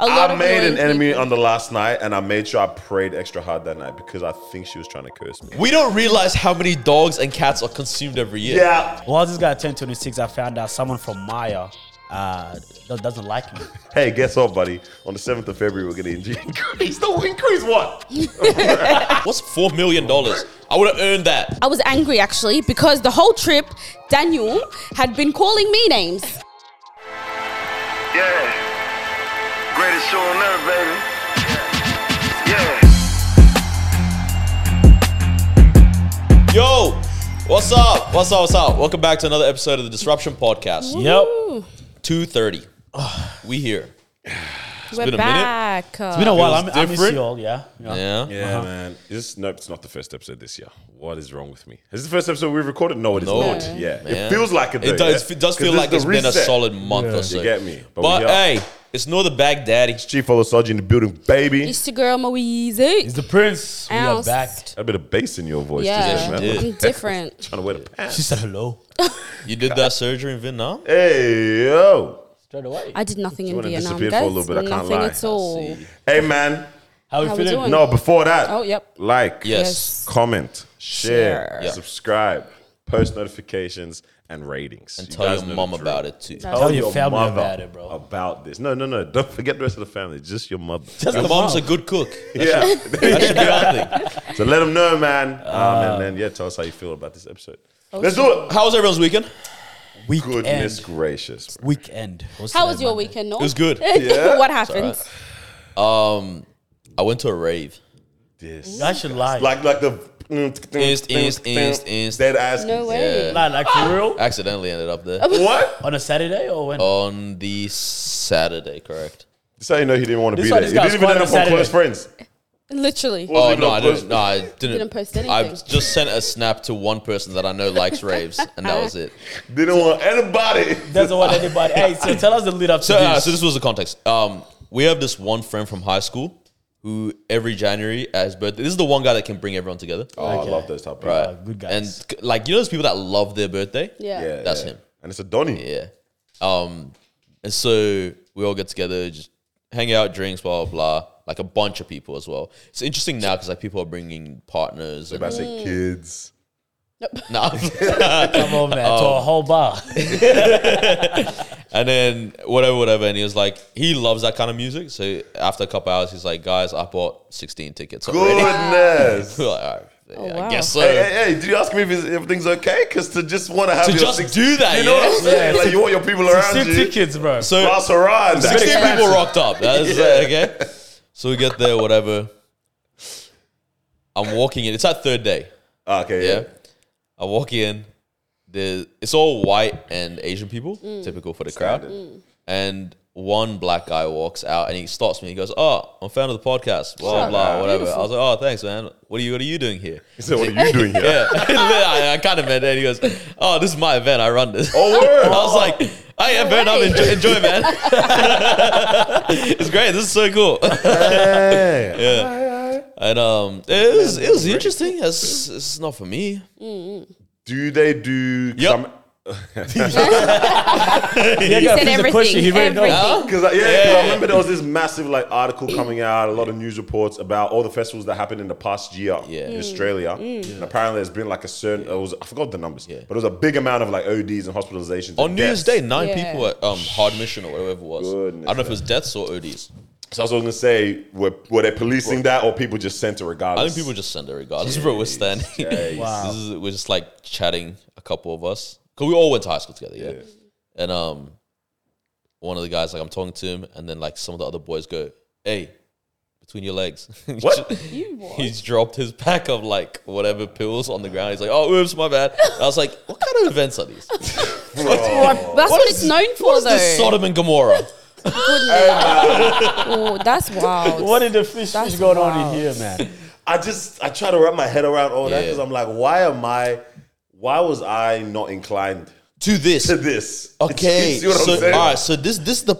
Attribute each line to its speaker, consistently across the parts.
Speaker 1: A lot
Speaker 2: I
Speaker 1: of
Speaker 2: made an
Speaker 1: annoying
Speaker 2: enemy
Speaker 1: people.
Speaker 2: on the last night, and I made sure I prayed extra hard that night because I think she was trying to curse me.
Speaker 3: We don't realize how many dogs and cats are consumed every year.
Speaker 2: Yeah.
Speaker 4: While this guy turned 26, I found out someone from Maya uh, do- doesn't like me.
Speaker 2: Hey, guess what, buddy? On the seventh of February, we're gonna increase. The increase what?
Speaker 3: What's four million dollars? I would have earned that.
Speaker 1: I was angry actually because the whole trip, Daniel had been calling me names.
Speaker 5: Yeah. Greatest show on earth, baby. Yeah.
Speaker 3: Yo, what's up? What's up? What's up? Welcome back to another episode of the Disruption Podcast.
Speaker 4: Yep.
Speaker 3: Two thirty. We here.
Speaker 1: We're
Speaker 3: been a minute.
Speaker 1: back.
Speaker 4: It's been a while. I'm,
Speaker 3: Feels
Speaker 4: I miss
Speaker 3: different.
Speaker 4: you all, yeah. yeah.
Speaker 3: Yeah.
Speaker 2: Yeah, man. It's, nope, it's not the first episode this year. What is wrong with me? Is this the first episode we've recorded? No, it is
Speaker 3: No.
Speaker 2: not. Yeah,
Speaker 3: Man.
Speaker 2: it feels like it. Though,
Speaker 3: It does,
Speaker 2: yeah?
Speaker 3: it does
Speaker 2: 'Cause
Speaker 3: feel
Speaker 2: this
Speaker 3: like
Speaker 2: is
Speaker 3: it's
Speaker 2: the
Speaker 3: been a
Speaker 2: reset.
Speaker 3: solid month or so.
Speaker 2: get me? But
Speaker 3: But,
Speaker 2: we are.
Speaker 3: hey, it's not the bag daddy.
Speaker 2: Chief Olosoji in the building, baby.
Speaker 1: It's your girl Moeezy.
Speaker 4: It's the prince. We are
Speaker 1: Ounce.
Speaker 4: back.
Speaker 2: A bit of bass in your voice,
Speaker 1: Yeah,
Speaker 2: yeah.
Speaker 3: she
Speaker 2: man.
Speaker 3: did.
Speaker 1: I'm different.
Speaker 2: Trying to wear the pants.
Speaker 4: She said hello.
Speaker 3: You did that surgery in Vietnam?
Speaker 2: Hey yo,
Speaker 4: Straight away.
Speaker 1: I did nothing in
Speaker 2: wanna
Speaker 1: Vietnam,
Speaker 2: disappear
Speaker 1: guys.
Speaker 2: for a little bit, I can't
Speaker 1: nothing
Speaker 2: lie.
Speaker 1: at all.
Speaker 2: hey man.
Speaker 4: How we
Speaker 1: How we
Speaker 4: feeling?
Speaker 1: doing?
Speaker 2: No, before that.
Speaker 1: Oh, yep.
Speaker 2: Like,
Speaker 3: Yes.
Speaker 2: comment, share,
Speaker 1: Share.
Speaker 3: Yeah.
Speaker 2: subscribe, post notifications, and ratings.
Speaker 3: And
Speaker 2: You
Speaker 3: tell
Speaker 2: guys
Speaker 3: your
Speaker 2: know
Speaker 3: mom
Speaker 2: the
Speaker 3: about
Speaker 2: drill.
Speaker 3: it too.
Speaker 1: That's-
Speaker 2: Tell,
Speaker 4: your
Speaker 2: your
Speaker 4: family
Speaker 2: mother
Speaker 4: about it, bro.
Speaker 2: About this. No, no, no. Don't forget the rest of the family. Just your mother.
Speaker 3: Your
Speaker 4: the
Speaker 3: mom's a
Speaker 4: mom.
Speaker 3: good cook.
Speaker 2: yeah.
Speaker 3: That should be our thing.
Speaker 2: so let them know, man. um,
Speaker 4: Uh,
Speaker 2: and then, yeah, tell us how you feel about this episode.
Speaker 1: Oh,
Speaker 2: Let's do it.
Speaker 3: How was everyone's weekend? It
Speaker 4: Weekend.
Speaker 2: Goodness gracious. bro.
Speaker 4: Weekend. What's
Speaker 1: How
Speaker 4: today,
Speaker 1: was your
Speaker 4: Monday?
Speaker 1: weekend, Noel?
Speaker 3: was good.
Speaker 1: what happened?
Speaker 3: Um, I went to a rave.
Speaker 2: This.
Speaker 4: I should lie.
Speaker 2: Like,
Speaker 4: Like,
Speaker 2: like the.
Speaker 3: Inst, inst, inst, inst.
Speaker 2: Dead ass.
Speaker 1: No way.
Speaker 4: nah, like for real?
Speaker 3: Accidentally ended up there
Speaker 2: What?
Speaker 4: On a Saturday or
Speaker 3: Oh.
Speaker 4: when?
Speaker 3: on the Saturday, correct?
Speaker 2: So you know he didn't want to
Speaker 4: This
Speaker 2: be
Speaker 4: one-
Speaker 2: there. He
Speaker 4: this guy's
Speaker 2: didn't even
Speaker 4: quite
Speaker 2: end up on
Speaker 4: Saturday.
Speaker 2: close friends.
Speaker 1: Literally.
Speaker 2: Wasn't
Speaker 3: Oh
Speaker 2: even
Speaker 3: no,
Speaker 2: on
Speaker 3: I
Speaker 2: Close
Speaker 3: didn't. No, I didn't.
Speaker 1: Didn't post
Speaker 3: I
Speaker 1: anything.
Speaker 3: just sent a snap to one person that I know likes raves, and that was it.
Speaker 2: Didn't want anybody.
Speaker 4: Doesn't want anybody. Hey, so tell us the lead up to
Speaker 3: So, uh,
Speaker 4: this.
Speaker 3: so this was the context. Um, we have this one friend from high school who every January as birthday. This is the one guy that can bring everyone together.
Speaker 2: Oh, I love those type of
Speaker 3: right?
Speaker 2: people.
Speaker 4: good guys.
Speaker 3: And like you know those people that love their birthday.
Speaker 1: Yeah.
Speaker 2: Yeah,
Speaker 3: That's
Speaker 2: yeah.
Speaker 3: him.
Speaker 2: And it's a Donny.
Speaker 3: Yeah. Um, and so we all get together, just hang out, drinks, blah, blah, blah. Like a bunch of people as well. It's interesting now because like people are bringing partners.
Speaker 2: If I
Speaker 3: And,
Speaker 2: say kids.
Speaker 3: nah.
Speaker 4: Come on, man.
Speaker 3: oh.
Speaker 4: to a whole bar.
Speaker 3: and then whatever, whatever. And he was like, he loves that kind of music. So after a couple hours, he's like, guys, I bought 16 tickets already.
Speaker 2: Goodness.
Speaker 3: We're like, all right, yeah, I
Speaker 1: wow.
Speaker 3: guess so.
Speaker 2: Hey, hey, hey, did you ask me if it's- everything's okay? Because to just want to have
Speaker 3: To
Speaker 2: your
Speaker 3: just
Speaker 2: six-
Speaker 3: do that,
Speaker 2: you know
Speaker 3: yeah?
Speaker 2: what I'm saying?
Speaker 4: Yeah.
Speaker 2: Like you want your people around
Speaker 4: Six
Speaker 2: you.
Speaker 4: tickets, bro.
Speaker 3: So
Speaker 2: Pass around. that.
Speaker 3: 16
Speaker 2: Yeah.
Speaker 3: people rocked up. That's uh, okay. So we get there, whatever. I'm walking in. It's that third day.
Speaker 2: Okay, yeah.
Speaker 3: Yeah. I walk in. The it's all white and Asian people, typical for the crowd. And one black guy walks out and he stops me. He goes, "Oh, I'm a fan of the podcast." Blah blah, whatever. I was like, "Oh, thanks, man. What are you What are you doing here?"
Speaker 2: He said, "What are you doing here?"
Speaker 3: Yeah, I, I kind of meant that. He goes, "Oh, this is my event. I run this."
Speaker 2: Oh, word.
Speaker 3: I was like, "Oh yeah, fair enough.
Speaker 1: way.
Speaker 3: Enjoy, enjoy, man. it's great. This is so cool."
Speaker 2: Hey.
Speaker 3: And um, it was it was interesting. It's, it's not for me.
Speaker 2: Do they do?
Speaker 3: Yep.
Speaker 2: Some,
Speaker 4: yeah,
Speaker 1: He
Speaker 4: yeah,
Speaker 1: said
Speaker 4: please, the
Speaker 1: everything.
Speaker 4: question, he really knows.
Speaker 1: everything.
Speaker 2: Because yeah, 'cause I remember there was this massive like article coming out, a lot of news reports about all the festivals that happened in the past year
Speaker 3: Yeah. Mm.
Speaker 2: in Australia. And apparently, there's been like a certain it was I forgot the numbers, but it was a big amount of like ODs and hospitalizations
Speaker 3: On
Speaker 2: and
Speaker 3: New Year's
Speaker 2: deaths.
Speaker 3: Day, nine
Speaker 1: Yeah.
Speaker 3: people at um, Hard Mission or whatever it was.
Speaker 2: Goodness,
Speaker 3: I don't know if it was deaths or ODs.
Speaker 2: So I was gonna say, were, were they policing that or people just sent it
Speaker 3: I
Speaker 2: regardless?
Speaker 3: think people just send it regardless. Bro, we're standing.
Speaker 4: Wow.
Speaker 3: This is, we're just like chatting, a couple of us. Because we all went to high school together, yeah? And um, one of the guys, like, I'm talking to him, and then like some of the other boys go, hey, between your legs.
Speaker 2: What?
Speaker 1: You what?
Speaker 3: He's dropped his pack of like whatever pills on the ground. He's like, oh, oops, my bad. And I was like, what kind of events are these?
Speaker 1: That's what, it's
Speaker 3: is-
Speaker 1: known for,
Speaker 3: What is
Speaker 1: though.
Speaker 3: this Sodom and Gomorrah?
Speaker 1: oh, that's wild.
Speaker 4: What in the fish
Speaker 1: That's
Speaker 4: is going
Speaker 1: wild.
Speaker 4: on in here, man?
Speaker 2: I just I try to wrap my head around all that
Speaker 3: Yeah.
Speaker 2: because I'm like, why am I? Why was I not inclined
Speaker 3: to this.
Speaker 2: to this?
Speaker 3: Okay.
Speaker 2: You see what I'm
Speaker 3: so,
Speaker 2: saying?
Speaker 3: All right. So this this the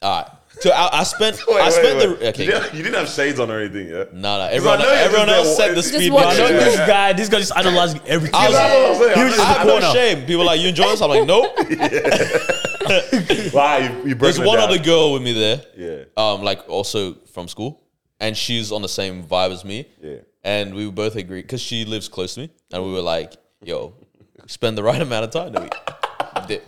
Speaker 3: all right. So I, I spent
Speaker 2: Wait,
Speaker 3: I
Speaker 2: wait,
Speaker 3: spent
Speaker 2: wait.
Speaker 3: the okay.
Speaker 2: You, didn't, you didn't have shades on or anything, yeah?
Speaker 3: No, no. Everyone,
Speaker 2: know you're just
Speaker 3: everyone
Speaker 2: there
Speaker 3: else sent the
Speaker 2: watching.
Speaker 3: speed
Speaker 1: watching.
Speaker 4: I know
Speaker 3: picture.
Speaker 4: this guy. This guy just analyzing everything.
Speaker 3: I was
Speaker 2: That's what I'm saying.
Speaker 4: He
Speaker 2: I'm
Speaker 4: was
Speaker 2: like,
Speaker 4: just
Speaker 3: I
Speaker 4: in
Speaker 3: have
Speaker 4: the
Speaker 3: no
Speaker 4: corner.
Speaker 3: shame. People are like, you enjoy this? I'm like, nope.
Speaker 2: Wow, you, you broke
Speaker 3: There's
Speaker 2: it
Speaker 3: one
Speaker 2: down.
Speaker 3: other girl with me there.
Speaker 2: Yeah.
Speaker 3: Um, like also from school, and she's on the same vibe as me.
Speaker 2: Yeah.
Speaker 3: And we both agreed because she lives close to me, and we were like, "Yo, spend the right amount of time." that we did."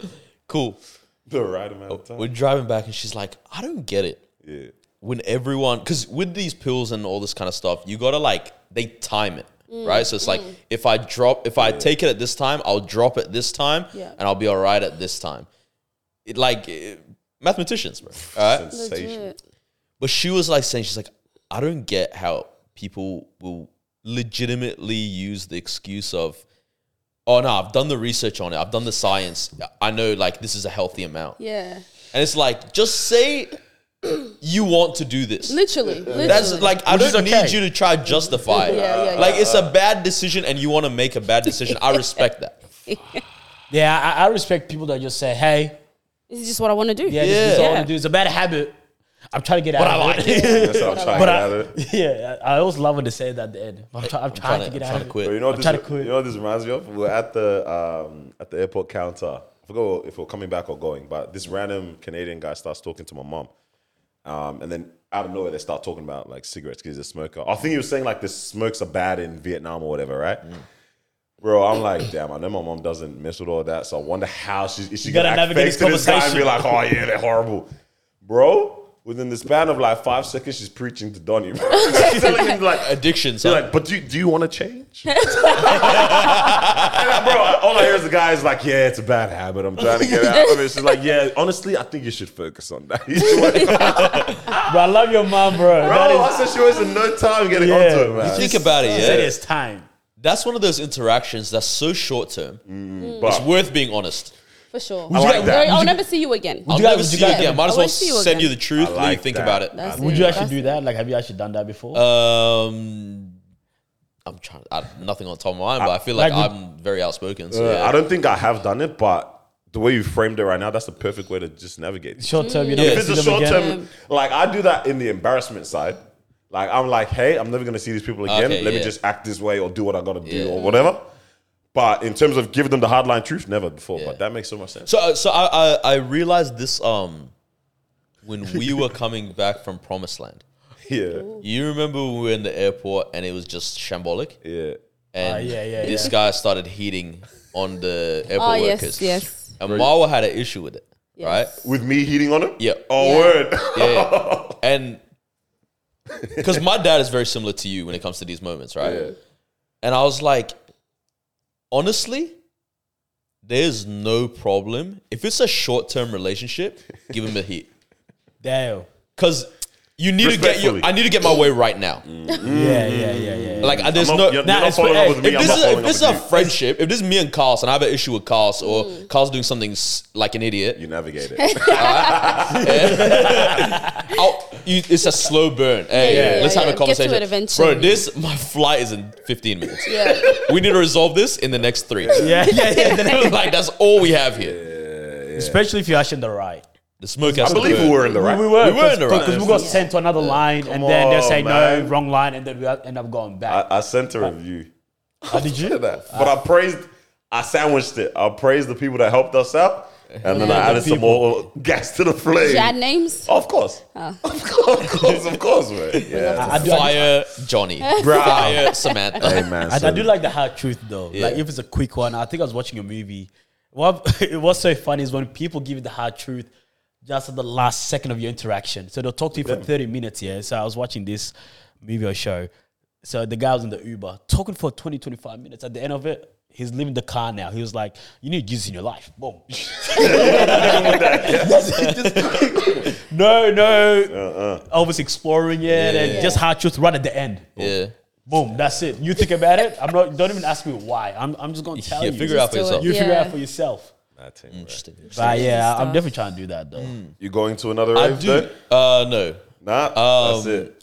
Speaker 3: Cool.
Speaker 2: The right amount of time.
Speaker 3: We're driving back, and she's like, "I don't get it."
Speaker 2: yeah.
Speaker 3: when everyone because with these pills and all this kind of stuff you gotta like they time it
Speaker 1: Mm,
Speaker 3: right so it's like if i drop if i take it at this time i'll drop it this time
Speaker 1: Yeah.
Speaker 3: and i'll be all right at this time it like eh, mathematicians bro all right
Speaker 2: Sensation.
Speaker 1: Legit.
Speaker 3: but she was like saying she's like i don't get how people will legitimately use the excuse of oh no i've done the research on it i've done the science i know like this is a healthy amount
Speaker 1: Yeah.
Speaker 3: and it's like just say you want to do this
Speaker 1: Literally. literally.
Speaker 3: that's like I
Speaker 4: Which is
Speaker 3: don't
Speaker 4: okay.
Speaker 3: need you to try to justify it.
Speaker 1: Yeah, yeah, yeah.
Speaker 3: Like it's a bad decision, and you want to make a bad decision. I respect that.
Speaker 4: Yeah, I, I respect people that just say, "Hey,
Speaker 1: This is just what I want to do.
Speaker 4: yeah, this
Speaker 3: Yeah.
Speaker 4: is all I want to do. It's a bad habit. I'm trying to get
Speaker 3: But I
Speaker 4: out
Speaker 3: like
Speaker 4: of it."
Speaker 3: it.
Speaker 2: That's how I'm trying
Speaker 4: But
Speaker 2: to
Speaker 4: I-
Speaker 2: get at it.
Speaker 4: yeah, I I always love when they say that at the end. I'm, try, I'm, trying, to get
Speaker 3: I'm
Speaker 4: out
Speaker 3: trying to
Speaker 4: of it.
Speaker 3: quit.
Speaker 2: But you know, what
Speaker 4: I'm
Speaker 2: this,
Speaker 4: trying to quit.
Speaker 2: you know what this reminds me of? We're at the um, at the airport counter. I forgot if we're coming back or going, but this random Canadian guy starts talking to my mom. Um, and then out of nowhere, they start talking about like cigarettes because he's a smoker. I think he was saying like the smokes are bad in Vietnam or whatever, right?
Speaker 4: Mm.
Speaker 2: Bro, I'm like, damn, I know my mom doesn't mess with all that, so I wonder how she's is she
Speaker 4: gotta
Speaker 2: gonna act
Speaker 4: navigate
Speaker 2: fake
Speaker 4: this
Speaker 2: to this guy and be like,
Speaker 4: conversation.
Speaker 2: oh yeah, they're horrible. Bro, within the span of like five seconds, she's preaching to Donnie, bro. she's telling him like
Speaker 3: Addiction,
Speaker 2: She's
Speaker 3: son.
Speaker 2: like, but do, do you want to change? and I, bro, all I hear is the guy is like, yeah, it's a bad habit. I'm trying to get out of it. She's like, yeah, honestly, I think you should focus on that. You should work on-
Speaker 4: Bro, I love your mom, bro.
Speaker 2: bro,
Speaker 4: that is,
Speaker 2: I said she wasted no time getting
Speaker 4: Yeah.
Speaker 2: onto it, man.
Speaker 3: Think about it.
Speaker 4: that
Speaker 3: Yeah,
Speaker 4: is time.
Speaker 3: that's one of those interactions that's so short term.
Speaker 2: But-
Speaker 3: It's worth being honest.
Speaker 1: For sure.
Speaker 2: I like that.
Speaker 1: I'll never see you again.
Speaker 3: I'll
Speaker 4: you guys-
Speaker 3: never
Speaker 4: would
Speaker 3: see
Speaker 4: you
Speaker 3: you
Speaker 4: guys-
Speaker 3: again. Might
Speaker 1: I
Speaker 3: as well
Speaker 1: won't see you
Speaker 3: send you the
Speaker 1: again.
Speaker 3: truth.
Speaker 2: I
Speaker 3: Let you
Speaker 2: like
Speaker 3: think
Speaker 2: that.
Speaker 3: about it.
Speaker 1: That's
Speaker 4: Would
Speaker 1: it.
Speaker 4: you actually
Speaker 1: That's
Speaker 4: do
Speaker 1: it.
Speaker 4: that? Like, have you actually done that before?
Speaker 3: Um, I'm trying. I, nothing on top of my mind, but I feel like,
Speaker 4: like-
Speaker 3: I'm very outspoken. So
Speaker 2: Uh,
Speaker 3: yeah.
Speaker 2: I don't think I have done it, but the way you framed it right now, that's the perfect way to just navigate.
Speaker 4: short term, you know,
Speaker 3: Yeah,
Speaker 2: If it's a short
Speaker 1: again.
Speaker 2: term, like I do that in the embarrassment side. Like I'm like, hey, I'm never gonna see these people again.
Speaker 3: Okay,
Speaker 2: Let me
Speaker 3: yeah.
Speaker 2: just act this way or do what I gotta do
Speaker 3: Yeah.
Speaker 2: or whatever. But in terms of giving them the hardline truth, never before.
Speaker 3: Yeah.
Speaker 2: But that makes so much sense.
Speaker 3: So, so I, I I realized this um when we were coming back from Promised Land.
Speaker 2: yeah,
Speaker 3: You remember when we were in the airport and it was just shambolic,
Speaker 2: Ah, yeah.
Speaker 3: and
Speaker 4: yeah, yeah,
Speaker 3: this
Speaker 4: yeah.
Speaker 3: guy started heating on the airport
Speaker 1: Oh, yes,
Speaker 3: workers.
Speaker 1: yes.
Speaker 3: And Marwa had an issue with it,
Speaker 1: Yes.
Speaker 3: right?
Speaker 2: With me heating on him.
Speaker 3: Yeah.
Speaker 2: Oh
Speaker 1: Yeah.
Speaker 2: word.
Speaker 3: Yeah. and because my dad is very similar to you when it comes to these moments, right?
Speaker 2: Yeah.
Speaker 3: And I was like, honestly, there's no problem if it's a short-term relationship. Give him the heat.
Speaker 4: Damn.
Speaker 3: Because you need to get your,
Speaker 2: Respectfully. Mm.
Speaker 3: I need to get my way right now.
Speaker 4: Yeah, yeah, yeah, yeah. yeah.
Speaker 3: Like there's
Speaker 2: I'm
Speaker 3: no.
Speaker 2: not, you're,
Speaker 4: nah,
Speaker 2: you're not
Speaker 4: it's-
Speaker 2: following
Speaker 4: hey,
Speaker 2: up with me.
Speaker 3: if
Speaker 2: I'm
Speaker 3: this
Speaker 2: not
Speaker 3: is, if
Speaker 2: following
Speaker 3: this is
Speaker 2: up
Speaker 3: a
Speaker 2: with you.
Speaker 3: friendship, if this is me and Carlson, I have an issue with Carlson, or Carl's doing something s- like an idiot.
Speaker 2: You navigate it.
Speaker 3: I'll- you- it's a slow burn. Hey,
Speaker 1: Yeah, yeah,
Speaker 3: let's
Speaker 1: yeah.
Speaker 3: have
Speaker 1: Get
Speaker 3: a
Speaker 1: to
Speaker 3: conversation.
Speaker 1: it eventually.
Speaker 3: Bro, this my flight is in 15 minutes.
Speaker 1: Yeah.
Speaker 3: We need to resolve this in the next three.
Speaker 4: yeah, yeah, yeah. Then-
Speaker 3: like that's all we have here.
Speaker 4: Especially if you're actually in the right.
Speaker 3: The smoke has
Speaker 2: I
Speaker 3: to
Speaker 2: believe
Speaker 3: burn.
Speaker 2: we were in the right.
Speaker 4: We were,
Speaker 3: We were in the right.
Speaker 4: because we got sent to another line, and
Speaker 2: Come
Speaker 4: then they
Speaker 2: on,
Speaker 4: say no,
Speaker 2: man.
Speaker 4: wrong line, and then we end up going back.
Speaker 2: I, I sent a review.
Speaker 4: How Oh, did you?
Speaker 2: Look at that. But I praised, I sandwiched it. I praised the people that helped us out, and then I added some more gas to the flame.
Speaker 1: Did you add names?
Speaker 2: Of course.
Speaker 1: Ah.
Speaker 2: Of course, of course, of course, man. Yeah.
Speaker 4: I do, I,
Speaker 3: Fire Johnny.
Speaker 2: Bruh.
Speaker 3: Fire Samantha.
Speaker 2: Hey, man.
Speaker 4: I,
Speaker 2: so-
Speaker 4: do like the hard truth though. Like if it's a quick one, I think I was watching a movie. What it was so funny is when people give you the hard truth just at the last second of your interaction. So they'll talk to you for thirty minutes. Yeah. So I was watching this movie or show. So the guy was in the Uber talking for 20, 25 minutes. At the end of it, he's leaving the car now. He was like, "You need Jesus in your life." Boom. no, no. Obviously exploring it and just hard truth right at the end.
Speaker 3: Yeah.
Speaker 4: Boom, that's it. You think about it. I'm not. Don't even ask me why. I'm. I'm just gonna tell
Speaker 3: Yeah,
Speaker 4: you.
Speaker 3: figure it out for
Speaker 1: Just do
Speaker 3: yourself.
Speaker 1: it.
Speaker 4: You figure it
Speaker 1: Yeah.
Speaker 4: out for yourself.
Speaker 2: Nothing, bro.
Speaker 3: Interesting.
Speaker 4: But yeah,
Speaker 1: stuff.
Speaker 4: I'm definitely trying to do that though.
Speaker 2: You going to another
Speaker 3: I
Speaker 2: rave?
Speaker 3: do.
Speaker 2: though?
Speaker 3: Uh, no.
Speaker 2: Nah, that's
Speaker 3: Um,
Speaker 2: it.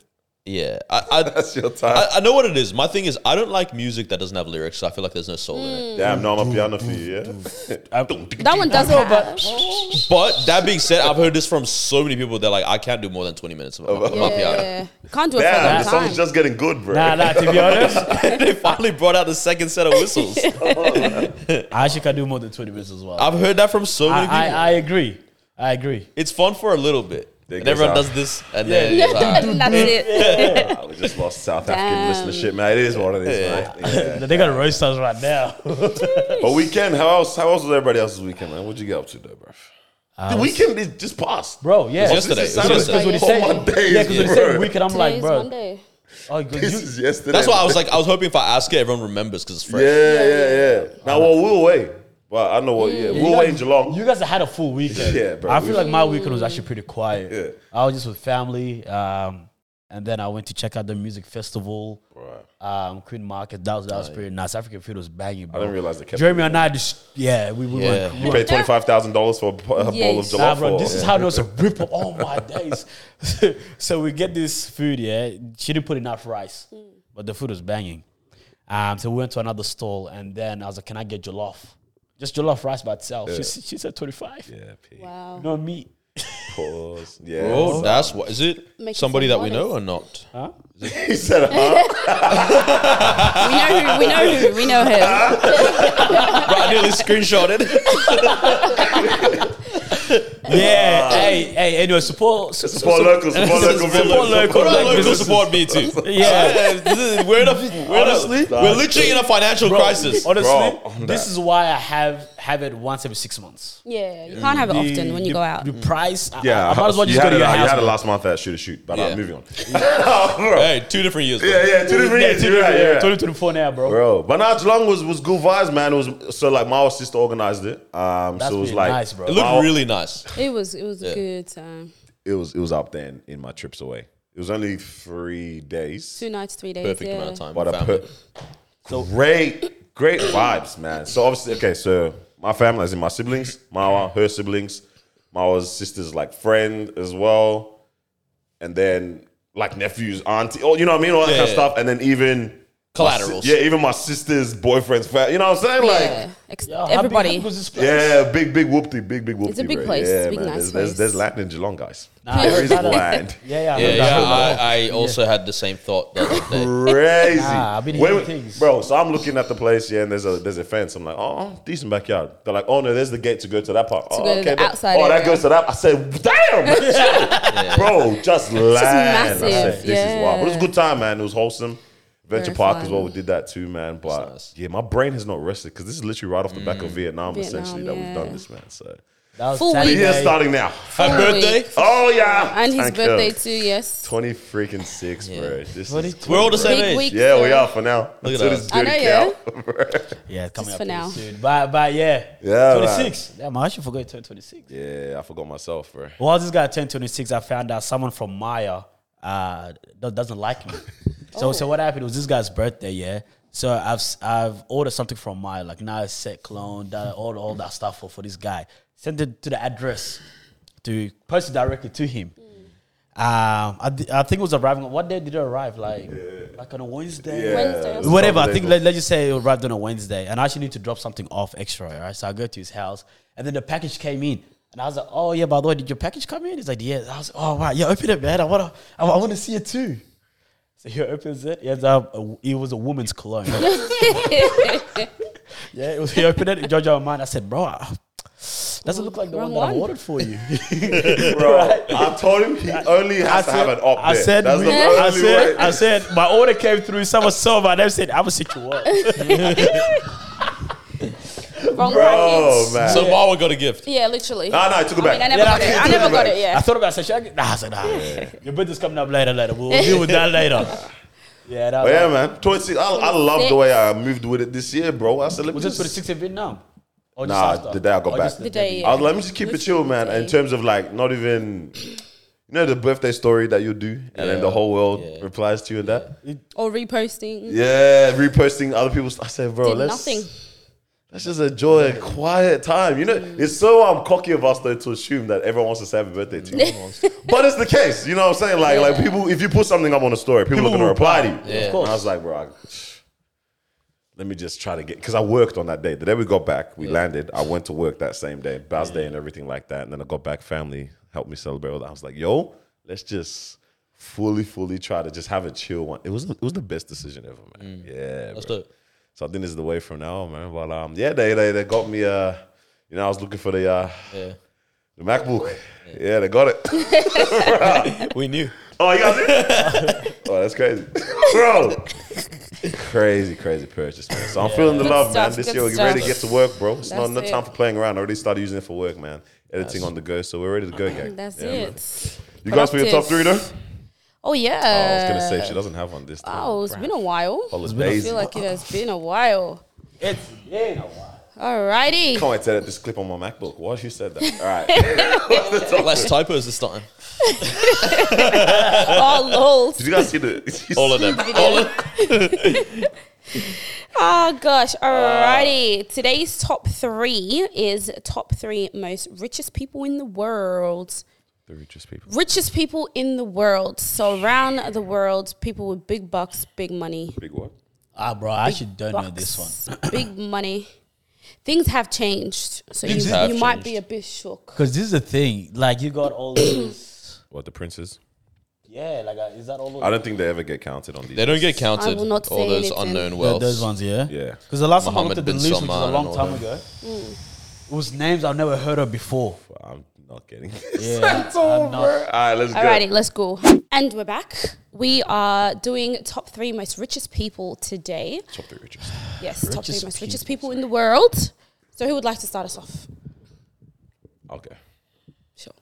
Speaker 3: Yeah. I, I,
Speaker 2: That's your time.
Speaker 3: I, I know what it is. My thing is, I don't like music that doesn't have lyrics. So I feel like there's no soul in it.
Speaker 2: Damn, now I'm a piano for you, yeah?
Speaker 1: That one doesn't have.
Speaker 3: But that being said, I've heard this from so many people. They're like, I can't do more than 20 minutes of of- of
Speaker 1: Yeah.
Speaker 3: a piano.
Speaker 1: Can't do it for a
Speaker 2: Damn,
Speaker 1: long
Speaker 2: the
Speaker 1: time.
Speaker 2: song's just getting good, bro.
Speaker 4: Nah, nah. To be honest,
Speaker 3: they finally brought out the second set of whistles.
Speaker 4: I actually can do more than 20 minutes as well.
Speaker 3: I've heard that from so
Speaker 4: I,
Speaker 3: many
Speaker 4: I,
Speaker 3: people.
Speaker 4: I agree. I agree.
Speaker 3: It's fun for a little bit.
Speaker 2: Then
Speaker 3: And
Speaker 2: goes
Speaker 3: everyone
Speaker 2: out.
Speaker 3: does this, and then it's like,
Speaker 1: and that's it.
Speaker 2: Ah, we just lost South African
Speaker 1: Damn.
Speaker 2: listenership, man. It is what it is, man. Yeah.
Speaker 4: They got roast us right now.
Speaker 2: But weekend, how else? How else was everybody else's weekend, man? What'd you get up to, though, bro? the weekend is just passed,
Speaker 4: Uh, Bro, yeah.
Speaker 3: It's yesterday.
Speaker 2: This is Saturday.
Speaker 3: It was yesterday.
Speaker 4: Because when you
Speaker 2: Oh,
Speaker 4: say,
Speaker 2: my days,
Speaker 4: yeah, because when you say
Speaker 2: bro.
Speaker 4: wicked, I'm like,
Speaker 1: Today's
Speaker 4: bro.
Speaker 1: Monday.
Speaker 4: Oh, you-
Speaker 2: This
Speaker 4: you-
Speaker 2: is yesterday.
Speaker 3: That's why I was like, I was hoping if I ask it, everyone remembers because it's fresh.
Speaker 2: yeah, yeah, yeah. Now, well, we'll wait. Well, I know what. Yeah,
Speaker 4: you
Speaker 2: we'll
Speaker 4: guys-
Speaker 2: wait in Geelong.
Speaker 4: You guys had a full weekend.
Speaker 2: Yeah, bro,
Speaker 4: I
Speaker 2: we-
Speaker 4: feel like my weekend was actually pretty quiet.
Speaker 2: Yeah.
Speaker 4: I was just with family, um, and then I went to check out the music festival.
Speaker 2: Right.
Speaker 4: Um, Queen Market. That was that was pretty nice. African food was banging. Bro.
Speaker 2: didn't realize they kept
Speaker 4: Jeremy
Speaker 2: it.
Speaker 4: and I just yeah we, we
Speaker 3: Yeah.
Speaker 4: went.
Speaker 2: You pay twenty five thousand dollars for a po- a bowl of
Speaker 1: Yes.
Speaker 2: jollof.
Speaker 4: Nah, bro,
Speaker 2: or-
Speaker 4: this is how there's a rip off. Oh my days. so we get this food, yeah. She didn't put enough rice, but the food was banging. Um, so we went to another stall, and then I was like, Can I get jollof? Just jollof rice by itself. She, s- she said 25.
Speaker 2: Yeah, pig.
Speaker 1: Wow.
Speaker 4: No meat.
Speaker 2: Pause. Yeah.
Speaker 3: Bro, Oh, that's what is it?
Speaker 1: Make it
Speaker 3: somebody that
Speaker 1: sound
Speaker 3: we know or not?
Speaker 4: Ah.
Speaker 2: he said, huh?
Speaker 1: We know who. We know who. We know him.
Speaker 3: Bro, I nearly screenshotted.
Speaker 4: Yeah. hey, hey, anyway, support. su- su-
Speaker 2: Support
Speaker 4: su-
Speaker 2: local, support local,
Speaker 4: Support
Speaker 2: village.
Speaker 4: local,
Speaker 2: Support
Speaker 4: like,
Speaker 3: Local
Speaker 4: businesses.
Speaker 3: support me too.
Speaker 4: Yeah.
Speaker 3: Uh, this is- we're in a, we're in a-
Speaker 4: Honestly?
Speaker 3: we're literally in a financial crisis.
Speaker 4: Honestly,
Speaker 2: Bro, on
Speaker 4: this
Speaker 2: that.
Speaker 4: is why I have have it once every six months.
Speaker 1: Yeah, you can't have it often when you
Speaker 4: the,
Speaker 1: go out.
Speaker 4: The price, I-
Speaker 2: Yeah,
Speaker 4: I, I might as well
Speaker 2: you
Speaker 4: just
Speaker 2: had
Speaker 4: go to
Speaker 2: it-
Speaker 4: your
Speaker 2: You
Speaker 4: house.
Speaker 2: had it
Speaker 4: bro.
Speaker 2: last month at Shoot a Shoot, but
Speaker 3: Yeah.
Speaker 2: I'm moving on. Bro.
Speaker 3: Hey, two different years.
Speaker 2: Yeah, yeah, two different
Speaker 4: Yeah,
Speaker 2: years.
Speaker 4: two-
Speaker 2: You're right,
Speaker 4: yeah,
Speaker 2: you're right.
Speaker 4: 2024 now, bro.
Speaker 2: Bro, but now Geelong was was good vibes, man. It was so like my sister organized it. Um,
Speaker 4: That's
Speaker 2: so it was
Speaker 4: really
Speaker 2: like
Speaker 4: nice, bro.
Speaker 3: It looked
Speaker 2: Wow.
Speaker 3: really nice.
Speaker 1: It was. It was a good time.
Speaker 2: it was it was up there in, in my trips away. It was only three days,
Speaker 1: Two nights, three days.
Speaker 3: Perfect
Speaker 1: yeah.
Speaker 3: amount of time.
Speaker 2: but I
Speaker 3: family.
Speaker 2: put great great vibes, man. So obviously, okay, so my family, as in my siblings, Mawa, her siblings, Mawa's sister's like friend as well, and then like nephews, auntie, oh, you know what I mean, all that
Speaker 3: Yeah,
Speaker 2: kind of
Speaker 3: yeah.
Speaker 2: stuff, and then even. my si-
Speaker 3: Collaterals.
Speaker 2: yeah, even my sister's boyfriend's family. You know what I'm saying? Like,
Speaker 1: Yeah. Ex-
Speaker 4: Yo, Oh, how big-
Speaker 1: everybody.
Speaker 4: how big was this place?
Speaker 2: Yeah, big, big whoopty, big, big whoopty.
Speaker 1: It's a big
Speaker 2: bro.
Speaker 1: place.
Speaker 2: Yeah,
Speaker 1: It's a big
Speaker 2: man.
Speaker 1: nice
Speaker 2: there's, there's,
Speaker 1: place.
Speaker 2: there's land in Geelong, guys.
Speaker 4: Nah,
Speaker 2: there is
Speaker 4: I don't-
Speaker 2: land.
Speaker 4: Yeah, yeah, I
Speaker 3: Yeah,
Speaker 4: heard
Speaker 3: yeah.
Speaker 4: that.
Speaker 3: I, I also had the same thought. The other day.
Speaker 2: Crazy.
Speaker 4: Nah, I've been
Speaker 2: When-
Speaker 4: hearing things.
Speaker 2: Bro, so I'm looking at the place, yeah, and there's a there's a fence. I'm like, oh, decent backyard. They're like, oh no, there's the gate to go to that park. oh,
Speaker 1: go to the
Speaker 2: that-
Speaker 1: outside
Speaker 2: Oh, that
Speaker 1: area.
Speaker 2: goes to that. I said, damn, bro, just land. I said,
Speaker 1: massive,
Speaker 2: this is wild. But it was a
Speaker 1: yeah.
Speaker 2: good time, man. It was wholesome. Adventure
Speaker 1: Very
Speaker 2: Park
Speaker 1: fun.
Speaker 2: as well. We did that too, man. But
Speaker 3: nice.
Speaker 2: yeah, my brain has not rested because this is literally right off the back of Vietnam, essentially, that we've
Speaker 1: Mm. yeah.
Speaker 2: done this, man. So
Speaker 4: That was
Speaker 1: Full
Speaker 4: Saturday.
Speaker 2: the
Speaker 1: week.
Speaker 2: year's starting now.
Speaker 3: Happy
Speaker 1: Full
Speaker 3: birthday.
Speaker 1: week.
Speaker 2: Oh yeah,
Speaker 1: And his
Speaker 2: Thank you.
Speaker 1: birthday too. Yes.
Speaker 2: Twenty freaking six, bro. This
Speaker 4: What
Speaker 2: is
Speaker 4: is-
Speaker 3: We're all the same
Speaker 1: Big
Speaker 3: age.
Speaker 1: week.
Speaker 2: yeah, we
Speaker 1: so-
Speaker 2: are for now.
Speaker 3: Look at
Speaker 2: Until
Speaker 3: us.
Speaker 2: this
Speaker 1: I know,
Speaker 2: dirty
Speaker 1: yeah.
Speaker 2: cow, bruh.
Speaker 4: Yeah, coming up
Speaker 1: for
Speaker 4: pretty
Speaker 1: now.
Speaker 4: soon. But, but yeah.
Speaker 2: Yeah,
Speaker 4: 26. Damn, I actually forgot you turned 26.
Speaker 2: yeah, I forgot myself, bro.
Speaker 4: While this guy turned 26, I found out someone from Maya uh, do- doesn't like me. so, so what happened was this guy's birthday, yeah? So I've s- I've ordered something from Maya, like nice set clone, that, all, all that stuff for, for this guy. Sent it to the address to post it directly to him. Um, I, thi- I think it was arriving. What day did it arrive? Like, like on a Wednesday.
Speaker 1: Wednesday or
Speaker 2: Yeah.
Speaker 1: something.
Speaker 4: whatever. I think let, let's just say it arrived on a Wednesday, and I actually need to drop something off extra, right? So I go to his house, and then the package came in, and I was like, "Oh yeah, by the way, did your package come in?" He's like, "Yeah." I was like, "Oh wow, yeah, open it, man. I wanna, I, I wanna see it too." So he opens it. He ends up, a, it was a woman's cologne. yeah, it was. He opened it. Georgia on mine. I said, "Bro." I, doesn't look like the one
Speaker 1: Wrong
Speaker 4: that I
Speaker 1: one.
Speaker 4: ordered for you.
Speaker 2: Bro, I told him he only
Speaker 4: I
Speaker 2: has to have an op
Speaker 4: I
Speaker 2: there.
Speaker 4: said,
Speaker 2: That's
Speaker 4: we-
Speaker 2: the only
Speaker 4: I said,
Speaker 2: way.
Speaker 4: I said, my order came through. Someone saw my name said, I was sick you up.
Speaker 1: Wrong
Speaker 2: Bro,
Speaker 1: package.
Speaker 2: man.
Speaker 3: So Marwa got a gift.
Speaker 1: Yeah, literally.
Speaker 2: Nah, nah, I took it
Speaker 1: I
Speaker 2: back.
Speaker 1: mean, I never got it. I never got it.
Speaker 4: I
Speaker 1: Yeah.
Speaker 4: thought about it. I said, should I get, nah, I said, nah. Your birthday's coming up later, later. We'll deal with that later. Yeah, that
Speaker 2: But
Speaker 4: was,
Speaker 2: yeah, man. Twenty six. I, I love the way I moved with it this year, bro. I said, let me
Speaker 4: was it
Speaker 2: just.
Speaker 4: 26 in Vietnam? Or just
Speaker 2: Nah,
Speaker 4: after?
Speaker 2: the day I got
Speaker 4: Or
Speaker 2: back.
Speaker 4: just
Speaker 1: The day.
Speaker 2: I
Speaker 1: Yeah.
Speaker 2: was like, let me just keep it chill, man. In terms of like not even, you know, the birthday story that you do, and then the whole world replies to you and that.
Speaker 1: or reposting.
Speaker 2: Yeah, reposting other people's. I said, bro,
Speaker 1: Did
Speaker 2: let's
Speaker 1: nothing.
Speaker 2: let's just enjoy a quiet time. You know, it's so um, cocky of us though to assume that everyone wants to say happy birthday to you, but it's the case. You know what I'm saying? Like, like people, if you put something up on a story, people,
Speaker 4: People
Speaker 2: are gonna
Speaker 4: will
Speaker 2: reply to you.
Speaker 4: Yeah. Of
Speaker 2: And
Speaker 4: course.
Speaker 2: I was like, bro. I, let me just try to get because I worked on that day. The day we got back, we landed. I went to work that same day, Baz Day and everything like that. And then I got back, family helped me celebrate. all that. I was like, yo, let's just fully, fully try to just have a chill one. It was it was the best decision ever, man.
Speaker 4: Mm.
Speaker 2: Yeah.
Speaker 3: That's
Speaker 2: bro.
Speaker 3: dope.
Speaker 2: So I think this is the way from now, on, man. But um, yeah, they they, they got me. Uh, you know, I was looking for the uh,
Speaker 3: Yeah.
Speaker 2: The MacBook. Yeah, they got it.
Speaker 3: We knew.
Speaker 2: Oh, you got it? oh, that's crazy. Bro. crazy, crazy purchase, man. So I'm feeling the
Speaker 1: Good
Speaker 2: love,
Speaker 1: stuff,
Speaker 2: man. This
Speaker 1: good
Speaker 2: year we're ready to
Speaker 1: stuff.
Speaker 2: get to work, bro. It's not
Speaker 1: That's
Speaker 2: no
Speaker 1: it.
Speaker 2: time for playing around. I already started using it for work, man. Editing on the go, so we're ready to go, gang.
Speaker 1: That's
Speaker 2: Yeah, man.
Speaker 1: it.
Speaker 2: You guys for your top three, though?
Speaker 1: Productive. Oh yeah.
Speaker 2: Oh, I was gonna say she doesn't have one this time.
Speaker 1: Wow, it's been a while. I
Speaker 2: Holidays.
Speaker 1: feel like it has been a while.
Speaker 4: It's been a while.
Speaker 1: Alrighty.
Speaker 2: Can't wait to edit this clip on my MacBook. Why she said that? All right.
Speaker 3: Less typos this time.
Speaker 1: Oh lol.
Speaker 2: Did you guys see the
Speaker 3: All of them. All of
Speaker 1: Oh gosh.
Speaker 2: Ah.
Speaker 1: Alrighty. Today's top three is top three most richest people in the world.
Speaker 2: the richest people?
Speaker 1: Richest people in the world. So around the world, people with big bucks, big money.
Speaker 2: Big what?
Speaker 4: Ah, bro, I actually don't know this one.
Speaker 1: one. big money. Things have changed, so
Speaker 3: Things
Speaker 1: you,
Speaker 3: have
Speaker 1: you might
Speaker 3: changed.
Speaker 1: be a bit shook.
Speaker 4: Because this is the thing. Like, you got all these.
Speaker 2: What the princes?
Speaker 4: Yeah, like, uh, is that all
Speaker 2: I
Speaker 4: of
Speaker 2: don't think they ever get counted on these.
Speaker 3: They don't get counted.
Speaker 1: I will not
Speaker 3: all
Speaker 1: say
Speaker 3: those
Speaker 1: anything.
Speaker 3: unknown
Speaker 4: the,
Speaker 3: wealths.
Speaker 4: those ones, yeah?
Speaker 2: Yeah.
Speaker 4: Because the last time I
Speaker 3: Mohammed
Speaker 4: looked at the
Speaker 3: bin
Speaker 4: list, which was a
Speaker 3: Salman
Speaker 4: long
Speaker 3: and all
Speaker 4: time
Speaker 3: that.
Speaker 4: ago,
Speaker 1: Mm.
Speaker 4: it was names I've never heard of before.
Speaker 2: But I'm not getting.
Speaker 4: Yeah.
Speaker 2: All
Speaker 4: I'm not,
Speaker 2: right, let's go.
Speaker 1: Alrighty, let's go. And we're back. We are doing top three most richest people today.
Speaker 2: Top three richest.
Speaker 1: Yes, top three
Speaker 4: Richest
Speaker 1: most richest people
Speaker 4: people,
Speaker 1: in the world. So who would like to start us off?
Speaker 2: Okay.
Speaker 1: Sure.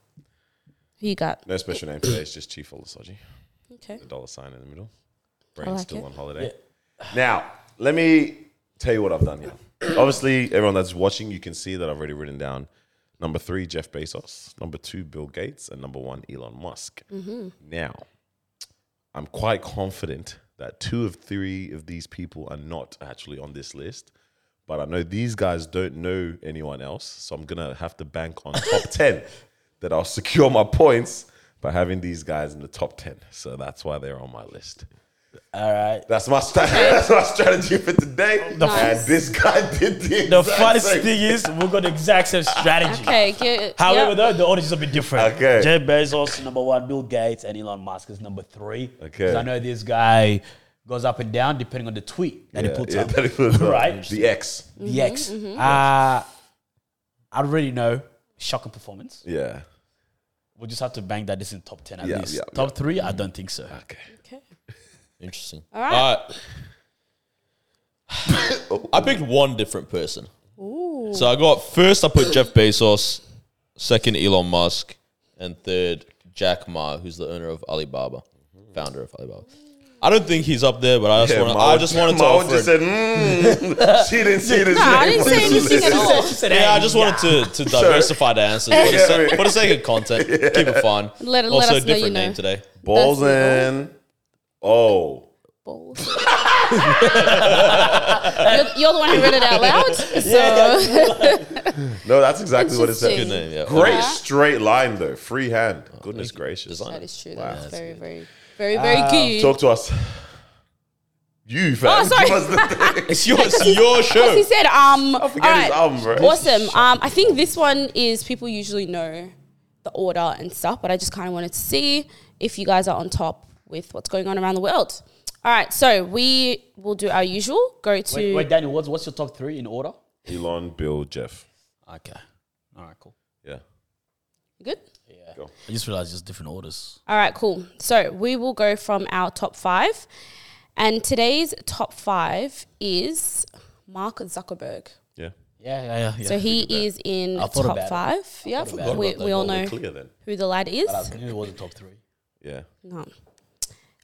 Speaker 1: Who you got?
Speaker 2: No special name today. It's just Chief Olasoji.
Speaker 1: Okay.
Speaker 2: The dollar sign in the middle. Brain's
Speaker 1: like
Speaker 2: still
Speaker 1: it.
Speaker 2: on holiday. Now, let me tell you what I've done here. Obviously, everyone that's watching, you can see that I've already written down number three, Jeff Bezos, number two, Bill Gates, and number one, Elon Musk.
Speaker 1: Mm-hmm.
Speaker 2: Now, I'm quite confident that two of three of these people are not actually on this list. But I know these guys don't know anyone else, so I'm gonna have to bank on top ten that I'll secure my points by having these guys in the top ten. So that's why they're on my list.
Speaker 4: all right.
Speaker 2: That's my stra- that's my strategy for today.
Speaker 1: Oh, Nice.
Speaker 2: And this guy did the,
Speaker 4: The
Speaker 2: exact
Speaker 4: funniest
Speaker 2: same.
Speaker 4: thing is, we've got the exact same strategy.
Speaker 1: Okay. Get,
Speaker 4: However,
Speaker 1: yep.
Speaker 4: though, the order is a bit different.
Speaker 2: Okay.
Speaker 4: Jeff Bezos, number one, Bill Gates, and Elon Musk is number three.
Speaker 2: Okay.
Speaker 4: 'Cause I know this guy goes up and down depending on the tweet that he
Speaker 2: Yeah,
Speaker 4: puts
Speaker 2: yeah,
Speaker 4: up.
Speaker 2: that he puts up.
Speaker 4: Right.
Speaker 2: The X.
Speaker 1: Mm-hmm,
Speaker 4: The X. Uh, I already know. Shocking performance.
Speaker 2: Yeah.
Speaker 4: We'll just have to bang that this in top 10 at
Speaker 2: Yeah,
Speaker 4: least.
Speaker 2: yeah,
Speaker 4: top three? I don't think so.
Speaker 2: Okay.
Speaker 1: Okay.
Speaker 3: Interesting. All
Speaker 1: Alright.
Speaker 3: I picked one different person. So I got first, I put Jeff Bezos, second, Elon Musk, and third, Jack Ma, who's the owner of Alibaba, founder of Alibaba. I don't think he's up there, but I just
Speaker 2: Mm-hmm. Yeah,
Speaker 3: want.
Speaker 2: Marwan-
Speaker 3: I just wanted to.
Speaker 2: Marwan
Speaker 3: Offer
Speaker 2: just
Speaker 3: an-
Speaker 2: said, mm, she didn't see this.
Speaker 1: I didn't say anything at all.
Speaker 3: yeah, I just wanted to, to diversify the answers for, the
Speaker 2: Yeah, I
Speaker 3: sake,
Speaker 2: mean-
Speaker 3: for the sake of content. Keep it fun.
Speaker 1: Let- let
Speaker 3: also,
Speaker 1: us know
Speaker 3: different
Speaker 1: you
Speaker 3: name
Speaker 1: know.
Speaker 3: today.
Speaker 2: Balls
Speaker 1: That's
Speaker 2: in. Oh.
Speaker 1: Balls. you're, you're the one who read it out loud. So
Speaker 2: No, that's exactly what it said.
Speaker 1: Interesting.
Speaker 3: Name, yeah. Oh,
Speaker 2: Great
Speaker 1: Yeah.
Speaker 2: straight line though. Free hand. Goodness gracious.
Speaker 3: Designer.
Speaker 1: that is true.
Speaker 2: Wow.
Speaker 1: That is very, very, very, very good.
Speaker 2: Talk to us. You fam.
Speaker 1: Oh, sorry.
Speaker 2: Give us the thing.
Speaker 3: It's your, it's your
Speaker 1: Because
Speaker 3: show.
Speaker 1: he said, um, all
Speaker 2: forget his
Speaker 1: right,
Speaker 2: album, bro.
Speaker 1: awesome. Um, I think this one is people usually know the order and stuff, but I just kind of wanted to see if you guys are on top with what's going on around the world. All right, so we will do our usual. Go to
Speaker 4: Wait, wait, Daniel, what's, what's your top three in order?
Speaker 2: Elon, Bill, Jeff.
Speaker 4: Okay. All right, cool.
Speaker 2: Yeah.
Speaker 1: good.
Speaker 4: I just realized it's different orders.
Speaker 1: All right, cool. So we will go from our top five, and today's top five is Mark Zuckerberg.
Speaker 2: Yeah.
Speaker 4: Yeah, yeah, yeah. yeah.
Speaker 1: So he is in
Speaker 4: I thought
Speaker 1: top
Speaker 4: about it.
Speaker 1: five. Yep, we, we all
Speaker 2: Well,
Speaker 1: know
Speaker 2: we're clear then.
Speaker 1: who the lad is.
Speaker 4: I knew it was the top three.
Speaker 2: Yeah.
Speaker 1: No.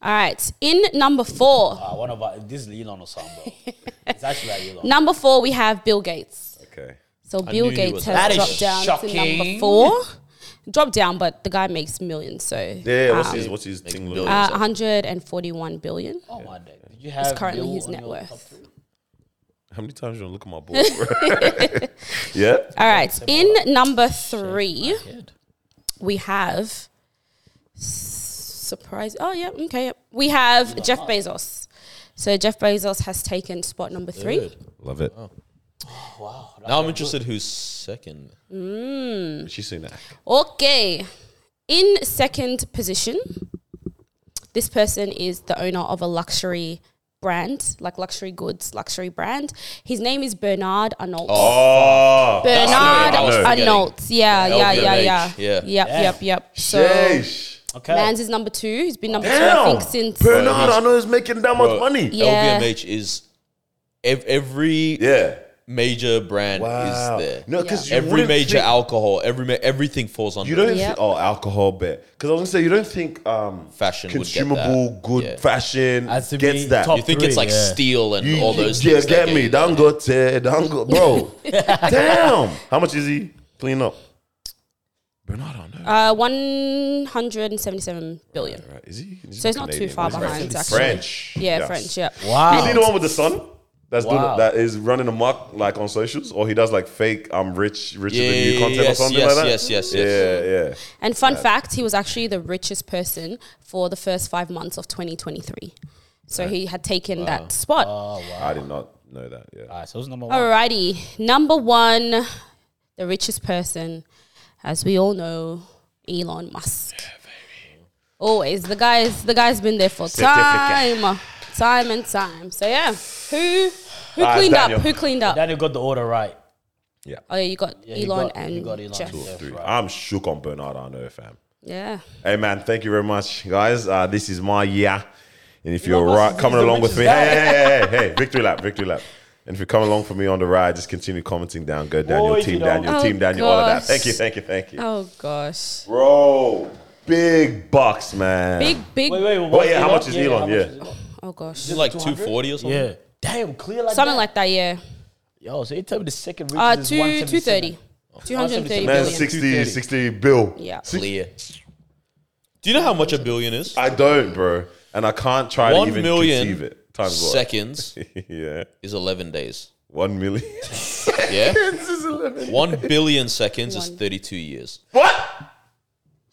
Speaker 1: All right. In number four,
Speaker 4: Uh, one of our, this is Elon or something, bro. it's actually like Elon.
Speaker 1: number four, we have Bill Gates.
Speaker 2: Okay.
Speaker 1: So Bill
Speaker 3: knew he
Speaker 1: Gates
Speaker 3: was-
Speaker 1: has
Speaker 4: That is
Speaker 1: dropped down to number
Speaker 4: shocking.
Speaker 1: four. Dropped down, but the guy makes millions. So
Speaker 2: Yeah,
Speaker 1: um,
Speaker 2: what's his what's his thing look
Speaker 3: billions.
Speaker 1: uh, 141 billion.
Speaker 4: Oh my day. Did you have
Speaker 1: currently
Speaker 4: Bill
Speaker 1: his
Speaker 4: on
Speaker 1: net
Speaker 4: your
Speaker 1: worth.
Speaker 4: top three?
Speaker 2: How many times you gonna look at my board? yeah.
Speaker 1: All right. In number three, we have s- surprise. Oh yeah, okay. Yep. We have Jeff Bezos. So Jeff Bezos has taken spot number three.
Speaker 2: Love it.
Speaker 1: Oh.
Speaker 3: Now I'm interested who's second.
Speaker 2: She's seen that.
Speaker 1: Okay. In second position, this person is the owner of a luxury brand, like luxury goods, luxury brand. His name is Bernard Arnault.
Speaker 2: Oh,
Speaker 1: Bernard
Speaker 3: I was forgetting.
Speaker 1: Arnault. Yeah, yeah, yeah, yeah.
Speaker 3: LVMH. Yeah.
Speaker 1: Yep,
Speaker 4: Yeah.
Speaker 1: yep, yep. So
Speaker 2: Sheesh.
Speaker 4: Okay.
Speaker 1: Mans is number two. He's been number two, I
Speaker 2: Damn,
Speaker 1: think, since
Speaker 2: Bernard, I know he's making that much
Speaker 3: Bro,
Speaker 2: money.
Speaker 1: Yeah.
Speaker 3: LVMH is ev- every
Speaker 2: Yeah.
Speaker 3: major brand
Speaker 2: Wow.
Speaker 3: is there.
Speaker 2: No, because
Speaker 1: Yeah.
Speaker 3: every major alcohol, every ma- everything falls under.
Speaker 2: You don't
Speaker 1: Yep.
Speaker 2: think, oh alcohol bet because I was gonna say you don't think um
Speaker 3: Fashion would get that.
Speaker 2: consumable good
Speaker 3: Yeah.
Speaker 2: fashion
Speaker 4: Has to
Speaker 2: gets
Speaker 4: be
Speaker 2: that.
Speaker 4: top
Speaker 3: You think it's like
Speaker 4: Three, yeah.
Speaker 3: steel and
Speaker 2: You-
Speaker 3: all
Speaker 2: you-
Speaker 3: those
Speaker 2: yeah,
Speaker 3: things. that
Speaker 2: get me.
Speaker 3: you-
Speaker 2: Don't go tear. Don't go, bro. Damn. How much is he clean up? Bernard, I know.
Speaker 1: uh, 177 billion.
Speaker 2: Right, Is he? is he
Speaker 1: So it's not too
Speaker 2: Canadian?
Speaker 1: far
Speaker 2: He's
Speaker 1: behind,
Speaker 2: French.
Speaker 1: actually.
Speaker 2: French.
Speaker 1: Yeah,
Speaker 2: Yes.
Speaker 1: French, yeah.
Speaker 2: Is he the
Speaker 4: Wow.
Speaker 2: one with the son? That's
Speaker 4: Wow.
Speaker 2: doing, that is running amok like on socials, or he does like fake I'm rich, richer
Speaker 3: Yeah,
Speaker 2: than you
Speaker 3: yeah,
Speaker 2: content or
Speaker 3: yes,
Speaker 2: something
Speaker 3: yes,
Speaker 2: like that.
Speaker 3: yes, yes,
Speaker 2: yeah, yeah.
Speaker 1: And fun fact, he was actually the richest person for the first five months of 2023. So he had taken that spot.
Speaker 2: I did not know that. Yeah.
Speaker 4: Alright, so who's number one?
Speaker 1: Alrighty, number one, the richest person, as we all know, Elon Musk. Always the guy's the guy's been there for
Speaker 2: Certificate.
Speaker 1: time, time and time. So yeah, who who
Speaker 2: Ah,
Speaker 1: cleaned
Speaker 2: Daniel.
Speaker 1: up? Who cleaned up?
Speaker 4: Daniel got the order right.
Speaker 1: Oh yeah, you got
Speaker 4: you
Speaker 1: Elon
Speaker 4: got-
Speaker 1: and
Speaker 4: you got Elon.
Speaker 1: Jeff.
Speaker 4: Cool.
Speaker 2: Three. I'm shook on Bernard Arnault, fam.
Speaker 1: Yeah,
Speaker 2: Hey man, thank you very much, guys. Uh, this is my year, and if you're
Speaker 4: Musk
Speaker 2: right,
Speaker 4: is
Speaker 2: coming
Speaker 4: the
Speaker 2: along with
Speaker 4: richest
Speaker 2: me,
Speaker 4: guy.
Speaker 2: hey, hey, hey, hey, hey, victory lap, victory lap. And if you come along for me on the ride, just continue commenting down. Go Daniel,
Speaker 4: Oh, if you
Speaker 2: team
Speaker 4: don't-
Speaker 2: Daniel,
Speaker 1: Oh,
Speaker 2: team Daniel, all of that.
Speaker 1: gosh.
Speaker 2: Thank you, thank you, thank you,
Speaker 1: Oh gosh,
Speaker 2: bro. Big bucks, man.
Speaker 1: big big.
Speaker 4: Wait, wait, wait.
Speaker 2: yeah, how much is Elon?
Speaker 4: how much
Speaker 2: Yeah.
Speaker 4: is Elon?
Speaker 1: Oh gosh,
Speaker 3: Is it like 240 or something?
Speaker 4: Yeah. Damn, clear like
Speaker 1: something
Speaker 4: that.
Speaker 1: like that. Yeah,
Speaker 4: Yo, so you tell me the second
Speaker 1: uh,
Speaker 4: richest
Speaker 1: two
Speaker 4: is
Speaker 1: two thirty.
Speaker 4: 177.
Speaker 1: 230
Speaker 2: Oh. man,
Speaker 1: billion.
Speaker 2: 60,
Speaker 4: 230.
Speaker 2: 60 bill.
Speaker 1: Yeah.
Speaker 3: Clear. Do you know how much a billion is?
Speaker 2: I don't, bro, and I can't try
Speaker 3: One
Speaker 2: to even
Speaker 3: million
Speaker 2: conceive it. Times what?
Speaker 3: Seconds
Speaker 2: yeah,
Speaker 3: is 11 days.
Speaker 2: one million.
Speaker 3: Yeah?
Speaker 2: this is eleven.
Speaker 3: 1 billion seconds is
Speaker 1: One.
Speaker 3: 32 years.
Speaker 2: What?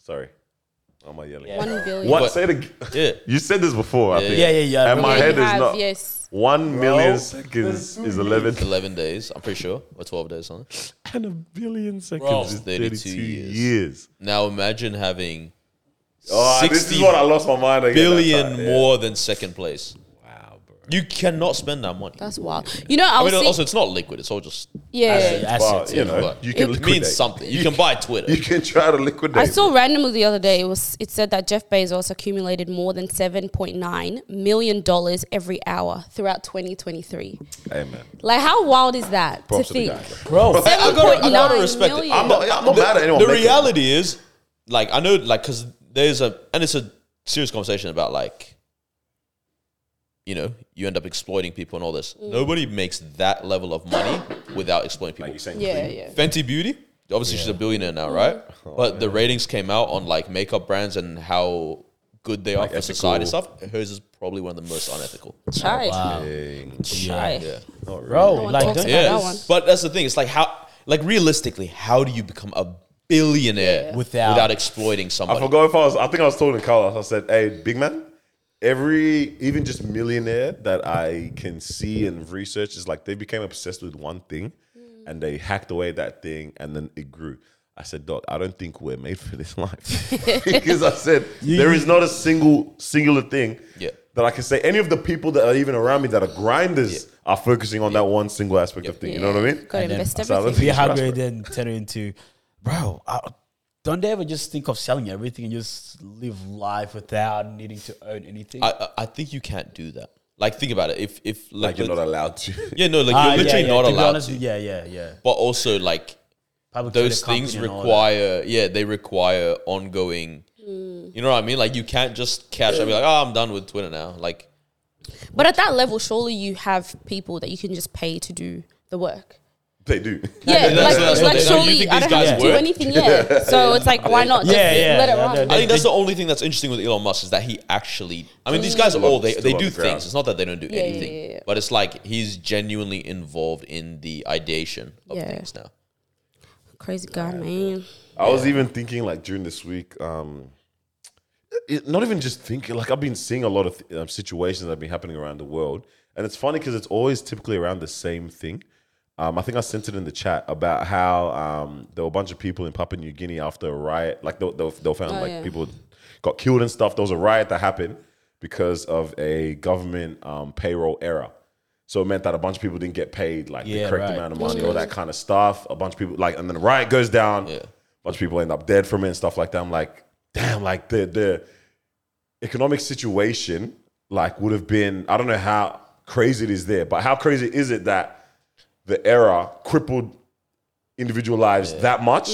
Speaker 2: Sorry, am I yelling?
Speaker 1: One billion.
Speaker 2: What?
Speaker 3: But-
Speaker 2: Say it again.
Speaker 3: Yeah.
Speaker 2: You said this before, I think.
Speaker 4: Yeah, yeah, yeah.
Speaker 2: And my
Speaker 1: Yeah,
Speaker 2: head
Speaker 1: you
Speaker 2: is
Speaker 1: have,
Speaker 2: not.
Speaker 1: Yes.
Speaker 2: One million seconds is 11
Speaker 3: 11 days, I'm pretty sure, or 12 days, something.
Speaker 2: and a billion seconds is 32,
Speaker 3: 32
Speaker 2: years.
Speaker 3: years. Now imagine having
Speaker 2: Oh, this is
Speaker 3: 60
Speaker 2: what I lost my mind again.
Speaker 3: billion
Speaker 2: that time, yeah.
Speaker 3: more than second place.
Speaker 2: Wow, bro.
Speaker 3: You cannot spend that money.
Speaker 1: That's wild. You know, I
Speaker 3: I
Speaker 1: was
Speaker 3: mean,
Speaker 1: seeing-
Speaker 3: also, it's not liquid. It's all just.
Speaker 1: yeah.
Speaker 4: Assets.
Speaker 2: But, you
Speaker 4: yeah.
Speaker 2: know,
Speaker 3: but
Speaker 2: you can
Speaker 3: it
Speaker 2: liquidate.
Speaker 3: means something. You can buy Twitter.
Speaker 2: You can try to liquidate.
Speaker 1: I saw randomly the other day it was it said that Jeff Bezos accumulated more than 7.9 million dollars every hour throughout 2023.
Speaker 2: Hey, man.
Speaker 1: Like how wild is that
Speaker 2: Props
Speaker 1: to
Speaker 2: to the
Speaker 1: think?
Speaker 2: guy,
Speaker 4: Bro,
Speaker 3: I gotta- I gotta
Speaker 1: 7.9
Speaker 3: respect it.
Speaker 1: million.
Speaker 2: I'm not, I'm not mad at anyone.
Speaker 3: the
Speaker 2: making it.
Speaker 3: reality is, like, I know, like, because there's a, and it's a serious conversation about, like, you know, you end up exploiting people and all this.
Speaker 1: Mm.
Speaker 3: Nobody makes that level of money without exploiting people.
Speaker 2: Like you saying,
Speaker 1: yeah,
Speaker 2: clean.
Speaker 1: yeah.
Speaker 3: Fenty Beauty, obviously she's a billionaire now, right?
Speaker 2: Oh,
Speaker 3: but the ratings came out on like makeup brands and how good they are for society
Speaker 2: ethical.
Speaker 3: stuff. Hers is probably one of the most unethical.
Speaker 1: Chai.
Speaker 2: Dang.
Speaker 1: Chai.
Speaker 4: bro,
Speaker 1: No one
Speaker 4: like,
Speaker 1: talks
Speaker 4: don't,
Speaker 1: about
Speaker 3: Yeah,
Speaker 1: that one.
Speaker 3: but that's the thing. It's like how, like realistically, how do you become a billionaire
Speaker 4: Without-
Speaker 3: without exploiting somebody?
Speaker 2: I forgot if I was. I think I was talking to Carlos. I said, "Hey, big man, every even just millionaire that I can see and research is like they became obsessed with one thing, and they hacked away at that thing, and then it grew." I said, "Doc, I don't think we're made for this life," because I said there is not a single singular thing
Speaker 3: Yeah.
Speaker 2: that I can say. Any of the people that are even around me that are grinders are focusing on that one single aspect of thing. You know what I mean?
Speaker 1: Got to invest
Speaker 2: I said, I don't
Speaker 1: everything.
Speaker 2: think
Speaker 4: be
Speaker 2: it's for us,
Speaker 4: hungry
Speaker 2: bro.
Speaker 4: then turn it into, bro, I, don't they ever just think of selling everything and just live life without needing to own anything?
Speaker 3: I, I- I think you can't do that. Like, think about it. If if
Speaker 2: Like you're
Speaker 3: let's-
Speaker 2: not allowed to.
Speaker 3: yeah, no, like
Speaker 4: Ah,
Speaker 3: you're literally not
Speaker 4: to be
Speaker 3: allowed
Speaker 4: honest,
Speaker 3: to.
Speaker 4: Yeah, yeah, yeah.
Speaker 3: But also, like
Speaker 4: Public
Speaker 3: those
Speaker 4: traded
Speaker 3: things
Speaker 4: company and all
Speaker 3: require, yeah, they require ongoing.
Speaker 1: Hmm.
Speaker 3: You know what I mean? Like you can't just catch. I be like, oh, I'm done with Twitter now. Like
Speaker 1: But at that level, surely you have people that you can just pay to do the work.
Speaker 2: They do.
Speaker 1: Yeah,
Speaker 3: that's-
Speaker 1: like,
Speaker 3: that's what
Speaker 1: like
Speaker 3: they- no, you
Speaker 1: surely
Speaker 3: think
Speaker 1: I
Speaker 3: these
Speaker 1: don't have
Speaker 3: guys
Speaker 1: to do
Speaker 3: work?
Speaker 1: anything yet. So it's like, why not?
Speaker 4: Yeah,
Speaker 1: Just
Speaker 4: yeah,
Speaker 1: let it
Speaker 4: yeah,
Speaker 1: run.
Speaker 4: yeah,
Speaker 3: I think that's the only thing that's interesting with Elon Musk is that he actually. I mean, these guys are
Speaker 2: on-
Speaker 3: all they,
Speaker 2: still
Speaker 3: they
Speaker 2: on
Speaker 3: do
Speaker 2: the ground.
Speaker 3: things. It's not that they don't do
Speaker 1: Mm. Yeah, yeah,
Speaker 3: anything,
Speaker 1: yeah, yeah.
Speaker 3: but it's like he's genuinely involved in the ideation of
Speaker 1: Yeah.
Speaker 3: things now.
Speaker 1: Crazy guy, man.
Speaker 2: I was even thinking like during this week, um, it, not even just thinking. Like I've been seeing a lot of th- um, situations that have been happening around the world, and it's funny because it's always typically around the same thing. Um, I think I sent it in the chat about how um, there were a bunch of people in Papua New Guinea after a riot. Like they, they, they were found like
Speaker 1: yeah.
Speaker 2: people got killed and stuff. There was a riot that happened, because of a government um, payroll error. So it meant that a bunch of people didn't get paid like
Speaker 4: Yeah,
Speaker 2: the correct
Speaker 4: right.
Speaker 2: amount of money, all that kind of stuff. A bunch of people like, and then the riot goes down.
Speaker 3: Yeah.
Speaker 2: A bunch of people end up dead from it and stuff like that. I'm like, damn, like the the economic situation like would have been. I don't know how crazy it is there, but how crazy is it that the error crippled individual lives that much?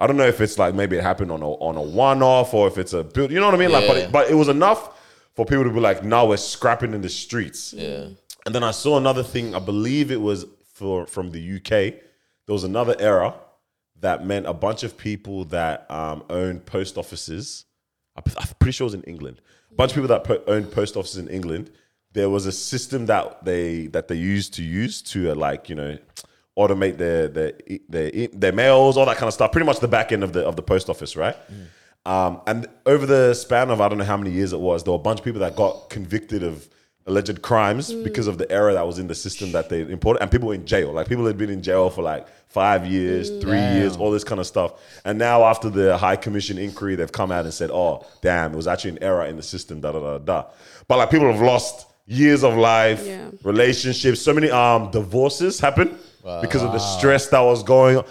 Speaker 2: I don't know if it's like maybe it happened on a on a one off or if it's a build. You know what I mean? Like, but
Speaker 3: Yeah.
Speaker 2: it, but it was enough for people to be like, now we're scrapping in the streets.
Speaker 3: Yeah.
Speaker 2: And then I saw another thing. I believe it was for from the UK. There was another error that meant a bunch of people that um, owned post offices. I- I'm pretty sure it was in England. A bunch of people that po- owned post offices in England. There was a system that they that they used to use to uh, like you know automate their their e- their e- their mails, all that kind of stuff. Pretty much the back end of the of the post office, right? Um, and over the span of I don't know how many years it was, there were a bunch of people that got convicted of alleged crimes
Speaker 1: Mm.
Speaker 2: because of the error that was in the system that they imported, and people were in jail. Like people had been in jail for like five years,
Speaker 1: Mm.
Speaker 2: three years, all this kind of stuff. And now after the High Commission inquiry, they've come out and said, "Oh, damn, it was actually an error in the system." Da da da da. But like people have lost years of life,
Speaker 1: Yeah.
Speaker 2: relationships. So many um divorces happen because of the stress that was going. on.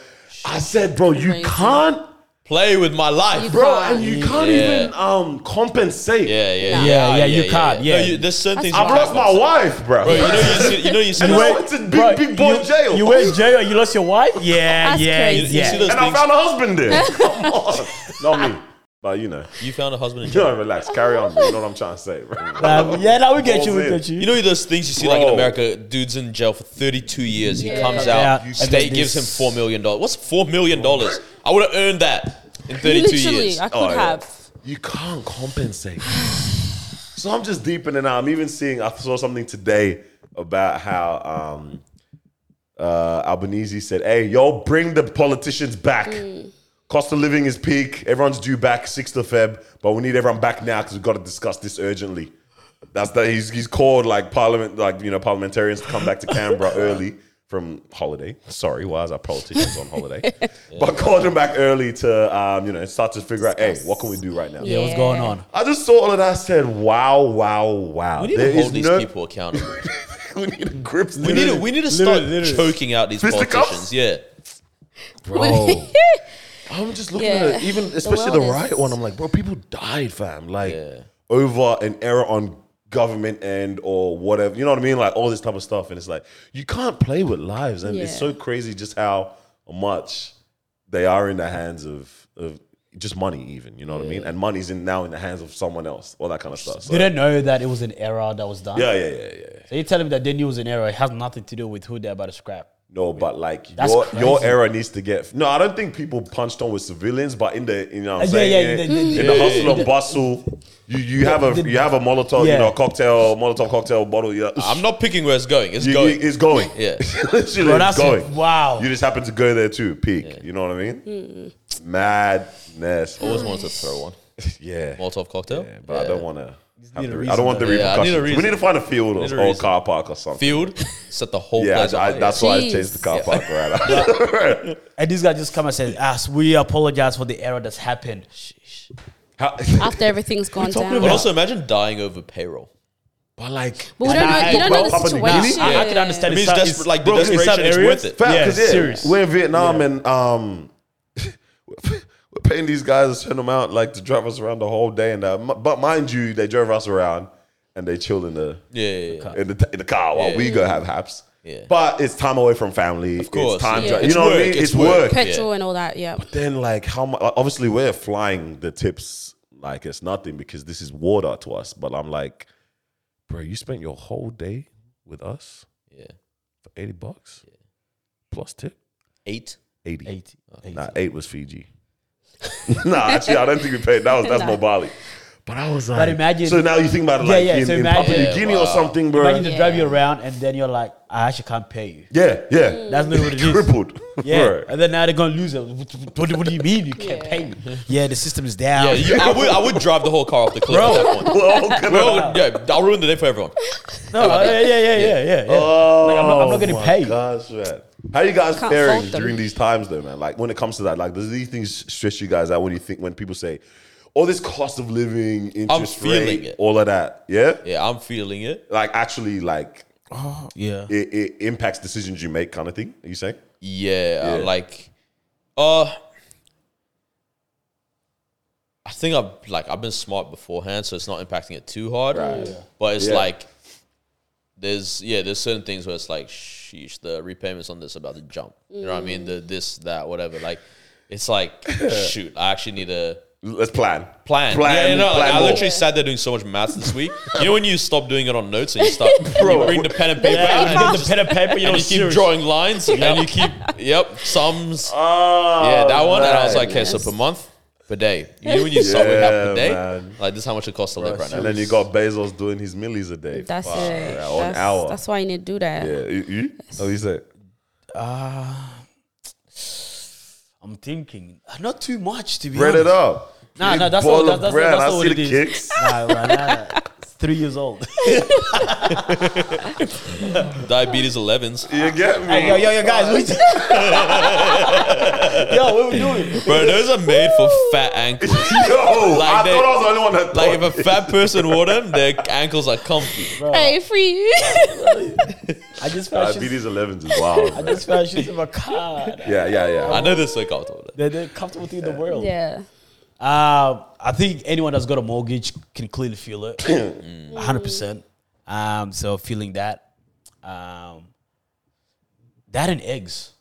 Speaker 2: I said, bro, you
Speaker 1: Crazy.
Speaker 2: can't
Speaker 3: Play with my life.
Speaker 1: You-
Speaker 2: bro,
Speaker 1: can't.
Speaker 2: and you can't
Speaker 3: Yeah.
Speaker 2: even um compensate.
Speaker 3: Yeah, yeah, yeah,
Speaker 4: Yeah, yeah, you can't, yeah.
Speaker 3: No, you, there's certain things.
Speaker 2: I've
Speaker 3: you
Speaker 2: lost
Speaker 3: can't
Speaker 2: my
Speaker 3: do.
Speaker 2: wife, bro.
Speaker 3: Bro, you know you see, you know you see.
Speaker 2: And
Speaker 3: those-
Speaker 2: wait, it's a big, big boy
Speaker 4: you,
Speaker 2: jail.
Speaker 4: You were in jail. You lost your wife. Yeah,
Speaker 1: That's
Speaker 4: yeah,
Speaker 1: crazy.
Speaker 3: you
Speaker 4: yeah.
Speaker 3: see those
Speaker 2: and I
Speaker 3: things.
Speaker 2: found a husband there. Come on, not me, but you know,
Speaker 3: you found a husband. In
Speaker 2: you
Speaker 3: jail.
Speaker 2: know, relax, carry on. Bro. You know what I'm trying to say, bro.
Speaker 4: Um, yeah, now we get you. We
Speaker 2: Balls in.
Speaker 4: get you.
Speaker 3: You know those things you see like in
Speaker 2: Bro.
Speaker 3: America, dudes in jail for 32 years. He
Speaker 1: Yeah.
Speaker 3: comes
Speaker 1: Yeah.
Speaker 3: out,
Speaker 4: Yeah.
Speaker 3: state
Speaker 4: And
Speaker 3: gives him
Speaker 4: then
Speaker 3: four million dollars. What's four million dollars? I would have earned that in 32
Speaker 1: Literally,
Speaker 3: years. Uh,
Speaker 1: I could
Speaker 2: Oh, yeah.
Speaker 1: have.
Speaker 2: You can't compensate. so I'm just deep in it now. I'm even seeing. I saw something today about how um, uh, Albanese said, "Hey, y'all, bring the politicians back. Cost of living is peak. Everyone's due back sixth of Feb, but we need everyone back now because we've got to discuss this urgently." That's that. He's he's called like parliament, like you know, parliamentarians to come back to Canberra early from holiday. Sorry, why is our politicians on holiday? But called them back early to um, you know start to figure out, hey, what can we do right now?
Speaker 4: yeah, what's going on?
Speaker 2: I just saw all of that. I said, wow, wow, wow.
Speaker 3: we need
Speaker 2: There
Speaker 3: to
Speaker 2: is
Speaker 3: hold these
Speaker 2: no-
Speaker 3: people accountable.
Speaker 2: we need a grip.
Speaker 3: we need to we need to start
Speaker 4: Literally, literally.
Speaker 3: choking out these
Speaker 2: Fisticuffs?
Speaker 3: politicians. Yeah,
Speaker 2: Bro. I'm just looking
Speaker 1: Yeah.
Speaker 2: at it, even especially the,
Speaker 1: world is-
Speaker 2: riot one. I'm like, bro, people died, fam. Like
Speaker 3: Yeah.
Speaker 2: over an error on government end or whatever. You know what I mean? Like all this type of stuff. And it's like you can't play with lives, and it's
Speaker 1: Yeah.
Speaker 2: so crazy just how much they are in the hands of of just money, even. You know what I mean? And money's in now in the hands of someone else. All that kind of stuff. So, yeah,
Speaker 4: Didn't know that it was an error that was done.
Speaker 2: yeah, yeah, yeah. yeah.
Speaker 4: So you tell him that they knew it was an error. It has nothing to do with who they're about to scrap.
Speaker 2: No, but like
Speaker 4: That's
Speaker 2: your your
Speaker 4: crazy.
Speaker 2: era needs to get. No, I don't think people punched on with civilians, but in the you know what I'm
Speaker 4: Yeah,
Speaker 2: saying
Speaker 4: yeah,
Speaker 2: in,
Speaker 4: the-
Speaker 3: Mm.
Speaker 4: the-
Speaker 2: in the hustle and bustle, you you have a you have a Molotov you
Speaker 4: yeah.
Speaker 2: know cocktail Molotov cocktail bottle. Yeah,
Speaker 3: I'm not picking where it's going. It's
Speaker 2: you,
Speaker 3: going.
Speaker 2: You, it's going.
Speaker 3: Yeah.
Speaker 2: Literally,
Speaker 4: Bro,
Speaker 2: it's
Speaker 4: that's
Speaker 2: going.
Speaker 4: wow.
Speaker 2: You just happen to go there too, peak. You know what I mean? Madness.
Speaker 3: Always wanted to throw one
Speaker 2: yeah.
Speaker 3: Molotov cocktail.
Speaker 2: yeah, but I don't want to. I
Speaker 4: need a
Speaker 2: don't want the
Speaker 3: reason. Yeah, I need a
Speaker 2: repercussions. we
Speaker 3: reason.
Speaker 2: need to find a field
Speaker 3: Need a
Speaker 2: or, or
Speaker 3: reason.
Speaker 2: car park or something.
Speaker 3: field set the whole
Speaker 2: Yeah,
Speaker 3: place
Speaker 2: I,
Speaker 3: on fire.
Speaker 2: that's why I
Speaker 1: Jeez.
Speaker 2: changed the car park right.
Speaker 4: And this guy just come and said, "As we apologize for the error that's happened."
Speaker 2: How-
Speaker 1: After everything's gone
Speaker 2: talking
Speaker 1: down.
Speaker 3: But also imagine dying over payroll.
Speaker 2: But like,
Speaker 1: But we don't know, you don't know the
Speaker 2: Papua New Guinea?
Speaker 1: situation.
Speaker 4: I, I can understand.
Speaker 3: It means
Speaker 4: some-
Speaker 3: desperate, like the
Speaker 4: bro, in some
Speaker 3: desperation is
Speaker 4: areas-
Speaker 3: worth it.
Speaker 2: Fact,
Speaker 4: Yeah,
Speaker 2: 'cause, yeah,
Speaker 4: serious.
Speaker 2: We're in Vietnam and um, we're paying these guys to send them out like to drive us around the whole day and that. M- But mind you, they drove us around and they chilled in the
Speaker 3: Yeah, yeah, yeah.
Speaker 2: in the, in the car while we go have haps.
Speaker 3: Yeah.
Speaker 2: But it's time away from family. Of
Speaker 3: course,
Speaker 2: it's time.
Speaker 1: yeah.
Speaker 2: dri- you
Speaker 3: It's
Speaker 2: know what I
Speaker 3: work,
Speaker 2: mean?
Speaker 3: it's
Speaker 2: It's,
Speaker 3: work.
Speaker 2: work.
Speaker 1: Petrol and all that, yeah.
Speaker 2: Then like how much? obviously, we're flying the tips like it's nothing because this is water to us. But I'm like, bro, you spent your whole day with us
Speaker 3: yeah.
Speaker 2: for eighty bucks plus tip.
Speaker 3: Eight.
Speaker 2: 80.
Speaker 4: Eighty. Eighty.
Speaker 2: Nah, eight was Fiji. nah, actually, I don't think we paid. That was that's
Speaker 1: Nah.
Speaker 2: more Bali. But I was like,
Speaker 4: imagine-
Speaker 2: So now you think about it,
Speaker 4: Yeah,
Speaker 2: like
Speaker 4: yeah,
Speaker 2: in,
Speaker 4: so
Speaker 2: in
Speaker 4: imagine-
Speaker 2: Papua
Speaker 4: Yeah,
Speaker 2: New Guinea or something, bro.
Speaker 4: Imagine they drive you around and then you're like, "I actually can't pay you."
Speaker 2: yeah, yeah,
Speaker 4: Mm. That's not what it is.
Speaker 2: crippled.
Speaker 4: Yeah,
Speaker 2: bro.
Speaker 4: and then now they're gonna lose it. What, what, what do you mean you can't pay me? Yeah, the system is down.
Speaker 3: Yeah, you, I would. I would drive the whole car off the cliff at that point.
Speaker 2: We're all gonna-
Speaker 3: Bro, Oh, yeah, I'll ruin the day for everyone.
Speaker 4: no, yeah, yeah, yeah, yeah, yeah. yeah.
Speaker 2: Oh,
Speaker 4: Like, I'm not- I'm not gonna
Speaker 2: my
Speaker 4: pay.
Speaker 2: Gosh, man. How you guys
Speaker 1: Can't
Speaker 2: faring
Speaker 1: fault them.
Speaker 2: during these times, though, man? Like when it comes to that, like does these things stress you guys out when you think when people say, all this cost of living, interest
Speaker 3: feeling
Speaker 2: rate,
Speaker 3: it.
Speaker 2: all of that. Yeah?
Speaker 3: Yeah, I'm feeling it.
Speaker 2: like actually, like
Speaker 4: Yeah.
Speaker 2: it, it impacts decisions you make, kind of thing. Are you saying?
Speaker 3: Yeah,
Speaker 2: Yeah.
Speaker 3: like, uh, I think I've like I've been smart beforehand, so it's not impacting it too hard.
Speaker 2: Right. Yeah.
Speaker 3: But it's
Speaker 2: Yeah.
Speaker 3: like there's yeah, there's certain things where it's like, sheesh, the repayments on this about to jump. You know what I mean? The this that whatever. Like, it's like shoot, I actually need to
Speaker 2: Let's plan.
Speaker 3: plan.
Speaker 2: Plan.
Speaker 3: yeah, you know,
Speaker 2: plan
Speaker 3: like, I
Speaker 2: more.
Speaker 3: literally sat there doing so much maths this week. you know when you stop doing it on notes and you start you bring the pen and paper out and
Speaker 4: Yeah,
Speaker 3: you
Speaker 4: you get the pen and paper, you
Speaker 3: and
Speaker 4: know,
Speaker 3: you keep drawing lines and you keep yep sums
Speaker 2: Oh,
Speaker 3: yeah that one and I was
Speaker 2: man.
Speaker 3: like okay so per month per day you know when you sub it out per
Speaker 2: Yeah,
Speaker 3: day
Speaker 2: man.
Speaker 3: like this is how much it costs to live right
Speaker 2: Oh, and
Speaker 3: now
Speaker 2: then you got Bezos doing his millies a day.
Speaker 1: That's
Speaker 2: Fuck,
Speaker 1: it.
Speaker 2: yeah,
Speaker 1: that's,
Speaker 2: An hour.
Speaker 1: that's why you need to do that.
Speaker 2: yeah. You, you? Oh, you say?
Speaker 4: I'm thinking, uh, not too much to be
Speaker 2: Bread it
Speaker 4: honest.
Speaker 2: up.
Speaker 4: Nah,
Speaker 2: Big
Speaker 4: nah, that's
Speaker 2: ball
Speaker 4: all-
Speaker 2: of
Speaker 4: that's- that's-
Speaker 2: bread.
Speaker 4: that's
Speaker 2: I
Speaker 4: all
Speaker 2: see
Speaker 4: it
Speaker 2: the
Speaker 4: is.
Speaker 2: kicks.
Speaker 4: Nah, nah, nah. It's three years old.
Speaker 3: diabetes 11s
Speaker 2: You get me?
Speaker 4: yo, yo, yo, guys, what you- yo, what we doing?
Speaker 3: bro those are made for fat ankles
Speaker 2: Yo,
Speaker 3: Like
Speaker 2: I
Speaker 3: they-
Speaker 2: thought I was the only one that
Speaker 3: like
Speaker 2: thought
Speaker 3: if a fat person wore them their ankles are comfy
Speaker 1: Hey, free
Speaker 4: I just felt she's,
Speaker 2: diabetes 11s is wild.
Speaker 4: I
Speaker 2: man.
Speaker 4: just felt she's in my car.
Speaker 2: Yeah, yeah, yeah.
Speaker 3: I know they're so comfortable
Speaker 4: They're the comfortable thing in the world.
Speaker 1: yeah.
Speaker 4: Um, I think anyone that's got a mortgage can clearly feel it,
Speaker 2: Mm.
Speaker 4: hundred percent. Um, so feeling that, um, that and eggs,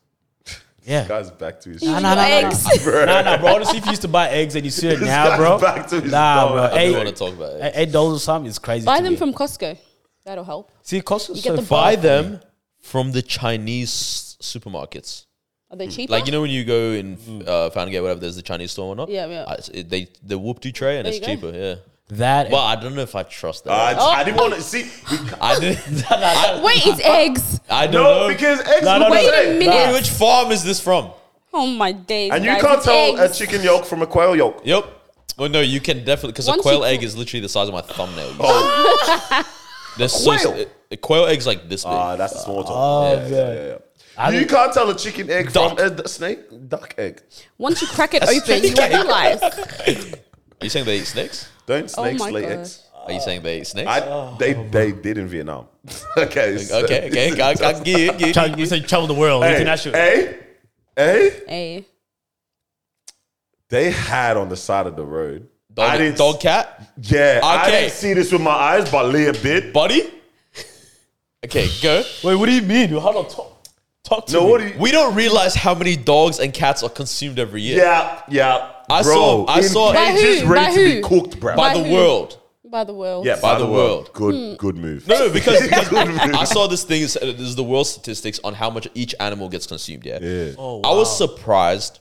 Speaker 4: yeah.
Speaker 2: Guy's back to his
Speaker 4: Nah,
Speaker 2: shit.
Speaker 4: nah, nah, nah,
Speaker 1: Eggs.
Speaker 4: nah, nah, nah, bro. Honestly, if you used to buy eggs and you see it
Speaker 2: This
Speaker 4: now,
Speaker 2: guy's
Speaker 4: bro,
Speaker 2: back to his
Speaker 4: nah, bro.
Speaker 2: dumb
Speaker 3: I
Speaker 4: Eight,
Speaker 3: don't want to talk about it
Speaker 4: eight dollars or something is crazy.
Speaker 1: Buy
Speaker 4: to
Speaker 1: them
Speaker 4: me.
Speaker 1: from Costco. That'll help.
Speaker 4: see, cost is
Speaker 1: get
Speaker 4: so
Speaker 1: the
Speaker 4: far.
Speaker 3: buy them from the Chinese supermarkets
Speaker 1: Are they cheaper?
Speaker 3: Like you know when you go in uh, Fountain Gate, whatever, there's the Chinese store or not.
Speaker 1: Mm. Yeah, yeah.
Speaker 3: Uh, it's- it- they the whoop do tray and
Speaker 1: There
Speaker 3: it's
Speaker 1: you go.
Speaker 3: cheaper. Yeah,
Speaker 4: That
Speaker 3: but I don't know if I trust that.
Speaker 2: I,
Speaker 1: Oh.
Speaker 2: I didn't want to see.
Speaker 3: I didn't.
Speaker 1: Wait, it's eggs.
Speaker 3: I
Speaker 2: No,
Speaker 3: don't know.
Speaker 2: because eggs
Speaker 4: No,
Speaker 2: no, no,
Speaker 4: no, no.
Speaker 1: Wait a
Speaker 3: Wait,
Speaker 1: minute.
Speaker 3: which farm is this from?
Speaker 1: Oh my days.
Speaker 2: And you
Speaker 1: guys,
Speaker 2: can't
Speaker 1: it's
Speaker 2: tell
Speaker 1: eggs.
Speaker 2: a chicken yolk from a quail yolk.
Speaker 3: Yep. Well, Oh, no, you can definitely because a
Speaker 1: Once
Speaker 3: quail
Speaker 1: you
Speaker 3: egg
Speaker 1: cook-
Speaker 3: is literally the size of my thumbnail. You
Speaker 2: Oh,
Speaker 3: There's so
Speaker 2: quail?
Speaker 3: it- a quail eggs like this big.
Speaker 2: ah, that's a small talk.
Speaker 4: God.
Speaker 2: you can't tell a chicken egg
Speaker 3: Duck.
Speaker 2: from a d- snake, duck egg.
Speaker 1: Once you crack it open, you will realize.
Speaker 3: Are you saying they eat snakes?
Speaker 2: Don't snakes
Speaker 1: Oh my
Speaker 2: lay
Speaker 1: God.
Speaker 2: eggs?
Speaker 3: Are you saying they eat snakes?
Speaker 2: I, they they did in Vietnam. okay, so-
Speaker 3: okay, okay, I, I, I get it, get it.
Speaker 4: Tra- you said travel the world,
Speaker 2: Hey,
Speaker 4: international.
Speaker 2: Hey, hey,
Speaker 1: Hey.
Speaker 2: they had on the side of the road.
Speaker 3: Dog,
Speaker 2: I didn't.
Speaker 3: dog cat,
Speaker 2: yeah, I
Speaker 3: Okay.
Speaker 2: didn't see this with my eyes, but Leah did.
Speaker 3: buddy. Okay, go.
Speaker 4: Wait, what do you mean? How to talk? Talk to
Speaker 2: No,
Speaker 4: me.
Speaker 2: what do you?
Speaker 3: We don't realize how many dogs and cats are consumed every year.
Speaker 2: yeah, yeah.
Speaker 3: I
Speaker 2: bro,
Speaker 3: saw- I
Speaker 2: in
Speaker 3: saw- By
Speaker 2: cages
Speaker 1: who?
Speaker 2: ready
Speaker 1: By
Speaker 2: to
Speaker 1: who?
Speaker 2: be cooked, bro.
Speaker 3: by
Speaker 1: By
Speaker 3: the
Speaker 1: who?
Speaker 3: world.
Speaker 1: By the world.
Speaker 2: yeah,
Speaker 3: by the world.
Speaker 2: Good, good move.
Speaker 3: No, no, because, because
Speaker 2: good move.
Speaker 3: I saw this thing. uh, This is the world statistics on how much each animal gets consumed. Yeah,
Speaker 2: Yeah.
Speaker 3: I was surprised.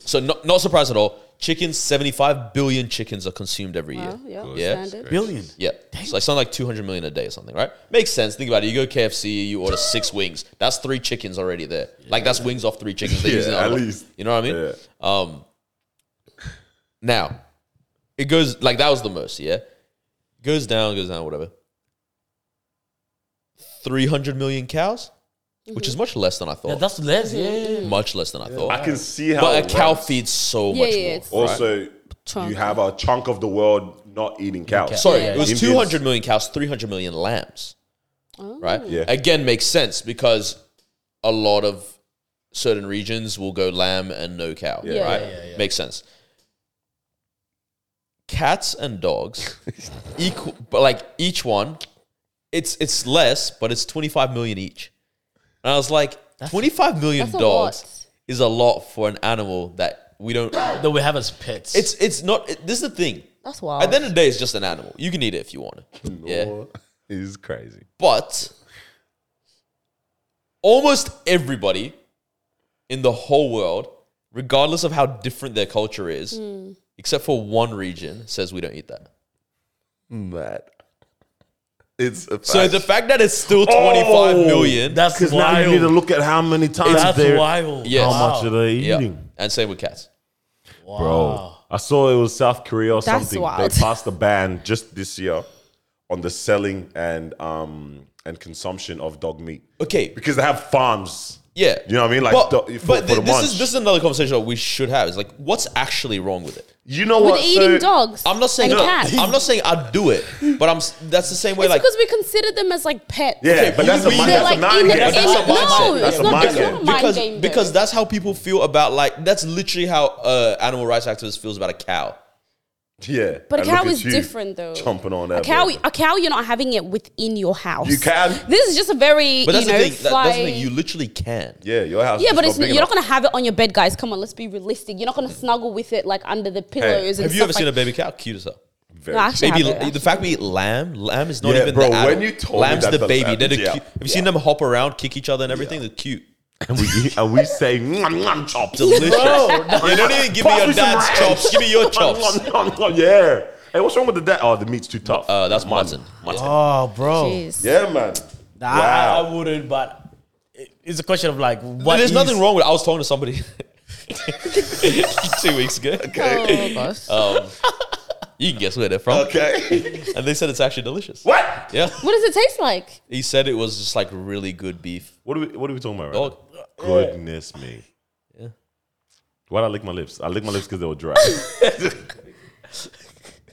Speaker 3: So not not surprised at all. Chickens, seventy five billion chickens are consumed every year.
Speaker 1: Well, Uh, yeah.
Speaker 3: Yeah.
Speaker 1: Standard.
Speaker 4: Billion.
Speaker 3: Yeah, it's like something like two hundred million a day or something, right? Makes sense. Think about it. You go KFC, you order six wings. That's three chickens already there. Like that's wings off three chickens. They're
Speaker 2: Yeah,
Speaker 3: using the
Speaker 2: at
Speaker 3: other one.
Speaker 2: least.
Speaker 3: You know what I mean?
Speaker 2: Yeah.
Speaker 3: Um, now, it goes like that was the most, yeah. Goes down, goes down, whatever. Three hundred million cows, which
Speaker 1: Mm-hmm.
Speaker 3: is much less than I
Speaker 4: Yeah,
Speaker 3: thought.
Speaker 4: that's less. Yeah.
Speaker 3: much less than I thought.
Speaker 2: I can see how.
Speaker 3: but a
Speaker 2: it
Speaker 3: cow
Speaker 2: works.
Speaker 3: feeds so
Speaker 1: Yeah,
Speaker 3: much
Speaker 1: yeah,
Speaker 3: more.
Speaker 1: it's-
Speaker 2: Also,
Speaker 1: Chunk.
Speaker 2: you have a chunk of the world not eating cows.
Speaker 3: Sorry,
Speaker 1: Yeah.
Speaker 3: it was
Speaker 2: Indians-
Speaker 3: two hundred million cows, three hundred million lambs. Right?
Speaker 1: Oh.
Speaker 2: Yeah.
Speaker 3: Again, makes sense because a lot of certain regions will go lamb and no cow.
Speaker 1: Yeah.
Speaker 3: Right?
Speaker 1: Yeah,
Speaker 3: Makes sense. Cats and dogs equal, but like each one, it's it's less, but it's twenty five million each. And I was like, twenty five million
Speaker 1: that's a
Speaker 3: dogs
Speaker 1: lot.
Speaker 3: is a lot for an animal that we don't.
Speaker 4: That we have as pets.
Speaker 3: It's it's not. It, this is the thing.
Speaker 1: That's wild.
Speaker 3: At the end of the day, it's just an animal. You can eat it if you want to. Yeah.
Speaker 2: Mm. is crazy.
Speaker 3: But almost everybody in the whole world, regardless of how different their culture is,
Speaker 1: Hmm.
Speaker 3: except for one region, says we don't eat that.
Speaker 2: Mad. It's a
Speaker 3: So the fact that it's still twenty-five million,
Speaker 2: Oh,
Speaker 4: that's
Speaker 2: because now you need to
Speaker 4: wild.
Speaker 2: look at how many times
Speaker 4: That's
Speaker 2: they
Speaker 4: wild.
Speaker 3: Yes.
Speaker 2: how much are they
Speaker 3: yeah.
Speaker 2: eating,
Speaker 3: And same with cats.
Speaker 2: bro. I saw it was South Korea or
Speaker 1: That's
Speaker 2: something.
Speaker 1: wild.
Speaker 2: They passed a ban just this year on the selling and um and consumption of dog meat
Speaker 3: Okay,
Speaker 2: because they have farms.
Speaker 3: Yeah,
Speaker 2: You know what I mean? Like,
Speaker 3: but,
Speaker 2: the- for-
Speaker 3: but
Speaker 2: for
Speaker 3: thi-
Speaker 2: the
Speaker 3: this
Speaker 2: munch.
Speaker 3: is this is another conversation that we should have. It's like, what's actually wrong with it?
Speaker 2: You know
Speaker 1: With
Speaker 2: what?
Speaker 1: eating
Speaker 2: so,
Speaker 1: dogs.
Speaker 3: I'm not saying
Speaker 1: and cats.
Speaker 3: I'm not saying I'd do it, but I'm. s- That's the same way.
Speaker 1: it's
Speaker 3: like,
Speaker 1: because we consider them as like pets.
Speaker 2: Yeah,
Speaker 3: Okay,
Speaker 2: but that's a
Speaker 3: you-
Speaker 2: mind.
Speaker 1: They're like
Speaker 2: That's a
Speaker 1: in
Speaker 2: mind
Speaker 1: the-
Speaker 2: game.
Speaker 3: That's a
Speaker 1: in- no,
Speaker 3: mindset.
Speaker 2: That's
Speaker 1: it's
Speaker 2: a
Speaker 1: not,
Speaker 2: mind
Speaker 1: it's not a
Speaker 2: game.
Speaker 1: mind
Speaker 3: because,
Speaker 1: game. though.
Speaker 3: because that's how people feel about like that's literally how uh, animal rights activists feels about a cow.
Speaker 2: Yeah,
Speaker 1: But a
Speaker 2: and
Speaker 1: cow
Speaker 2: look at
Speaker 1: is
Speaker 2: you
Speaker 1: different, though.
Speaker 2: Jumping on
Speaker 1: a
Speaker 2: that
Speaker 1: cow,
Speaker 2: burger.
Speaker 1: a cow, you're not having it within your house.
Speaker 2: You can.
Speaker 1: This is just a very,
Speaker 3: But that's
Speaker 1: you know,
Speaker 3: the thing. That, that's the thing.
Speaker 1: fly-
Speaker 3: You literally can.
Speaker 2: Yeah, your house.
Speaker 1: yeah,
Speaker 2: is
Speaker 1: but it's,
Speaker 2: big
Speaker 1: you're not
Speaker 2: enough.
Speaker 1: gonna have it on your bed, guys. Come on, let's be realistic. You're not gonna snuggle with it like under the pillows. and
Speaker 3: Have you
Speaker 1: stuff
Speaker 3: ever seen a
Speaker 1: like-
Speaker 3: baby cow? Cute as hell.
Speaker 2: Very
Speaker 1: No, actually,
Speaker 3: Maybe
Speaker 1: I have it,
Speaker 3: li- the
Speaker 1: actually.
Speaker 3: fact we eat lamb. Lamb is not
Speaker 2: Yeah,
Speaker 3: even
Speaker 2: bro,
Speaker 3: the
Speaker 2: when
Speaker 3: adult.
Speaker 2: you told me
Speaker 3: lamb's
Speaker 2: that
Speaker 3: the,
Speaker 2: the
Speaker 3: baby.
Speaker 2: lamb-
Speaker 3: They're the
Speaker 2: yeah.
Speaker 3: cute. Have you seen them hop around, kick each other, and everything? They're cute,
Speaker 2: and we and we say nom nom chops.
Speaker 3: delicious. yeah, don't even give me
Speaker 2: Pass
Speaker 3: your
Speaker 2: some
Speaker 3: dad's
Speaker 2: ranch.
Speaker 3: chops. Give me your chops.
Speaker 2: Nom, nom, nom, nom. yeah. Hey, what's wrong with the dad? Oh, the meat's too tough.
Speaker 3: Uh, that's
Speaker 2: Man.
Speaker 3: mutton. Mutton.
Speaker 4: Oh, bro.
Speaker 1: Jeez.
Speaker 2: Yeah, man.
Speaker 4: Nah, I,
Speaker 2: wow.
Speaker 4: I wouldn't, but it- it's a question of like, what
Speaker 3: There's
Speaker 4: is-
Speaker 3: nothing wrong with. I was talking to somebody two weeks ago.
Speaker 1: Oh gosh.
Speaker 3: You can guess where they're from,
Speaker 2: okay.
Speaker 3: and they said it's actually delicious.
Speaker 2: what?
Speaker 3: Yeah,
Speaker 1: what does it taste like?
Speaker 3: he said it was just like really good beef. Oh,
Speaker 2: What are we? What are we talking about? Right
Speaker 3: Dog.
Speaker 2: now? Goodness me.
Speaker 3: Yeah.
Speaker 2: Why'd I lick my lips? I licked my lips because they were dry.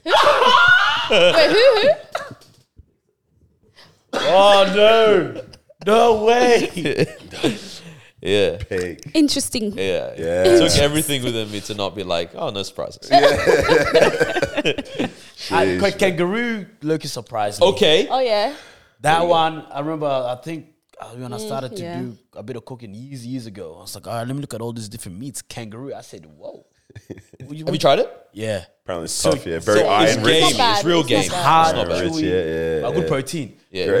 Speaker 1: Wait, who? Who?
Speaker 4: Oh, no. No way.
Speaker 3: Yeah,
Speaker 2: hey,
Speaker 1: Interesting.
Speaker 3: yeah.
Speaker 2: Yeah.
Speaker 3: Took everything within me to not be like, oh, no surprises.
Speaker 4: I,
Speaker 2: Jeez.
Speaker 4: kangaroo Loki surprised me.
Speaker 3: Okay.
Speaker 1: Oh yeah.
Speaker 4: That one, I remember, I think uh, when I started to
Speaker 1: yeah.
Speaker 4: do a bit of cooking years, years ago, I was like, all right, let me look at all these different meats. Kangaroo. I said, whoa.
Speaker 3: Have you tried it?
Speaker 4: yeah.
Speaker 2: apparently it's
Speaker 4: So-
Speaker 2: tough. Yeah, very
Speaker 4: so
Speaker 2: iron
Speaker 3: it's game.
Speaker 2: rich.
Speaker 1: It's not
Speaker 3: It's real
Speaker 1: bad.
Speaker 3: game.
Speaker 1: It's not
Speaker 4: Hard,
Speaker 3: It's not bad.
Speaker 4: chewy,
Speaker 2: Yeah, yeah,
Speaker 4: a good
Speaker 2: yeah.
Speaker 4: protein.
Speaker 3: Yeah, real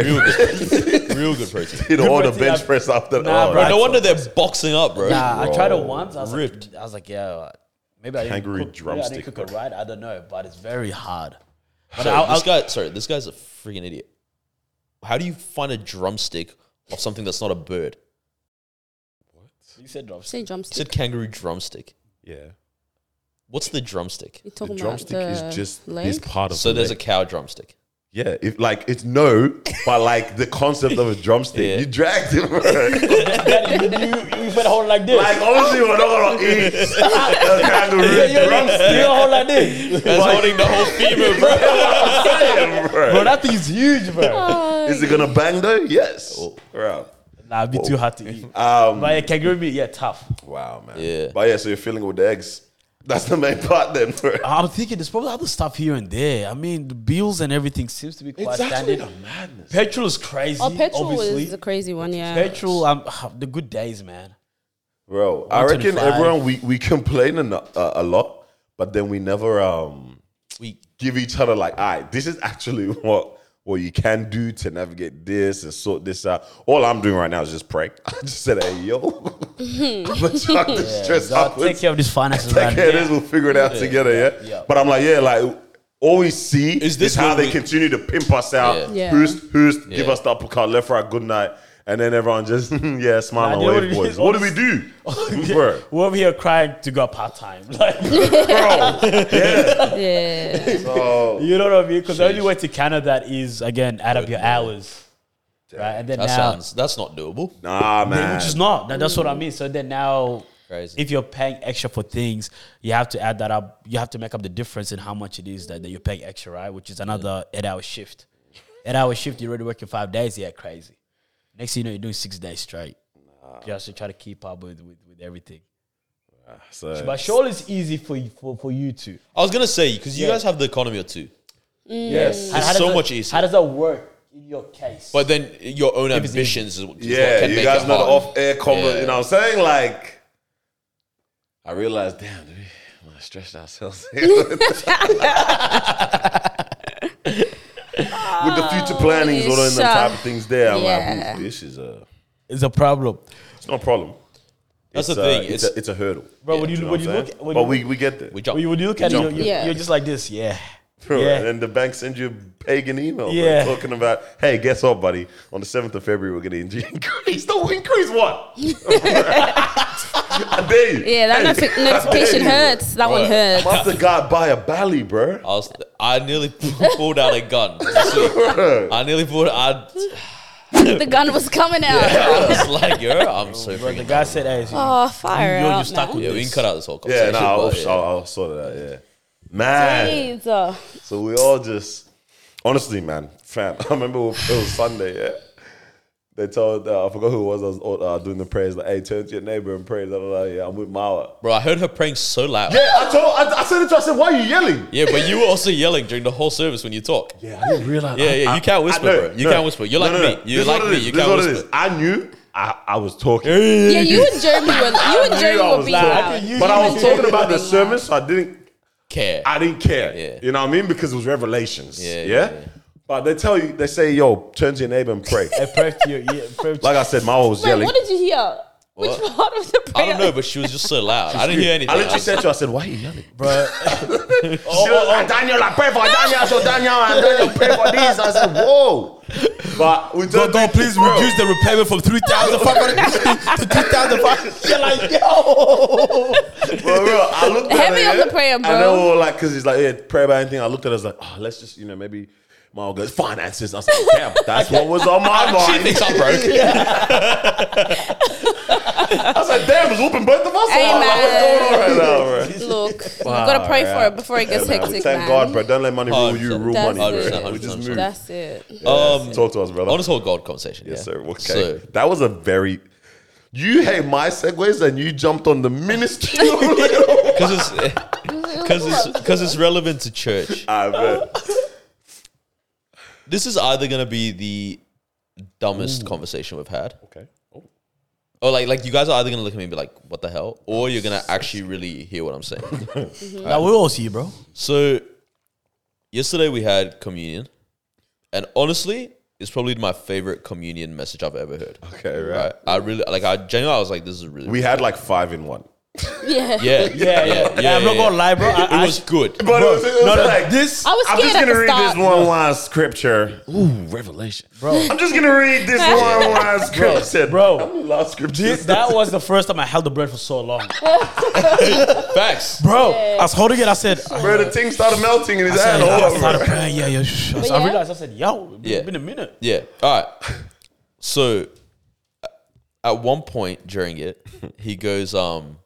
Speaker 3: good, real good protein.
Speaker 2: Hit all the
Speaker 4: protein,
Speaker 2: bench
Speaker 4: I've-
Speaker 2: press after that.
Speaker 4: Nah,
Speaker 2: Oh,
Speaker 4: bro.
Speaker 2: that's
Speaker 3: No wonder they're boxing up, bro.
Speaker 4: Nah, I tried it once. I was
Speaker 3: Ripped.
Speaker 4: like, I was like, yeah, all right. maybe I didn't
Speaker 2: Kangaroo
Speaker 4: cook, maybe I
Speaker 2: drumstick,
Speaker 4: didn't
Speaker 2: bro.
Speaker 4: cook it right. I don't know, but it's very hard. But
Speaker 3: Sorry,
Speaker 4: I'll,
Speaker 3: this
Speaker 4: I'll,
Speaker 3: guy, sorry, this guy's a freaking idiot. How do you find a drumstick of something that's not a bird?
Speaker 4: you said drumstick.
Speaker 1: Say
Speaker 3: He
Speaker 1: drumstick.
Speaker 3: said kangaroo drumstick.
Speaker 2: Yeah.
Speaker 3: What's the drumstick?
Speaker 1: You're
Speaker 2: The
Speaker 1: talking
Speaker 2: drumstick
Speaker 1: about the
Speaker 2: is just
Speaker 1: leg?
Speaker 2: is part of.
Speaker 3: So
Speaker 2: the
Speaker 3: there's a
Speaker 2: leg.
Speaker 3: cow drumstick.
Speaker 2: yeah. If like it's no, but like the concept of a drumstick,
Speaker 3: Yeah.
Speaker 2: you dragged him. Bro.
Speaker 4: you, you, you better hold it like this.
Speaker 2: Like obviously we're not gonna eat a kangaroo
Speaker 4: you
Speaker 2: drumstick.
Speaker 4: better hold it like this.
Speaker 3: That's holding the whole femur, bro.
Speaker 2: Damn, bro.
Speaker 4: Bro, that thing's huge,
Speaker 1: Oh,
Speaker 4: bro.
Speaker 2: Is it gonna bang though? Yes.
Speaker 3: Oh.
Speaker 2: Bro.
Speaker 4: nah, it'd be too hard to eat.
Speaker 2: Um,
Speaker 4: but yeah, kangaroo meat, yeah, tough.
Speaker 2: wow, man.
Speaker 3: Yeah.
Speaker 2: But yeah, so you're filling it with the eggs. That's the main part then, bro.
Speaker 4: I'm thinking there's probably other stuff here and there. I mean, the bills and everything seems to be quite standard.
Speaker 2: madness.
Speaker 4: Petrol is crazy.
Speaker 1: Oh, petrol
Speaker 4: obviously.
Speaker 1: is a crazy one. Yeah.
Speaker 4: petrol. Um, the good days, man.
Speaker 2: Bro, I reckon
Speaker 4: 125.
Speaker 2: everyone we, we complain a, no- uh, a lot, but then we never um
Speaker 3: We
Speaker 2: give each other like, all right, this is actually what what you can do to navigate this and sort this out. All I'm doing right now is just pray. I just said, hey, yo, I'm gonna chuck this stress
Speaker 4: God, take
Speaker 2: upwards.
Speaker 4: care of these finances,
Speaker 2: Take
Speaker 4: man.
Speaker 2: care of this. We'll figure it out together. Yeah?
Speaker 4: yeah.
Speaker 2: But I'm like, yeah, like all we see
Speaker 3: Is
Speaker 2: is,
Speaker 3: this
Speaker 2: how
Speaker 3: when
Speaker 2: they
Speaker 3: we-
Speaker 2: continue to pimp us out.
Speaker 3: Yeah.
Speaker 1: Yeah.
Speaker 2: Who's who's give
Speaker 3: Yeah.
Speaker 2: us the uppercut, left, right, good night, and then everyone just yeah, smile
Speaker 4: Nah,
Speaker 2: and
Speaker 4: they
Speaker 2: wave,
Speaker 4: already-
Speaker 2: boys. What do we do, bro?
Speaker 4: We're over here crying to go part time. Like,
Speaker 1: Yeah.
Speaker 2: Oh,
Speaker 4: you know what I mean? Because the only way to counter that is again add up your hours, right? And then
Speaker 3: that
Speaker 4: now,
Speaker 3: sounds that's not doable.
Speaker 2: nah, man.
Speaker 4: which is not. That, that's what I mean. So then now,
Speaker 3: Crazy.
Speaker 4: if you're paying extra for things, you have to add that up. You have to make up the difference in how much it is that, that you're paying extra, right? Which is another eight hour shift. Eight hour shift. You're already working five days. Yeah, crazy. Next thing you know, you're doing six days straight. Just to try to keep up with with, with everything.
Speaker 2: So,
Speaker 4: But surely it's easy for you for, for you to.
Speaker 3: I was gonna say because you
Speaker 4: Yeah.
Speaker 3: guys have the economy of two.
Speaker 2: yes.
Speaker 4: How- how does
Speaker 3: so
Speaker 4: that-
Speaker 3: much easier.
Speaker 4: How does that work in your case?
Speaker 3: But then your own
Speaker 4: it's
Speaker 3: ambitions is, is what
Speaker 2: Yeah,
Speaker 3: can
Speaker 2: you
Speaker 3: make
Speaker 2: guys
Speaker 3: it
Speaker 2: know the
Speaker 3: hard.
Speaker 2: off air combo.
Speaker 3: Yeah.
Speaker 2: You know what I'm saying? Like, I realized, damn, dude, we might stretch ourselves here with the future plannings, all them
Speaker 1: Sure.
Speaker 2: type of things. There, I'm
Speaker 1: Yeah.
Speaker 2: like, ooh, this is a,
Speaker 4: it's a problem.
Speaker 2: it's not a problem.
Speaker 3: That's
Speaker 2: it's
Speaker 3: the
Speaker 2: a,
Speaker 3: thing,
Speaker 2: uh, It's,
Speaker 3: it's-
Speaker 2: a, it's a hurdle.
Speaker 4: Bro, when
Speaker 2: Do
Speaker 4: you,
Speaker 2: know
Speaker 4: when
Speaker 2: what
Speaker 4: you
Speaker 2: I'm
Speaker 4: look
Speaker 2: saying?
Speaker 4: when
Speaker 2: but
Speaker 4: you-
Speaker 2: we we get there,
Speaker 3: We jump.
Speaker 4: when you look at it, you're, you're,
Speaker 1: Yeah.
Speaker 4: you're just like this, yeah.
Speaker 2: Bro,
Speaker 4: yeah.
Speaker 2: and then the bank sends you a pagan email bro,
Speaker 4: Yeah.
Speaker 2: talking about, hey, guess what, buddy? On the seventh of February, we're going to increase. Don't increase what? I dare you.
Speaker 1: Yeah. That notifi- notification hurts. That one hurts.
Speaker 2: Master God buy a bally, bro.
Speaker 3: I was I nearly pulled out a gun. I nearly pulled. I
Speaker 1: the gun was coming out.
Speaker 3: I was like, yo, I'm so
Speaker 4: Bro, the
Speaker 3: freaking.
Speaker 4: guy said, "Hey,
Speaker 1: Oh, fire
Speaker 4: you're,
Speaker 1: out
Speaker 4: stuck
Speaker 1: now.
Speaker 4: with
Speaker 3: Yeah, we
Speaker 4: this."
Speaker 3: can cut out this whole
Speaker 2: Yeah,
Speaker 3: conversation.
Speaker 2: no, I'll,
Speaker 3: but yeah.
Speaker 2: I'll, I'll sort of that. Yeah, man.
Speaker 1: Jeez, uh,
Speaker 2: So we all just, honestly, man, fam. I remember it was it was Sunday. Yeah, they told uh, I forgot who it was. I was uh, doing the prayers. Like, hey, turn to your neighbor and pray. Da, da, da. Yeah, I'm with Mawa.
Speaker 3: Bro, I heard her praying so loud.
Speaker 2: Yeah, I told. I, I said it to. her, I said, why are you yelling?
Speaker 3: Yeah, but you were also yelling during the whole service when you talk. Yeah,
Speaker 2: Yeah, I didn't realize.
Speaker 3: yeah, you can't whisper, bro. You can't whisper. You're like me. You're like me. You can't whisper.
Speaker 2: I knew. I, I was talking.
Speaker 1: yeah, you and Jeremy were you and
Speaker 2: I
Speaker 1: Jeremy were
Speaker 2: was
Speaker 1: being
Speaker 2: loud.
Speaker 1: loud.
Speaker 2: But I was
Speaker 1: You and
Speaker 2: talking about the
Speaker 1: Jeremy were being
Speaker 2: sermon, so I didn't
Speaker 3: Care.
Speaker 2: I didn't care.
Speaker 3: Yeah.
Speaker 2: You know what I mean? Because it was revelations. Yeah.
Speaker 3: Yeah, yeah, yeah.
Speaker 2: But they tell you, they say, yo, turn to your neighbor and pray.
Speaker 4: Hey, pray to your- yeah, pray to-
Speaker 2: like I said, my was
Speaker 1: Wait,
Speaker 2: yelling.
Speaker 1: what did you hear? Which
Speaker 3: What?
Speaker 1: part of the
Speaker 3: I
Speaker 1: prayer?
Speaker 3: don't know, but she was just so loud. I didn't hear anything. Oh,
Speaker 2: I literally
Speaker 3: was-
Speaker 2: said to her, I said, why are you yelling?
Speaker 4: bro.
Speaker 2: she was like, Daniel, I pray for Daniel. So Daniel, and Daniel, pray for this. I said, whoa. But we
Speaker 6: God,
Speaker 2: don't
Speaker 6: God, please reduce the repayment from 3,500 to 2,500. You're like,
Speaker 2: For real, I looked at
Speaker 1: Heavy
Speaker 2: her,
Speaker 1: on
Speaker 2: yeah,
Speaker 1: the prayer, bro.
Speaker 2: And then we were like, because he's like, yeah, pray about anything. I looked at her, I was like, oh, let's just, you know, maybe my goes, finances. I was like, damn, that's what was on my
Speaker 3: She
Speaker 2: mind.
Speaker 3: thinks I'm broke.
Speaker 2: I was like, damn, it's whooping both of us.
Speaker 1: Amen.
Speaker 2: Like, what's going on right now, bro?
Speaker 1: Look, we've got to pray for it before it gets
Speaker 2: Yeah, man,
Speaker 1: hectic,
Speaker 2: Thank
Speaker 1: man.
Speaker 2: God, bro. Don't let money rule you, rule
Speaker 1: That's
Speaker 2: money.
Speaker 1: it.
Speaker 2: Bro. We
Speaker 3: 100%,
Speaker 2: just
Speaker 3: 100%.
Speaker 2: move.
Speaker 1: That's it.
Speaker 3: Um,
Speaker 2: Talk to us, brother.
Speaker 3: on this whole God conversation.
Speaker 2: yes,
Speaker 3: yeah?
Speaker 2: sir. Okay.
Speaker 3: So,
Speaker 2: That was a very. You hate my segues and you jumped on the ministry. a little.
Speaker 3: because it's because it's because it's relevant to church.
Speaker 2: I bet.
Speaker 3: This is either gonna be the dumbest conversation we've had,
Speaker 2: Okay. Oh,
Speaker 3: or like like you guys are either gonna look at me and be like, "What the hell," or you're gonna actually really hear what I'm saying.
Speaker 4: Now we all see you, bro.
Speaker 3: So yesterday we had communion, and honestly, it's probably my favorite communion message I've ever heard.
Speaker 2: okay, right.
Speaker 3: Right? I really like. I genuinely I was like, "This is really
Speaker 2: We had like five in one.
Speaker 1: Yeah.
Speaker 3: yeah, yeah, yeah, yeah,
Speaker 4: Yeah, I'm not
Speaker 3: yeah.
Speaker 4: gonna lie, bro. I,
Speaker 3: It was good.
Speaker 2: But it was, it was
Speaker 4: no, no,
Speaker 2: like
Speaker 4: this-
Speaker 1: I was
Speaker 2: I'm
Speaker 1: scared
Speaker 2: just
Speaker 1: at
Speaker 2: gonna
Speaker 1: the
Speaker 2: read
Speaker 1: start.
Speaker 2: this one line scripture. Ooh, revelation, bro. I'm just gonna read this one line scripture,
Speaker 4: bro.
Speaker 2: How many last scriptures?
Speaker 4: this, that was the first time I held the bread for so long,
Speaker 3: Facts.
Speaker 4: bro. I was holding it. I said, I,
Speaker 2: bro, the thing started melting in his
Speaker 4: said,
Speaker 2: hand.
Speaker 4: yeah,
Speaker 2: Hold
Speaker 4: I
Speaker 2: on, bro.
Speaker 4: started praying. Yeah, yeah. shh. I,
Speaker 1: yeah.
Speaker 4: realized. I said, yo, it's
Speaker 3: Yeah.
Speaker 4: been a minute.
Speaker 3: Yeah. All right. So at one point during it, he goes, um,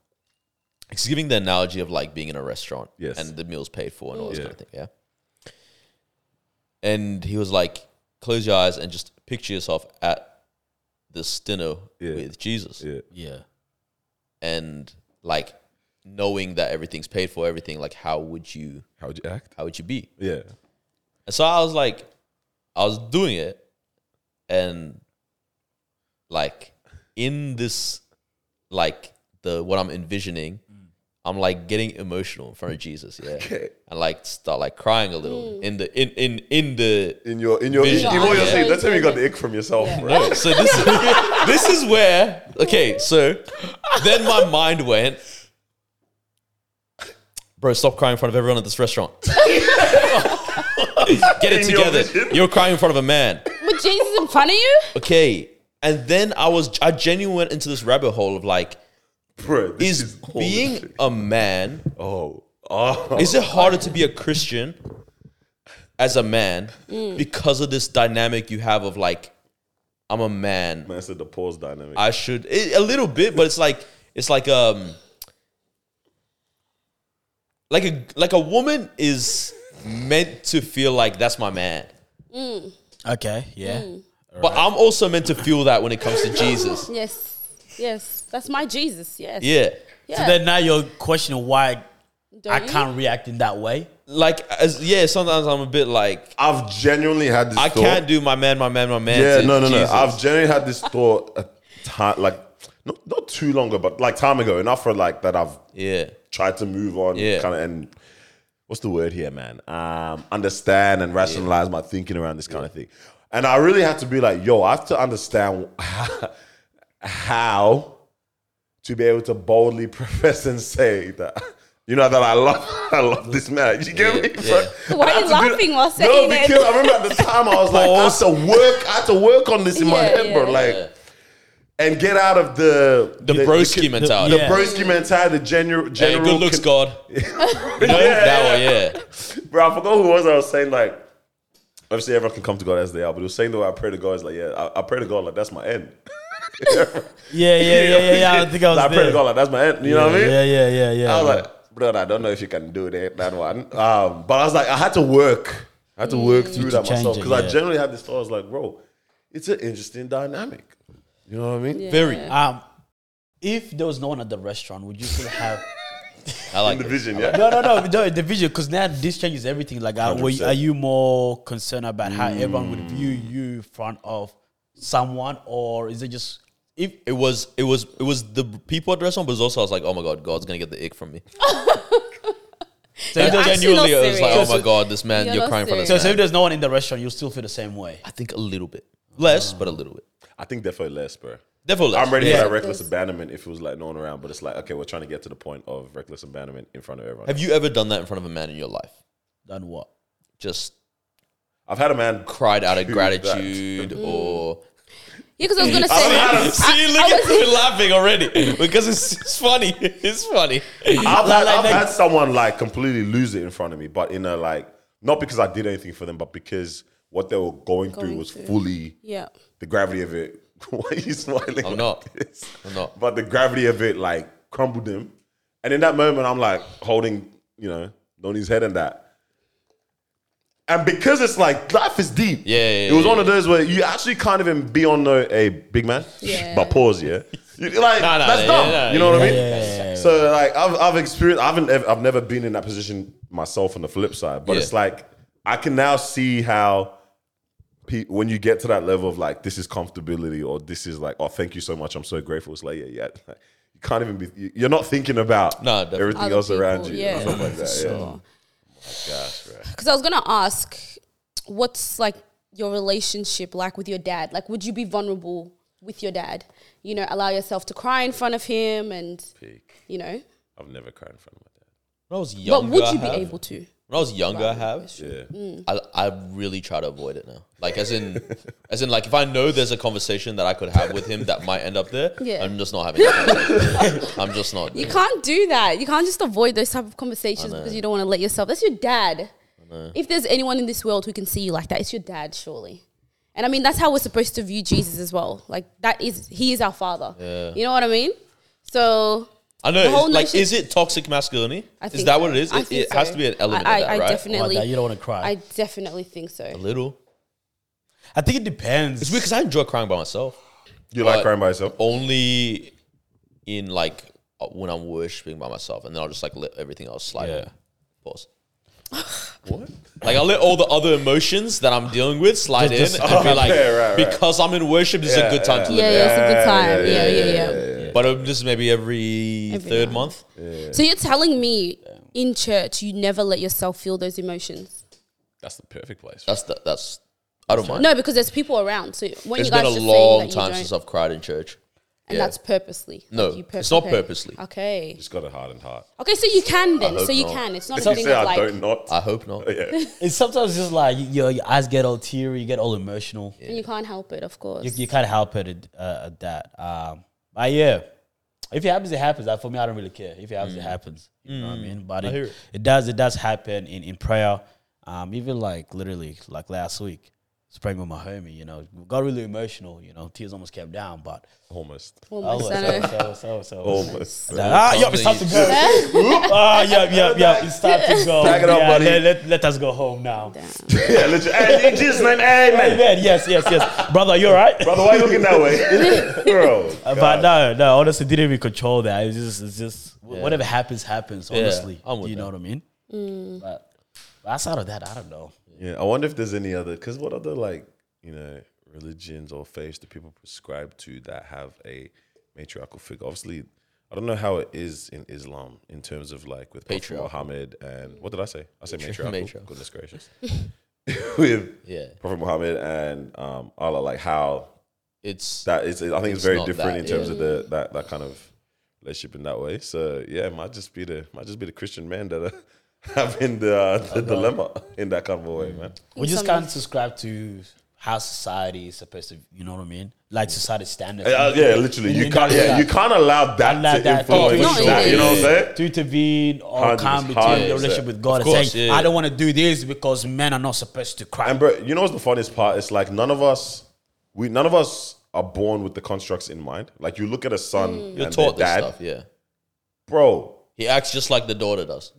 Speaker 3: he's giving the analogy of like being in a restaurant
Speaker 2: Yes.
Speaker 3: and the meal's paid for and all this
Speaker 2: Yeah.
Speaker 3: kind of thing. Yeah. And he was like, close your eyes and just picture yourself at this dinner
Speaker 2: Yeah.
Speaker 3: with Jesus
Speaker 2: Yeah.
Speaker 4: Yeah,
Speaker 3: and like knowing that everything's paid for, everything, like how would you,
Speaker 2: How would you act?
Speaker 3: how would you be?
Speaker 2: Yeah.
Speaker 3: And so I was like, I was doing it, and like in this, like the what I'm envisioning, I'm like getting emotional in front of Jesus, yeah,
Speaker 2: Mm. Okay.
Speaker 3: and like start like crying a little in the in in in the.
Speaker 2: In your in your in, in
Speaker 3: Vision.
Speaker 2: what you're
Speaker 1: Yeah.
Speaker 2: saying, that's how you got the ick from yourself, bro.
Speaker 3: No, so this is this is where okay, so then my mind went, bro, stop crying in front of everyone at this restaurant. Get it
Speaker 2: In your
Speaker 3: together.
Speaker 2: vision.
Speaker 3: You're crying in front of a man.
Speaker 1: With Jesus in front of you?
Speaker 3: okay. And then I was, I genuinely went into this rabbit hole of like,
Speaker 2: Bro, this
Speaker 3: is,
Speaker 2: all this
Speaker 3: being
Speaker 2: shit.
Speaker 3: a man,
Speaker 2: oh oh
Speaker 3: is it harder to be a Christian as a man because of this dynamic you have of like, I'm a man.
Speaker 2: man I said the pause dynamic.
Speaker 3: I should, it, a little bit, but it's like, it's like, um, like a, like a woman is meant to feel like that's my man.
Speaker 4: Okay, yeah.
Speaker 1: Mm,
Speaker 3: But I'm also meant to feel that when it comes to Jesus.
Speaker 1: Yes. Yes. That's my Jesus. Yes.
Speaker 3: Yeah.
Speaker 1: Yeah.
Speaker 4: So then now you're questioning why
Speaker 1: Don't
Speaker 4: I
Speaker 1: you?
Speaker 4: can't react in that way.
Speaker 3: like as yeah sometimes i'm a bit like
Speaker 2: I've genuinely had this
Speaker 3: i
Speaker 2: thought.
Speaker 3: can't do my man my man my man
Speaker 2: Yeah,
Speaker 3: to
Speaker 2: no, no, no.
Speaker 3: Jesus.
Speaker 2: I've generally had this thought a time, like not not too long ago, but like time ago, enough for like that I've
Speaker 3: yeah
Speaker 2: tried to move on,
Speaker 3: Yeah.
Speaker 2: kind of and what's the word here, man? Um, understand and rationalize my thinking around this kind of thing. And I really had to be like, yo, I have to understand how to be able to boldly profess and say that. You know that I love, I love this man. You get me?
Speaker 3: yeah.
Speaker 2: So
Speaker 1: Why are you
Speaker 2: I had to do-
Speaker 1: laughing while
Speaker 2: No,
Speaker 1: saying it?
Speaker 2: because I remember at the time I was like, I had to work, I had to work on this in my
Speaker 1: Yeah,
Speaker 2: head, bro.
Speaker 1: yeah.
Speaker 2: Like, and get out of the
Speaker 3: the, broski mentality
Speaker 2: the
Speaker 4: yeah.
Speaker 2: broski mentality, the general,
Speaker 3: hey
Speaker 2: general
Speaker 3: good looks
Speaker 2: con-
Speaker 3: god you know
Speaker 2: Yeah,
Speaker 3: that one yeah
Speaker 2: Bro, I forgot who it was I was saying like Obviously, everyone can come to God as they are, but he was saying the way I pray to God is like, yeah, I, I pray to God like that's my end.
Speaker 4: Yeah, yeah, yeah, yeah, yeah. I think I was.
Speaker 2: Like, I pray to
Speaker 4: there.
Speaker 2: God like that's my end. You know what I mean?
Speaker 4: Yeah, yeah, yeah, yeah.
Speaker 2: I was like, bro, I don't know if you can do that, that one. Um, but I was like, I had to work. I had to work through
Speaker 4: to
Speaker 2: that
Speaker 4: change
Speaker 2: myself
Speaker 4: it,
Speaker 2: because I
Speaker 4: yeah.
Speaker 2: generally had this thought. I was like, bro, it's an interesting dynamic. You know what I mean?
Speaker 3: Very.
Speaker 4: um, if there was no one at the restaurant, would you still have?
Speaker 3: I like
Speaker 2: In the
Speaker 3: it.
Speaker 2: vision, yeah.
Speaker 4: No, no, no, no. The vision, because now this changes everything. Like, are, were you- are you more concerned about how everyone would view you in front of someone, or is it just if
Speaker 3: It was it was it was the people at the restaurant, but it was also I was like, oh my god, God's gonna get the ick from me.
Speaker 4: so if,
Speaker 1: You're
Speaker 4: there's,
Speaker 1: actually
Speaker 3: Genuinely,
Speaker 1: not
Speaker 3: it was like,
Speaker 1: serious.
Speaker 3: oh my god, this man,
Speaker 1: You're
Speaker 3: you're,
Speaker 1: not
Speaker 3: crying for this.
Speaker 4: so,
Speaker 1: serious.
Speaker 4: so
Speaker 3: Man.
Speaker 4: if there's no one in the restaurant, you'll still feel the same way.
Speaker 3: I think a little bit less, but a little bit.
Speaker 2: I think definitely less, bro.
Speaker 3: Definitely, less.
Speaker 2: I'm ready
Speaker 3: Yeah.
Speaker 2: for that reckless abandonment if it was like no one around, but it's like okay, we're trying to get to the point of reckless abandonment in front of everyone.
Speaker 3: Have you ever done that in front of a man in your life?
Speaker 4: Then what?
Speaker 3: Just
Speaker 2: I've had a man.
Speaker 3: cried out of
Speaker 2: Dude,
Speaker 3: gratitude or
Speaker 1: Yeah, because I was gonna say.
Speaker 3: see look
Speaker 1: I was-
Speaker 3: at we're laughing already because it's, it's funny it's funny
Speaker 2: I've, had,
Speaker 4: like
Speaker 2: I've
Speaker 4: that-
Speaker 2: had someone like completely lose it in front of me, but in a like not because I did anything for them, but because what they were going, through
Speaker 1: Going
Speaker 2: was
Speaker 1: through.
Speaker 2: fully
Speaker 1: Yeah.
Speaker 2: the gravity of it. Why are you smiling?
Speaker 3: I'm
Speaker 2: like
Speaker 3: not.
Speaker 2: this?
Speaker 3: I'm not.
Speaker 2: But the gravity of it like crumbled him, and in that moment, I'm like holding, you know, Donnie's head and that. And because it's like life is deep.
Speaker 3: Yeah, yeah,
Speaker 2: it was
Speaker 3: yeah,
Speaker 2: one of those where you actually can't even be on no, hey, big man.
Speaker 1: Yeah.
Speaker 2: But pause, yeah. You- like
Speaker 3: Nah, nah,
Speaker 2: that's
Speaker 3: yeah,
Speaker 2: dumb.
Speaker 3: yeah,
Speaker 2: you know what I
Speaker 4: yeah,
Speaker 2: mean?
Speaker 4: yeah, yeah, yeah.
Speaker 2: So like I've I've experienced. I haven't. ev- I've never been in that position myself. On the flip side, but
Speaker 3: Yeah.
Speaker 2: it's like I can now see how pe- when you get to that level of like this is comfortability or this is like oh thank you so much I'm so grateful it's like yeah yeah like, you can't even be you- you're not thinking about
Speaker 3: No, definitely.
Speaker 2: everything
Speaker 1: Other
Speaker 2: else around
Speaker 1: people,
Speaker 2: you
Speaker 1: yeah.
Speaker 2: and stuff like that yeah
Speaker 1: Because I was gonna ask, what's like your relationship like with your dad? Like, would you be vulnerable with your dad? You know, allow yourself to cry in front of him, and you know,
Speaker 2: I've never cried in front of my
Speaker 3: when I was younger
Speaker 1: but would you
Speaker 3: I
Speaker 1: be
Speaker 3: have-
Speaker 1: able to?
Speaker 3: when I was younger I have
Speaker 2: dad
Speaker 1: Mm.
Speaker 2: yeah
Speaker 3: I, I really try to avoid it now. Like as in, as in, like if I know there's a conversation that I could have with him that might end up there,
Speaker 1: Yeah.
Speaker 3: I'm just not having. That conversation. I'm just not.
Speaker 1: You can't do that. You can't just avoid those type of conversations because you don't want to let yourself. That's your dad. If there's anyone in this world who can see you like that, it's your dad, surely. And I mean, that's how we're supposed to view Jesus as well. Like that is he is our father. You know what I mean? So
Speaker 3: I
Speaker 1: The
Speaker 3: know. it's-
Speaker 1: whole
Speaker 3: like,
Speaker 1: notion-
Speaker 3: is it toxic masculinity?
Speaker 1: I
Speaker 3: is
Speaker 1: think
Speaker 3: that
Speaker 1: so.
Speaker 3: what it is?
Speaker 1: I
Speaker 3: It,
Speaker 1: think
Speaker 3: it has
Speaker 1: so.
Speaker 3: to be an element
Speaker 1: I,
Speaker 3: of that,
Speaker 1: I, I
Speaker 3: right?
Speaker 1: definitely.
Speaker 4: Like Oh, that, you don't wanna cry.
Speaker 1: I definitely think so.
Speaker 3: A little.
Speaker 4: I think it depends.
Speaker 3: It's weird because I enjoy crying by myself.
Speaker 2: you like
Speaker 3: But
Speaker 2: crying by yourself
Speaker 3: Only in like uh, when I'm worshiping by myself, and then I'll just like let everything else slide.
Speaker 4: Yeah.
Speaker 3: Pause. What? Like I let all the other emotions that I'm dealing with slide
Speaker 4: Just-
Speaker 3: in,
Speaker 4: just-
Speaker 3: and be like,
Speaker 2: Okay, right, right.
Speaker 3: because I'm in worship, this is a good time to live.
Speaker 1: yeah,
Speaker 3: it.
Speaker 1: yeah, it's a good time. Yeah, yeah, yeah.
Speaker 3: But um, this is maybe every,
Speaker 1: Every
Speaker 3: third
Speaker 1: now.
Speaker 3: month.
Speaker 1: So you're telling me in church you never let yourself feel those emotions?
Speaker 2: that's the perfect place
Speaker 3: That's the, that's I don't mind.
Speaker 1: No, because there's people around. So when
Speaker 3: it's
Speaker 1: you guys
Speaker 3: been a
Speaker 1: just saying
Speaker 3: long
Speaker 1: that you
Speaker 3: time
Speaker 1: don't-
Speaker 3: since I've cried in church.
Speaker 1: and
Speaker 3: Yeah.
Speaker 1: that's purposely. Like,
Speaker 3: No, it's not
Speaker 1: okay.
Speaker 3: purposely.
Speaker 1: Okay,
Speaker 2: just got a hardened heart
Speaker 1: okay, so you can
Speaker 2: I
Speaker 1: then.
Speaker 2: hope
Speaker 1: So you
Speaker 2: not.
Speaker 1: can. It's not
Speaker 2: If
Speaker 1: a
Speaker 2: you
Speaker 1: thing
Speaker 2: say
Speaker 1: of
Speaker 2: I
Speaker 1: like.
Speaker 2: don't not
Speaker 3: I hope not.
Speaker 2: yeah
Speaker 4: It's sometimes just like your, your eyes get all teary, you get all emotional.
Speaker 1: And "Oh, you can't help it, of course.
Speaker 4: You, you can't help it uh, at that. Um, but yeah, if it happens, it happens. Like for me, I don't really care. If it happens, it happens. You know what I mean? But
Speaker 3: hear
Speaker 4: it,
Speaker 3: it.
Speaker 4: it does. It does happen in in prayer. Um, even like literally, like last week, was praying with my homie. You know, got really emotional. You know, tears almost came down, but
Speaker 2: almost
Speaker 1: Almost,
Speaker 4: so,
Speaker 1: I know.
Speaker 4: so, so, so.
Speaker 2: Oh, almost
Speaker 4: Ah, yep, it's time to go. ah, yep, yep, yep. It's time to go.
Speaker 2: Pack it up,
Speaker 4: Yeah,
Speaker 2: buddy.
Speaker 4: Let, let, let us go home now.
Speaker 2: yeah literally hey, in Jesus name amen
Speaker 4: Amen. Yes, yes, yes. Brother, you all right?
Speaker 2: brother why are you looking that way bro
Speaker 4: Uh, But no, no, honestly, didn't even control that. It's just, it's just whatever happens, happens. Honestly,
Speaker 3: I'm with
Speaker 4: you know
Speaker 3: that.
Speaker 4: what I mean.
Speaker 2: Mm.
Speaker 4: But, but outside of that, I don't know.
Speaker 2: Yeah, I wonder if there's any other because what other like you know religions or faiths do people prescribe to that have a matriarchal figure? Obviously, I don't know how it is in Islam in terms of like with Prophet
Speaker 3: Patriarchal.
Speaker 2: Muhammad and what did I say? I said matriarchal.
Speaker 3: Matriarchal.
Speaker 2: Goodness gracious, with
Speaker 3: Yeah.
Speaker 2: Prophet Muhammad and um, Allah, like how
Speaker 3: It's
Speaker 2: that is. I think it's,
Speaker 3: It's
Speaker 2: very
Speaker 3: not
Speaker 2: different
Speaker 3: that,
Speaker 2: in terms of the that that kind of relationship in that way. So yeah, it might just be the might just be the Christian men that are having the, uh, the dilemma in that kind of a way, man.
Speaker 4: We just can't subscribe to how society is supposed to, you know what I mean? Like society standards.
Speaker 2: Uh, yeah, literally. You can't. Yeah, you can't allow that
Speaker 4: Allow
Speaker 2: to
Speaker 4: that to
Speaker 2: influence
Speaker 1: influence
Speaker 2: that.
Speaker 1: you.
Speaker 2: You know what I'm saying?
Speaker 4: to intervene or
Speaker 2: Hundred-
Speaker 4: come between
Speaker 2: hundred
Speaker 4: your relationship
Speaker 2: percent.
Speaker 4: with God
Speaker 3: Of
Speaker 4: and
Speaker 3: course,
Speaker 4: saying,
Speaker 3: yeah.
Speaker 4: I don't want to do this because men are not supposed to cry.
Speaker 2: And bro, you know what's the funniest part? It's like none of us, we none of us are born with the constructs in mind. Like you look at a son
Speaker 3: You're
Speaker 2: and
Speaker 3: taught
Speaker 2: their
Speaker 3: this
Speaker 2: dad,
Speaker 3: stuff, yeah.
Speaker 2: bro.
Speaker 3: He acts just like the daughter does.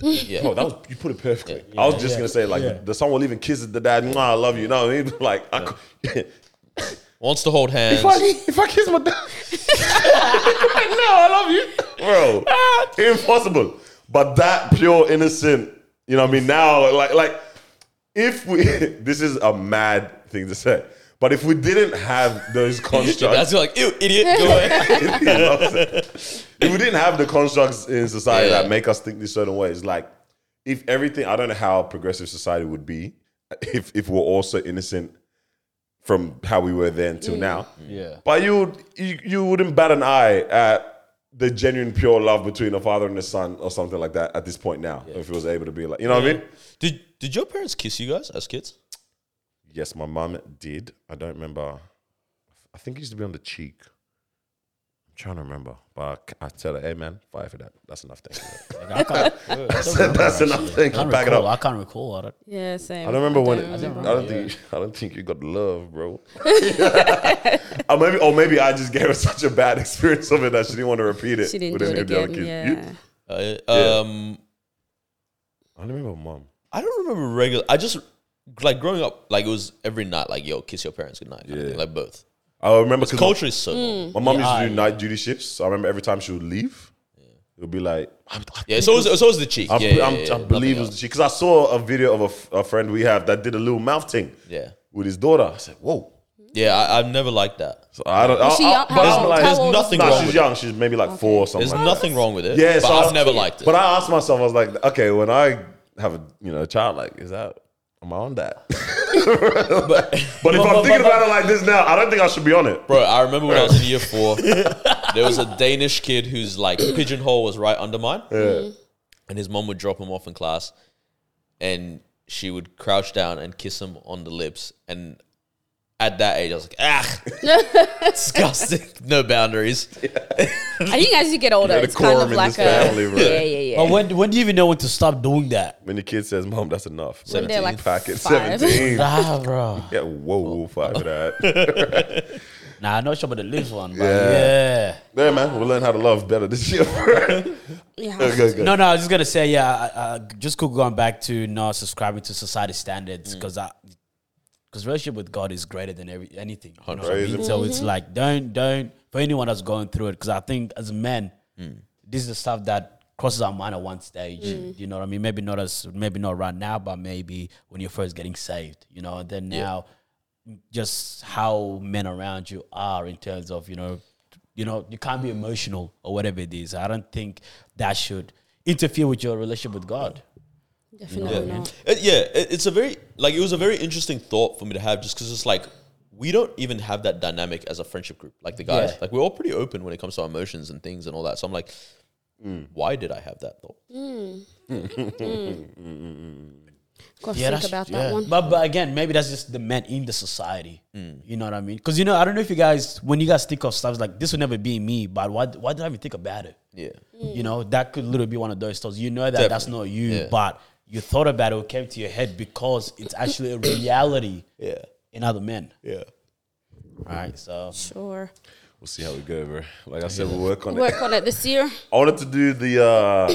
Speaker 3: Yeah.
Speaker 2: No, that was you put it perfectly. I was just gonna say like the, son will even kiss the dad. "Mwah, I love you. No, I mean like I cou-
Speaker 3: Wants to hold hands.
Speaker 2: if I if I kiss my dad, no, I love you, Ah. bro. impossible. But that pure innocent, you know what I mean? Now, like like if we, this is a mad thing to say. But if we didn't have those constructs,
Speaker 3: That's like, ew, idiot, go away.
Speaker 2: You know what I'm saying? if we didn't have the constructs in society
Speaker 3: Yeah.
Speaker 2: that make us think these certain ways, like if everything, I don't know how progressive society would be if if we're all so innocent from how we were then till now.
Speaker 4: Yeah.
Speaker 2: But you, would- you you wouldn't bat an eye at the genuine pure love between a father and a son or something like that at this point now. If it was able to be like, you know what I mean?
Speaker 3: Did did your parents kiss you guys as kids?
Speaker 2: Yes, my mum did. I don't remember. I think it used to be on the cheek. I'm trying to remember, but I c- I, tell her, "Hey, man, fire for that. That's enough. Thank you."
Speaker 4: Like, I can't,
Speaker 2: That's enough. Thank
Speaker 4: I
Speaker 2: you.
Speaker 4: can't
Speaker 2: Back it
Speaker 4: recall.
Speaker 2: up.
Speaker 4: I can't recall. I don't,
Speaker 1: Yeah, same.
Speaker 2: I don't remember when.
Speaker 1: don't
Speaker 2: It, I
Speaker 1: remember.
Speaker 2: don't think. I don't think you got love, bro. or maybe, or maybe I just gave her such a bad experience of it that she didn't want to repeat it.
Speaker 1: She didn't
Speaker 2: with
Speaker 1: do
Speaker 2: any
Speaker 1: it
Speaker 2: of the other
Speaker 1: again.
Speaker 2: kids. You-
Speaker 1: Yeah.
Speaker 3: Uh,
Speaker 2: Yeah.
Speaker 3: Um,
Speaker 2: I don't remember, mom.
Speaker 3: I don't remember regular. I just like growing up, like it was every night, like yo, kiss your parents goodnight, kind of
Speaker 2: Yeah.
Speaker 3: thing, like both.
Speaker 2: I remember because
Speaker 3: Culture is so.
Speaker 2: my mom used to do night duty shifts. So I remember every time she would leave, it would be like, I, I
Speaker 3: Yeah, it's always it's always the cheek.
Speaker 2: I,
Speaker 3: yeah,
Speaker 2: be-
Speaker 3: yeah,
Speaker 2: I'm,
Speaker 3: yeah,
Speaker 2: I
Speaker 3: yeah,
Speaker 2: believe it
Speaker 3: nothing
Speaker 2: was she because I saw a video of a f- a, friend we have that did a little mouth thing
Speaker 3: else.
Speaker 2: with his daughter. I said, "Whoa!"
Speaker 3: Yeah, yeah. I, I've never liked that.
Speaker 2: So I don't. I,
Speaker 1: she
Speaker 2: I-
Speaker 1: young?
Speaker 2: but
Speaker 1: How
Speaker 2: I'm
Speaker 1: old-
Speaker 2: like,
Speaker 1: how old
Speaker 3: There's nothing
Speaker 2: nah,
Speaker 3: wrong
Speaker 2: she's
Speaker 3: with
Speaker 2: young. She's maybe like four or
Speaker 3: it.
Speaker 2: something.
Speaker 3: There's
Speaker 2: like
Speaker 3: nothing wrong with it.
Speaker 2: Yeah,
Speaker 3: but
Speaker 2: so
Speaker 3: I've
Speaker 2: I-
Speaker 3: never liked
Speaker 2: that.
Speaker 3: it.
Speaker 2: But I asked myself, I was like, "Okay, when I have a you know a child, like, is that am I on that?" but if I'm thinking about it like this now, I don't think I should be on it.
Speaker 3: Bro, I remember when I was in year four, there was a Danish kid whose like pigeonhole was right under mine. And his mom would drop him off in class and she would crouch down and kiss him on the lips. And at that age, I was like, ah, disgusting. No boundaries.
Speaker 1: I think as you get older,
Speaker 2: the
Speaker 1: it's kind
Speaker 2: quorum
Speaker 1: of
Speaker 2: in
Speaker 1: like a
Speaker 2: this family, right?
Speaker 1: yeah, yeah, yeah.
Speaker 4: but when, when do you even know when to stop doing that?
Speaker 2: When your kid says, "Mom, that's enough,"
Speaker 1: When they're like
Speaker 2: packet
Speaker 1: five.
Speaker 2: seventeen.
Speaker 4: Ah, bro.
Speaker 2: Yeah, whoa, whoa, five of that.
Speaker 4: Nah, I'm not sure about the lips one. But
Speaker 2: Yeah.
Speaker 4: yeah.
Speaker 2: Yeah, man, we'll learn how to love better this year.
Speaker 1: Yeah.
Speaker 2: Okay, good.
Speaker 4: No, no, I was just gonna say, yeah, uh, uh, just cool going back to not subscribing to society standards because I. Because relationship with God is greater than every, anything. you know what I mean?
Speaker 2: Crazy.
Speaker 4: So it's like, don't, don't, for anyone that's going through it, because I think as men, this is the stuff that crosses our mind at one stage. You know what I mean? Maybe not as, maybe not right now, but maybe when you're first getting saved, you know, and then now just how men around you are in terms of you know you know you can't be emotional or whatever it is i don't think that should interfere with your relationship with god
Speaker 1: Definitely
Speaker 3: Yeah.
Speaker 1: not.
Speaker 3: It- Uh, yeah, it- it's a very like it was a very interesting thought for me to have just because it's like we don't even have that dynamic as a friendship group. Like the guys,
Speaker 4: Yeah.
Speaker 3: like we're all pretty open when it comes to our emotions and things and all that. So I'm like, why did I have that thought?
Speaker 1: Got to think about that one.
Speaker 4: But, but again, maybe that's just the men in the society. You know what I mean? Because you know, I don't know if you guys, when you guys think of stuff like this, would never be me. But why? Why did I even think about it?
Speaker 3: Yeah,
Speaker 4: You know, that could literally be one of those thoughts. You know that that's not
Speaker 3: Definitely.
Speaker 4: you,
Speaker 3: Yeah.
Speaker 4: but you thought about it. It came to your head because it's actually a reality
Speaker 3: yeah,
Speaker 4: in other men,
Speaker 3: yeah.
Speaker 4: right? So
Speaker 1: Sure.
Speaker 2: We'll see how we go, bro. Like I said, we'll work on it.
Speaker 1: Work on it this year.
Speaker 2: I wanted to do the uh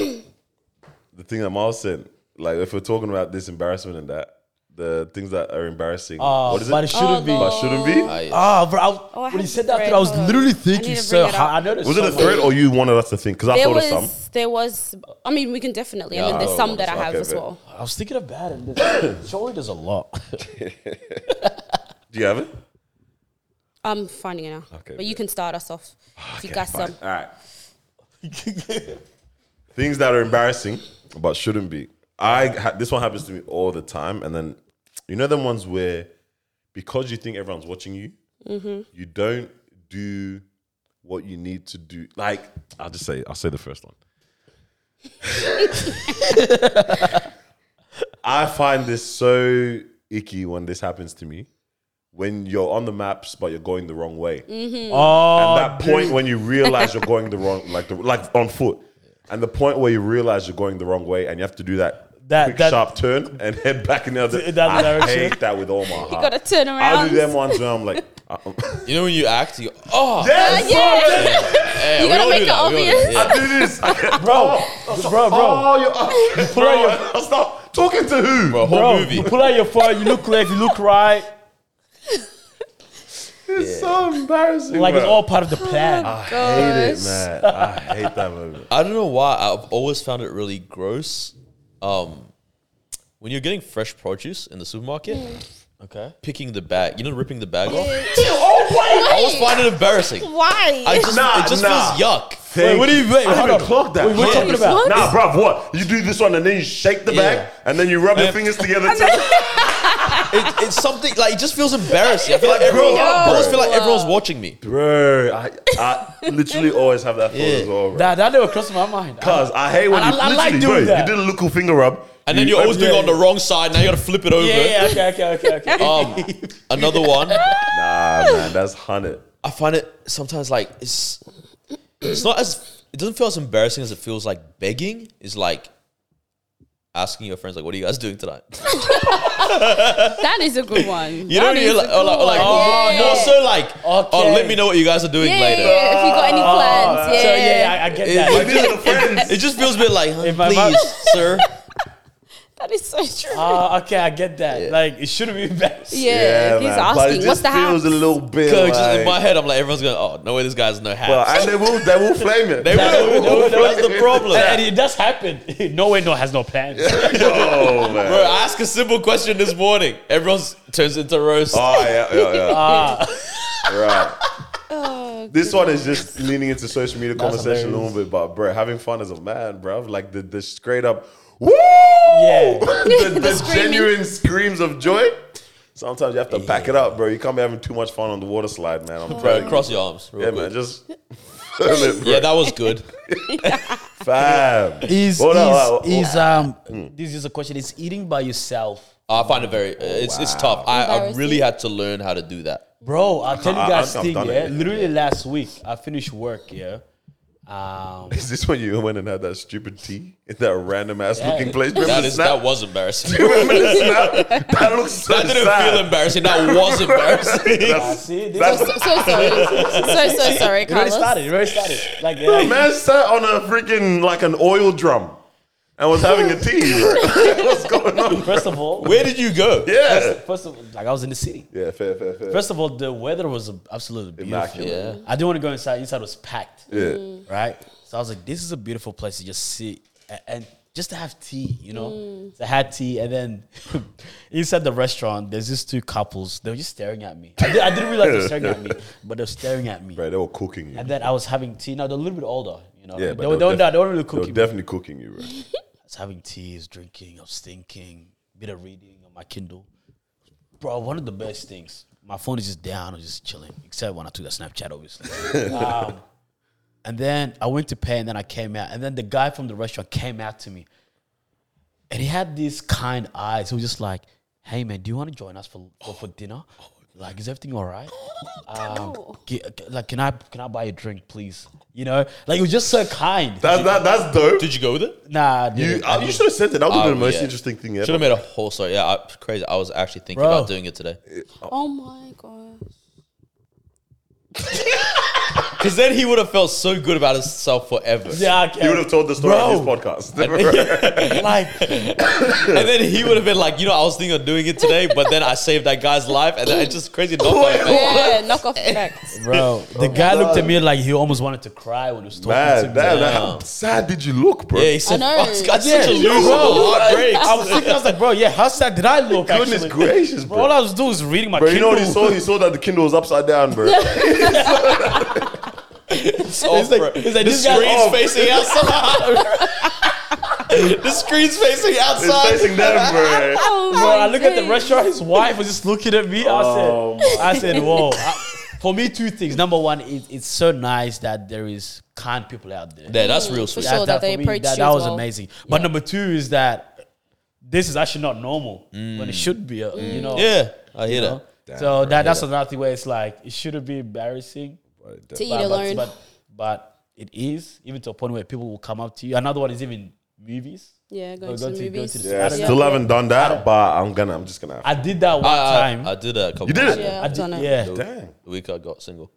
Speaker 2: the thing that Miles said. Like if we're talking about this embarrassment and that, the things that are embarrassing.
Speaker 4: Oh,
Speaker 2: what is
Speaker 4: but
Speaker 2: it?
Speaker 4: it shouldn't be.
Speaker 2: But shouldn't be.
Speaker 4: Ah, bro. I,
Speaker 1: Oh, I
Speaker 4: when
Speaker 1: have
Speaker 4: you said
Speaker 1: the
Speaker 4: that,
Speaker 1: thread.
Speaker 4: through, I was
Speaker 1: Hold on.
Speaker 4: literally
Speaker 1: I need
Speaker 4: thinking
Speaker 1: to
Speaker 4: so
Speaker 1: bring it up.
Speaker 4: hard. I noticed
Speaker 2: was it a
Speaker 4: someone-
Speaker 2: threat or you wanted us to think? Because I
Speaker 1: There
Speaker 2: thought
Speaker 1: was,
Speaker 2: of some.
Speaker 1: there was. I mean, we can definitely. I mean,
Speaker 2: oh,
Speaker 1: there's some that I
Speaker 2: okay,
Speaker 1: have as
Speaker 2: but-
Speaker 1: well.
Speaker 4: I was thinking about it. There's- Surely there's a lot.
Speaker 2: Do you have it?
Speaker 1: I'm finding it now.
Speaker 2: Okay,
Speaker 1: but you
Speaker 2: good.
Speaker 1: can start us off if you
Speaker 2: Okay,
Speaker 1: got
Speaker 2: fine.
Speaker 1: some.
Speaker 2: All right. Things that are embarrassing but shouldn't be. I ha- this one happens to me all the time, and then you know them ones where because you think everyone's watching you,
Speaker 1: Mm-hmm.
Speaker 2: you don't do what you need to do. Like I'll just say I'll say the first one. I find this so icky when this happens to me when you're on the maps but you're going the wrong way.
Speaker 4: Oh,
Speaker 2: and that point when you realize you're going the wrong, like the, like on foot, and the point where you realize you're going the wrong way, and you have to do that
Speaker 4: That-
Speaker 2: quick
Speaker 4: that-
Speaker 2: sharp turn and head back in the other.
Speaker 4: In the other
Speaker 2: I
Speaker 4: direction.
Speaker 2: hate that with all my heart.
Speaker 1: gotta turn
Speaker 2: I'll
Speaker 1: around.
Speaker 2: do them ones where I'm like, uh, um,
Speaker 3: You know when you act, you go, oh,
Speaker 1: Uh, yeah.
Speaker 3: yeah,
Speaker 1: You
Speaker 3: we
Speaker 1: gotta
Speaker 3: all
Speaker 1: make
Speaker 3: do
Speaker 1: it
Speaker 3: that, we all do
Speaker 1: obvious.
Speaker 3: that, yeah.
Speaker 2: I do this, bro.
Speaker 4: bro, bro,
Speaker 2: Oh, you're,
Speaker 4: Put on your-
Speaker 2: bro, stop talking to who?
Speaker 3: Bro, whole
Speaker 4: bro.
Speaker 3: movie.
Speaker 4: You pull out your phone. You look left. You look right.
Speaker 2: It's so embarrassing.
Speaker 4: Like
Speaker 2: bro.
Speaker 4: it's all part of the plan.
Speaker 2: I hate it,
Speaker 1: Gosh.
Speaker 2: man. I hate that movie.
Speaker 3: I don't know why I've always found it really gross. Um, when you're getting fresh produce in the supermarket,
Speaker 4: Mm. okay.
Speaker 3: picking the bag, you know, ripping the bag off.
Speaker 1: Wait,
Speaker 3: I always find it embarrassing.
Speaker 1: why?
Speaker 3: I just,
Speaker 2: Nah,
Speaker 3: it just
Speaker 2: nah.
Speaker 3: feels yuck.
Speaker 2: Wait,
Speaker 4: what do you- wait,
Speaker 2: I
Speaker 4: hold
Speaker 2: haven't
Speaker 4: on.
Speaker 2: clocked that.
Speaker 4: Wait, what are you talking
Speaker 2: Hundred
Speaker 4: about?
Speaker 2: percent. Nah, bruv, what? You do this one and then you shake the
Speaker 3: Yeah.
Speaker 2: bag and then you rub your
Speaker 3: And-
Speaker 2: fingers together. to-
Speaker 3: It, it's something like it just feels embarrassing. I feel like everyone,
Speaker 2: Bro.
Speaker 3: I always feel like everyone's watching me.
Speaker 2: Bro, I, I literally always have that thought
Speaker 3: Yeah.
Speaker 2: as well, bro.
Speaker 4: That that never crossed my mind.
Speaker 2: Because I hate when
Speaker 4: I-
Speaker 2: you
Speaker 4: I like
Speaker 2: literally,
Speaker 4: doing
Speaker 2: bro,
Speaker 4: that.
Speaker 2: you did a little finger rub.
Speaker 3: And then
Speaker 2: you-
Speaker 3: you're always doing it on
Speaker 4: yeah.
Speaker 3: the wrong side. Now you got to flip it over.
Speaker 4: yeah, yeah, okay, okay, okay, okay.
Speaker 3: Um, another one.
Speaker 2: Nah, Ah, man, that's hundred.
Speaker 3: I find it sometimes like it's it's not as it doesn't feel as embarrassing as it feels like begging is like asking your friends like what are you guys doing tonight
Speaker 1: that is a good one.
Speaker 3: you know
Speaker 1: That
Speaker 3: when you're
Speaker 1: is
Speaker 3: like
Speaker 1: a
Speaker 3: or like, or
Speaker 1: good
Speaker 3: like
Speaker 1: one.
Speaker 3: oh,
Speaker 1: yeah.
Speaker 3: no so like oh
Speaker 4: Okay.
Speaker 3: let me know what you guys are doing
Speaker 1: yeah,
Speaker 3: later
Speaker 1: yeah, if you got any plans, yeah.
Speaker 4: So yeah, yeah I, I get
Speaker 3: Yeah.
Speaker 4: that.
Speaker 2: These are the friends.
Speaker 3: it just feels a bit like huh,
Speaker 4: If my
Speaker 3: please
Speaker 4: mom-
Speaker 3: sir
Speaker 1: that is so true.
Speaker 4: Uh, okay, I get that. Like it shouldn't be embarrassing.
Speaker 1: yeah, he's
Speaker 2: man, but it
Speaker 1: asking,
Speaker 2: just
Speaker 1: what's the
Speaker 2: feels
Speaker 1: house?
Speaker 2: a little bit.
Speaker 3: Cause
Speaker 2: Like,
Speaker 3: just in my head I'm like everyone's going oh no way this guy's no hat
Speaker 2: well, and they will, they will flame it.
Speaker 3: they will
Speaker 4: they will, they
Speaker 3: that's the problem
Speaker 4: And it does happen. no way, no has no plans.
Speaker 2: Oh man.
Speaker 3: bro I asked a simple question this morning everyone's turns into roast
Speaker 2: Oh yeah, yeah, yeah.
Speaker 3: Ah.
Speaker 2: right. this one is just leaning into social media conversation a little bit, but bro, having fun as a man, bro, like the, the straight up, woo,
Speaker 4: Yeah.
Speaker 2: the, the,
Speaker 1: screaming.
Speaker 2: genuine screams of joy. Sometimes you have to pack it up, bro. You can't be having too much fun on the water slide, man. I'm
Speaker 3: bro
Speaker 2: telling you.
Speaker 3: cross your arms real
Speaker 2: Yeah,
Speaker 3: quick.
Speaker 2: man, just feel it, bro.
Speaker 3: yeah that was good
Speaker 2: Fam.
Speaker 4: Is
Speaker 2: Hold on,
Speaker 4: is,
Speaker 2: hold on.
Speaker 4: is um this is a question. Is eating by yourself,
Speaker 3: I find it very. it's it's tough. I, I really
Speaker 1: Embarrassing.
Speaker 3: had to learn how to do that.
Speaker 4: bro? I'll tell you
Speaker 2: I- I
Speaker 4: guys
Speaker 2: think I've
Speaker 4: thing.
Speaker 2: done
Speaker 4: Yeah,
Speaker 2: it.
Speaker 4: literally last week I finished work. Yeah, um,
Speaker 2: Is this when you went and had that stupid tea in that random ass looking place? Remember
Speaker 3: That
Speaker 2: the
Speaker 3: is
Speaker 2: snap?
Speaker 3: that was embarrassing.
Speaker 2: Remember the snap? That looks so
Speaker 3: That didn't
Speaker 2: sad.
Speaker 3: feel embarrassing. That was embarrassing.
Speaker 4: I see. This
Speaker 2: That's-
Speaker 1: So, so sorry. so, so sorry,
Speaker 4: it already
Speaker 1: Carlos.
Speaker 4: started. It already started. Like yeah,
Speaker 2: The man sat on a freaking like an oil drum and was having a tea. bro. What's going on?
Speaker 4: first of all,
Speaker 3: Where did you go?
Speaker 2: Yeah.
Speaker 4: first of all, like I was in the city.
Speaker 2: Yeah, fair, fair, fair.
Speaker 4: First of all, the weather was absolutely beautiful.
Speaker 2: Immaculate.
Speaker 3: Yeah.
Speaker 4: I didn't want to go inside. Inside was packed.
Speaker 2: Yeah.
Speaker 4: right? So I was like, this is a beautiful place to just sit and, and just to have tea, you know? So I had tea, and then inside the restaurant, there's these two couples. They were just staring at me. I, did, I didn't realize they were staring at me, but they were staring at me.
Speaker 2: Bro, they were cooking you.
Speaker 4: And then I was having tea. Now they're a little bit older, you know?
Speaker 2: Yeah,
Speaker 4: Yeah,
Speaker 2: but
Speaker 4: they, were-
Speaker 2: they
Speaker 4: they,
Speaker 2: were
Speaker 4: were not- they weren't really
Speaker 2: They were
Speaker 4: cooking.
Speaker 2: definitely cooking you, bro.
Speaker 4: I was having tea, I was drinking, I was thinking, bit of reading on my Kindle. Bro, one of the best things. My phone is just down, I'm just chilling, except when I took a Snapchat, obviously. Um, and then I went to pay, and then I came out, and then the guy from the restaurant came out to me, and he had these kind eyes. He was just like, "Hey man, do you want to join us for for, for dinner? Like, is everything all right?
Speaker 1: Oh,
Speaker 4: Um, ca- ca- like, can I can I buy a drink, please? You know, like he was just so kind.
Speaker 2: That's that, that's dope.
Speaker 3: Did you go with it?
Speaker 4: nah, I
Speaker 2: You,
Speaker 4: didn't. I
Speaker 2: uh, you should have said that. That would have been the most
Speaker 3: yeah.
Speaker 2: interesting thing
Speaker 3: Should have
Speaker 2: ever.
Speaker 3: made a whole story. Yeah, I, crazy. I was actually thinking
Speaker 4: Bro.
Speaker 3: about doing it today.
Speaker 1: Oh my gosh.
Speaker 3: Because then he would have felt so good about himself forever.
Speaker 4: yeah, okay.
Speaker 2: You would have told the story on
Speaker 4: Bro.
Speaker 2: this podcast.
Speaker 4: like
Speaker 3: And then he would have been like, you know, I was thinking of doing it today, but then I saved that guy's life, and then it's just crazy. Not my effect.
Speaker 1: Yeah, knock off effects.
Speaker 4: Bro, the guy looked at me like he almost wanted to cry when he was talking to
Speaker 2: Man,
Speaker 4: me.
Speaker 2: that, that, how sad did you look, bro?
Speaker 3: Yeah, he said,
Speaker 1: know.
Speaker 3: "Fuck, this guy's such a
Speaker 4: Yeah.
Speaker 3: loser. Heart
Speaker 4: I
Speaker 3: breaks."
Speaker 4: was thinking, I was like, bro, yeah, how sad did I look?
Speaker 2: Goodness
Speaker 4: actually?
Speaker 2: gracious, bro.
Speaker 4: All I was doing was reading my
Speaker 2: Bro, you know
Speaker 4: Kindle.
Speaker 2: what he saw? He saw that the Kindle was upside down, bro.
Speaker 3: It's off, bro.
Speaker 4: it's like,
Speaker 3: the
Speaker 4: this guy's
Speaker 3: screen's
Speaker 4: off.
Speaker 3: facing outside. the screen's facing outside.
Speaker 2: It's facing down, bro.
Speaker 1: Oh
Speaker 4: Bro, I
Speaker 1: my
Speaker 4: look at the
Speaker 1: days.
Speaker 4: restaurant. His wife was just looking at me.
Speaker 2: Oh
Speaker 4: I said, I said, whoa. I- for me, two things. Number one, it, it's so nice that there is kind people out there.
Speaker 3: Yeah, that's real
Speaker 1: for
Speaker 3: sweet.
Speaker 1: sure. that they
Speaker 4: for
Speaker 1: approached
Speaker 4: that,
Speaker 1: you
Speaker 4: that
Speaker 1: as
Speaker 4: was
Speaker 1: well.
Speaker 4: amazing. But number two is
Speaker 2: Mm.
Speaker 4: that this is actually not normal when it should be. uh, You know.
Speaker 1: Mm.
Speaker 3: Yeah, I hear
Speaker 4: you know?
Speaker 3: that.
Speaker 4: so that, that's another thing where it's like it shouldn't be embarrassing,
Speaker 1: to eat
Speaker 4: but,
Speaker 1: alone.
Speaker 4: But, but but it is even to a point where people will come up to you. Another one is even movies.
Speaker 1: yeah,
Speaker 4: Go
Speaker 1: going to the
Speaker 4: to- go
Speaker 1: movies.
Speaker 4: to the-
Speaker 2: Yeah, I
Speaker 4: don't
Speaker 2: still
Speaker 4: know.
Speaker 2: haven't done that, but I'm gonna. I'm just gonna. Have
Speaker 4: I did that one
Speaker 3: I, I-
Speaker 4: time.
Speaker 3: I did a couple.
Speaker 2: You did it?
Speaker 1: yeah,
Speaker 4: I
Speaker 1: Uh, I've
Speaker 4: did-
Speaker 1: done it.
Speaker 4: yeah,
Speaker 2: to. Dang.
Speaker 3: The week I got single.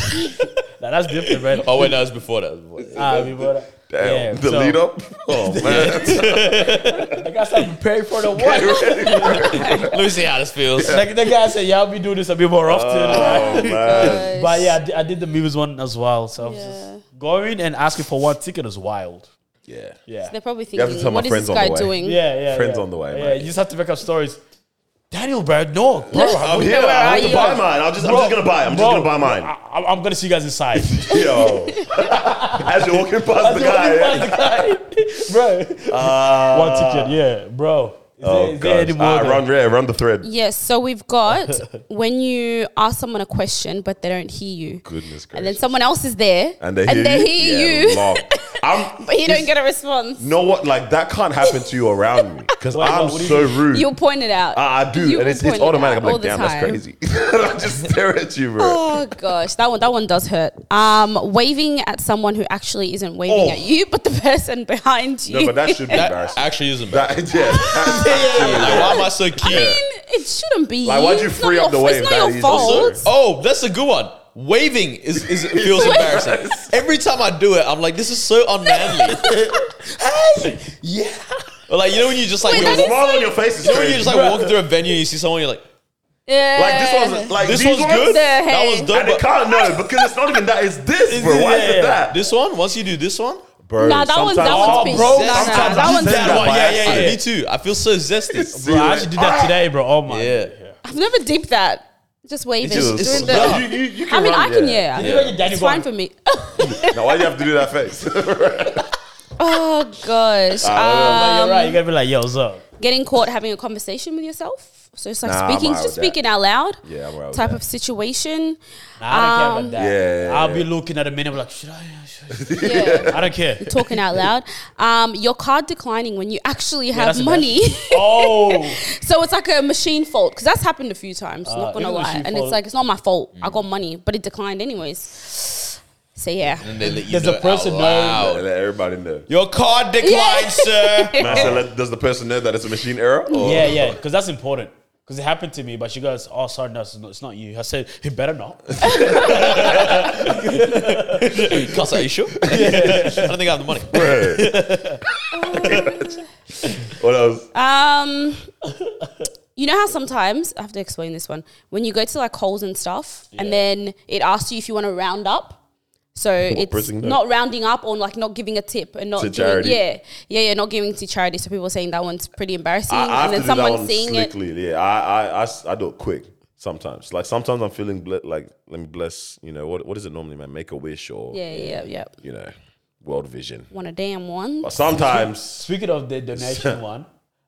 Speaker 4: That- that's different, right?
Speaker 3: Oh wait, that was before that. Was before that.
Speaker 4: Ah, we bought a-
Speaker 2: Damn.
Speaker 4: yeah,
Speaker 2: the
Speaker 4: so-
Speaker 2: lead up. Oh man.
Speaker 4: The guy started preparing for the what?
Speaker 3: Let me see how this feels.
Speaker 4: like the guy said, "Yeah, I'll be doing this a bit more often."
Speaker 2: oh man.
Speaker 1: Guys.
Speaker 4: But yeah, I did, I did the movies one as well. So I was
Speaker 1: Yeah.
Speaker 4: just going and asking for one ticket is wild.
Speaker 2: Yeah.
Speaker 4: Yeah,
Speaker 1: they're probably
Speaker 2: have to
Speaker 1: thinking,
Speaker 2: tell my
Speaker 1: what is
Speaker 2: friends
Speaker 1: this
Speaker 2: on the
Speaker 1: guy
Speaker 2: way.
Speaker 1: doing?
Speaker 4: yeah, yeah.
Speaker 2: Friends
Speaker 4: yeah.
Speaker 2: on the way,
Speaker 4: Yeah,
Speaker 2: mate.
Speaker 4: you just have to make up stories. Daniel, bro, no, bro,
Speaker 2: I'm
Speaker 4: look
Speaker 2: here.
Speaker 4: at where
Speaker 2: I
Speaker 4: I
Speaker 2: have to
Speaker 4: am.
Speaker 2: buy mine. I'll just, I'm just gonna buy. I'm
Speaker 4: Bro,
Speaker 2: just gonna buy
Speaker 4: I,
Speaker 2: mine.
Speaker 4: I- I'm gonna see you guys inside.
Speaker 2: Yo. As you're walking past the guy. yeah.
Speaker 4: bro,
Speaker 2: Uh,
Speaker 4: one ticket, yeah, bro. Is there,
Speaker 2: Oh,
Speaker 4: is there any
Speaker 2: gosh.
Speaker 4: more?
Speaker 2: Ah,
Speaker 4: than-
Speaker 2: run, yeah, run the thread.
Speaker 1: Yes, so we've got when you ask someone a question but they don't hear you.
Speaker 2: Goodness
Speaker 1: And then
Speaker 2: gracious.
Speaker 1: someone else is there
Speaker 2: And they hear you.
Speaker 1: hear
Speaker 2: Yeah,
Speaker 1: you,
Speaker 2: lol. I'm,
Speaker 1: but you don't get a response.
Speaker 2: know what? Like that can't happen to you around me because
Speaker 4: Wait,
Speaker 2: I'm
Speaker 4: what do you
Speaker 2: so
Speaker 4: mean?
Speaker 2: rude.
Speaker 1: You'll point it out.
Speaker 2: I, I do,
Speaker 1: You will
Speaker 2: and it's, it's
Speaker 1: point it out
Speaker 2: automatic. I'm
Speaker 1: all
Speaker 2: like,
Speaker 1: the
Speaker 2: damn,
Speaker 1: time.
Speaker 2: that's crazy. I just stare at you, bro.
Speaker 1: Oh gosh, that one that one does hurt. Um, waving at someone who actually isn't waving
Speaker 2: Oh.
Speaker 1: at you, but the person behind you.
Speaker 2: No, but that should be
Speaker 3: That
Speaker 2: embarrassing.
Speaker 3: actually isn't bad.
Speaker 2: That, yeah, that's-
Speaker 3: Like, why am I so cute?
Speaker 1: I mean, it shouldn't be.
Speaker 2: Like, why'd you
Speaker 1: It's not
Speaker 2: free up
Speaker 1: your-
Speaker 2: the wave
Speaker 1: It's
Speaker 2: that
Speaker 1: not
Speaker 2: easy?
Speaker 1: your fault.
Speaker 2: Also-
Speaker 3: Oh, that's a good one. Waving is, is it feels embarrassing. Every time I do it, I'm like, this is so unmanly. hey, yeah. Or like you know when you just like
Speaker 1: Wait,
Speaker 3: you're
Speaker 1: that is-
Speaker 3: walking-
Speaker 2: smile on your face is
Speaker 3: you know when you
Speaker 2: crazy.
Speaker 3: just like walk through a venue and you see someone, you're like,
Speaker 1: Yeah.
Speaker 2: Like this one's like
Speaker 3: this
Speaker 2: these
Speaker 3: one's
Speaker 2: ones-
Speaker 3: good.
Speaker 1: Yeah,
Speaker 3: That
Speaker 1: hey.
Speaker 3: was dope.
Speaker 2: And it
Speaker 3: But
Speaker 2: can't know because it's not even that. It's this, bro. Why is
Speaker 4: yeah.
Speaker 2: it that,
Speaker 3: this one, once you do this one,
Speaker 2: bro?
Speaker 1: Nah, that one's- that
Speaker 2: sometimes-
Speaker 1: one's
Speaker 4: Oh,
Speaker 1: been-
Speaker 4: bro,
Speaker 1: nah, nah,
Speaker 4: sometimes
Speaker 1: that
Speaker 4: you
Speaker 1: one's
Speaker 4: say
Speaker 1: been-
Speaker 4: that
Speaker 3: one,
Speaker 4: by
Speaker 3: yeah, yeah, yeah,
Speaker 4: accident.
Speaker 3: Me too. I feel so zested.
Speaker 2: See,
Speaker 4: Bro, I
Speaker 2: like,
Speaker 4: actually did that
Speaker 2: ah,
Speaker 4: today, bro. Oh my.
Speaker 3: Yeah.
Speaker 1: I've never deep that. Just waving.
Speaker 2: Jesus.
Speaker 1: Doing
Speaker 3: it's-
Speaker 1: the-
Speaker 3: no,
Speaker 2: you- you- you
Speaker 1: I mean,
Speaker 2: run,
Speaker 1: I can. Yeah,
Speaker 4: You know your daddy
Speaker 1: it's fine for
Speaker 4: gone.
Speaker 1: me.
Speaker 2: Now, why do you have to do that face?
Speaker 1: oh gosh.
Speaker 4: But
Speaker 1: Um,
Speaker 4: you're right. You gotta be like, yo, what's up?
Speaker 1: getting caught having a conversation with yourself. So it's like
Speaker 2: Nah, I'm
Speaker 1: speaking,
Speaker 2: alright
Speaker 1: just
Speaker 2: with that.
Speaker 1: speaking out loud.
Speaker 2: Yeah, I'm alright with
Speaker 1: Type
Speaker 2: that.
Speaker 1: of situation.
Speaker 4: I don't care about that.
Speaker 2: yeah,
Speaker 4: I'll
Speaker 2: yeah.
Speaker 4: be looking at a minute, I'm like, should I? Should
Speaker 1: Yeah.
Speaker 4: I? I don't care.
Speaker 1: Talking out loud, um, your card declining when you actually have
Speaker 4: that's
Speaker 1: money,
Speaker 4: Oh,
Speaker 1: so it's like a machine fault because that's happened a few times.
Speaker 2: Uh,
Speaker 1: not gonna
Speaker 4: even the
Speaker 1: lie,
Speaker 4: machine
Speaker 1: and
Speaker 4: fault-
Speaker 1: it's like it's not my fault. I
Speaker 2: Mm.
Speaker 1: got money, but it declined anyways. So yeah,
Speaker 3: And they let you
Speaker 4: Does
Speaker 3: know
Speaker 4: the person
Speaker 3: out
Speaker 4: know-
Speaker 3: loud.
Speaker 2: Oh, Let everybody know.
Speaker 3: Your card declined,
Speaker 1: Yeah.
Speaker 3: sir.
Speaker 2: Man, I said, let- does the person know that it's a machine error? Or?
Speaker 4: yeah, yeah, because that's important. Because it happened to me, but she goes, "Oh, sorry, no, it's not, it's not you." I said, "He better not."
Speaker 3: I was like, you sure? I don't think I have the money.
Speaker 2: What else?
Speaker 1: um, you know how sometimes I have to explain this one when you go to like Coles and stuff, and then it asks you if you want to round up. So it's
Speaker 2: pressing the-
Speaker 1: not rounding up or like not giving a tip and not
Speaker 2: To
Speaker 1: giving,
Speaker 2: charity.
Speaker 1: Yeah, yeah, yeah, not giving to charity. So people are saying that one's pretty embarrassing,
Speaker 2: I, I have
Speaker 1: and then
Speaker 2: to do that
Speaker 1: someone
Speaker 2: one
Speaker 1: seeing it.
Speaker 2: slickly. Yeah, I, I- I s- I do it quick sometimes. Like sometimes I'm feeling ble- like let me bless. You know what what is it normally, man? Make a wish or
Speaker 1: Yeah, yeah, yeah.
Speaker 2: you know World Vision.
Speaker 1: Want a damn one?
Speaker 2: But sometimes,
Speaker 4: Speaking of the donation one,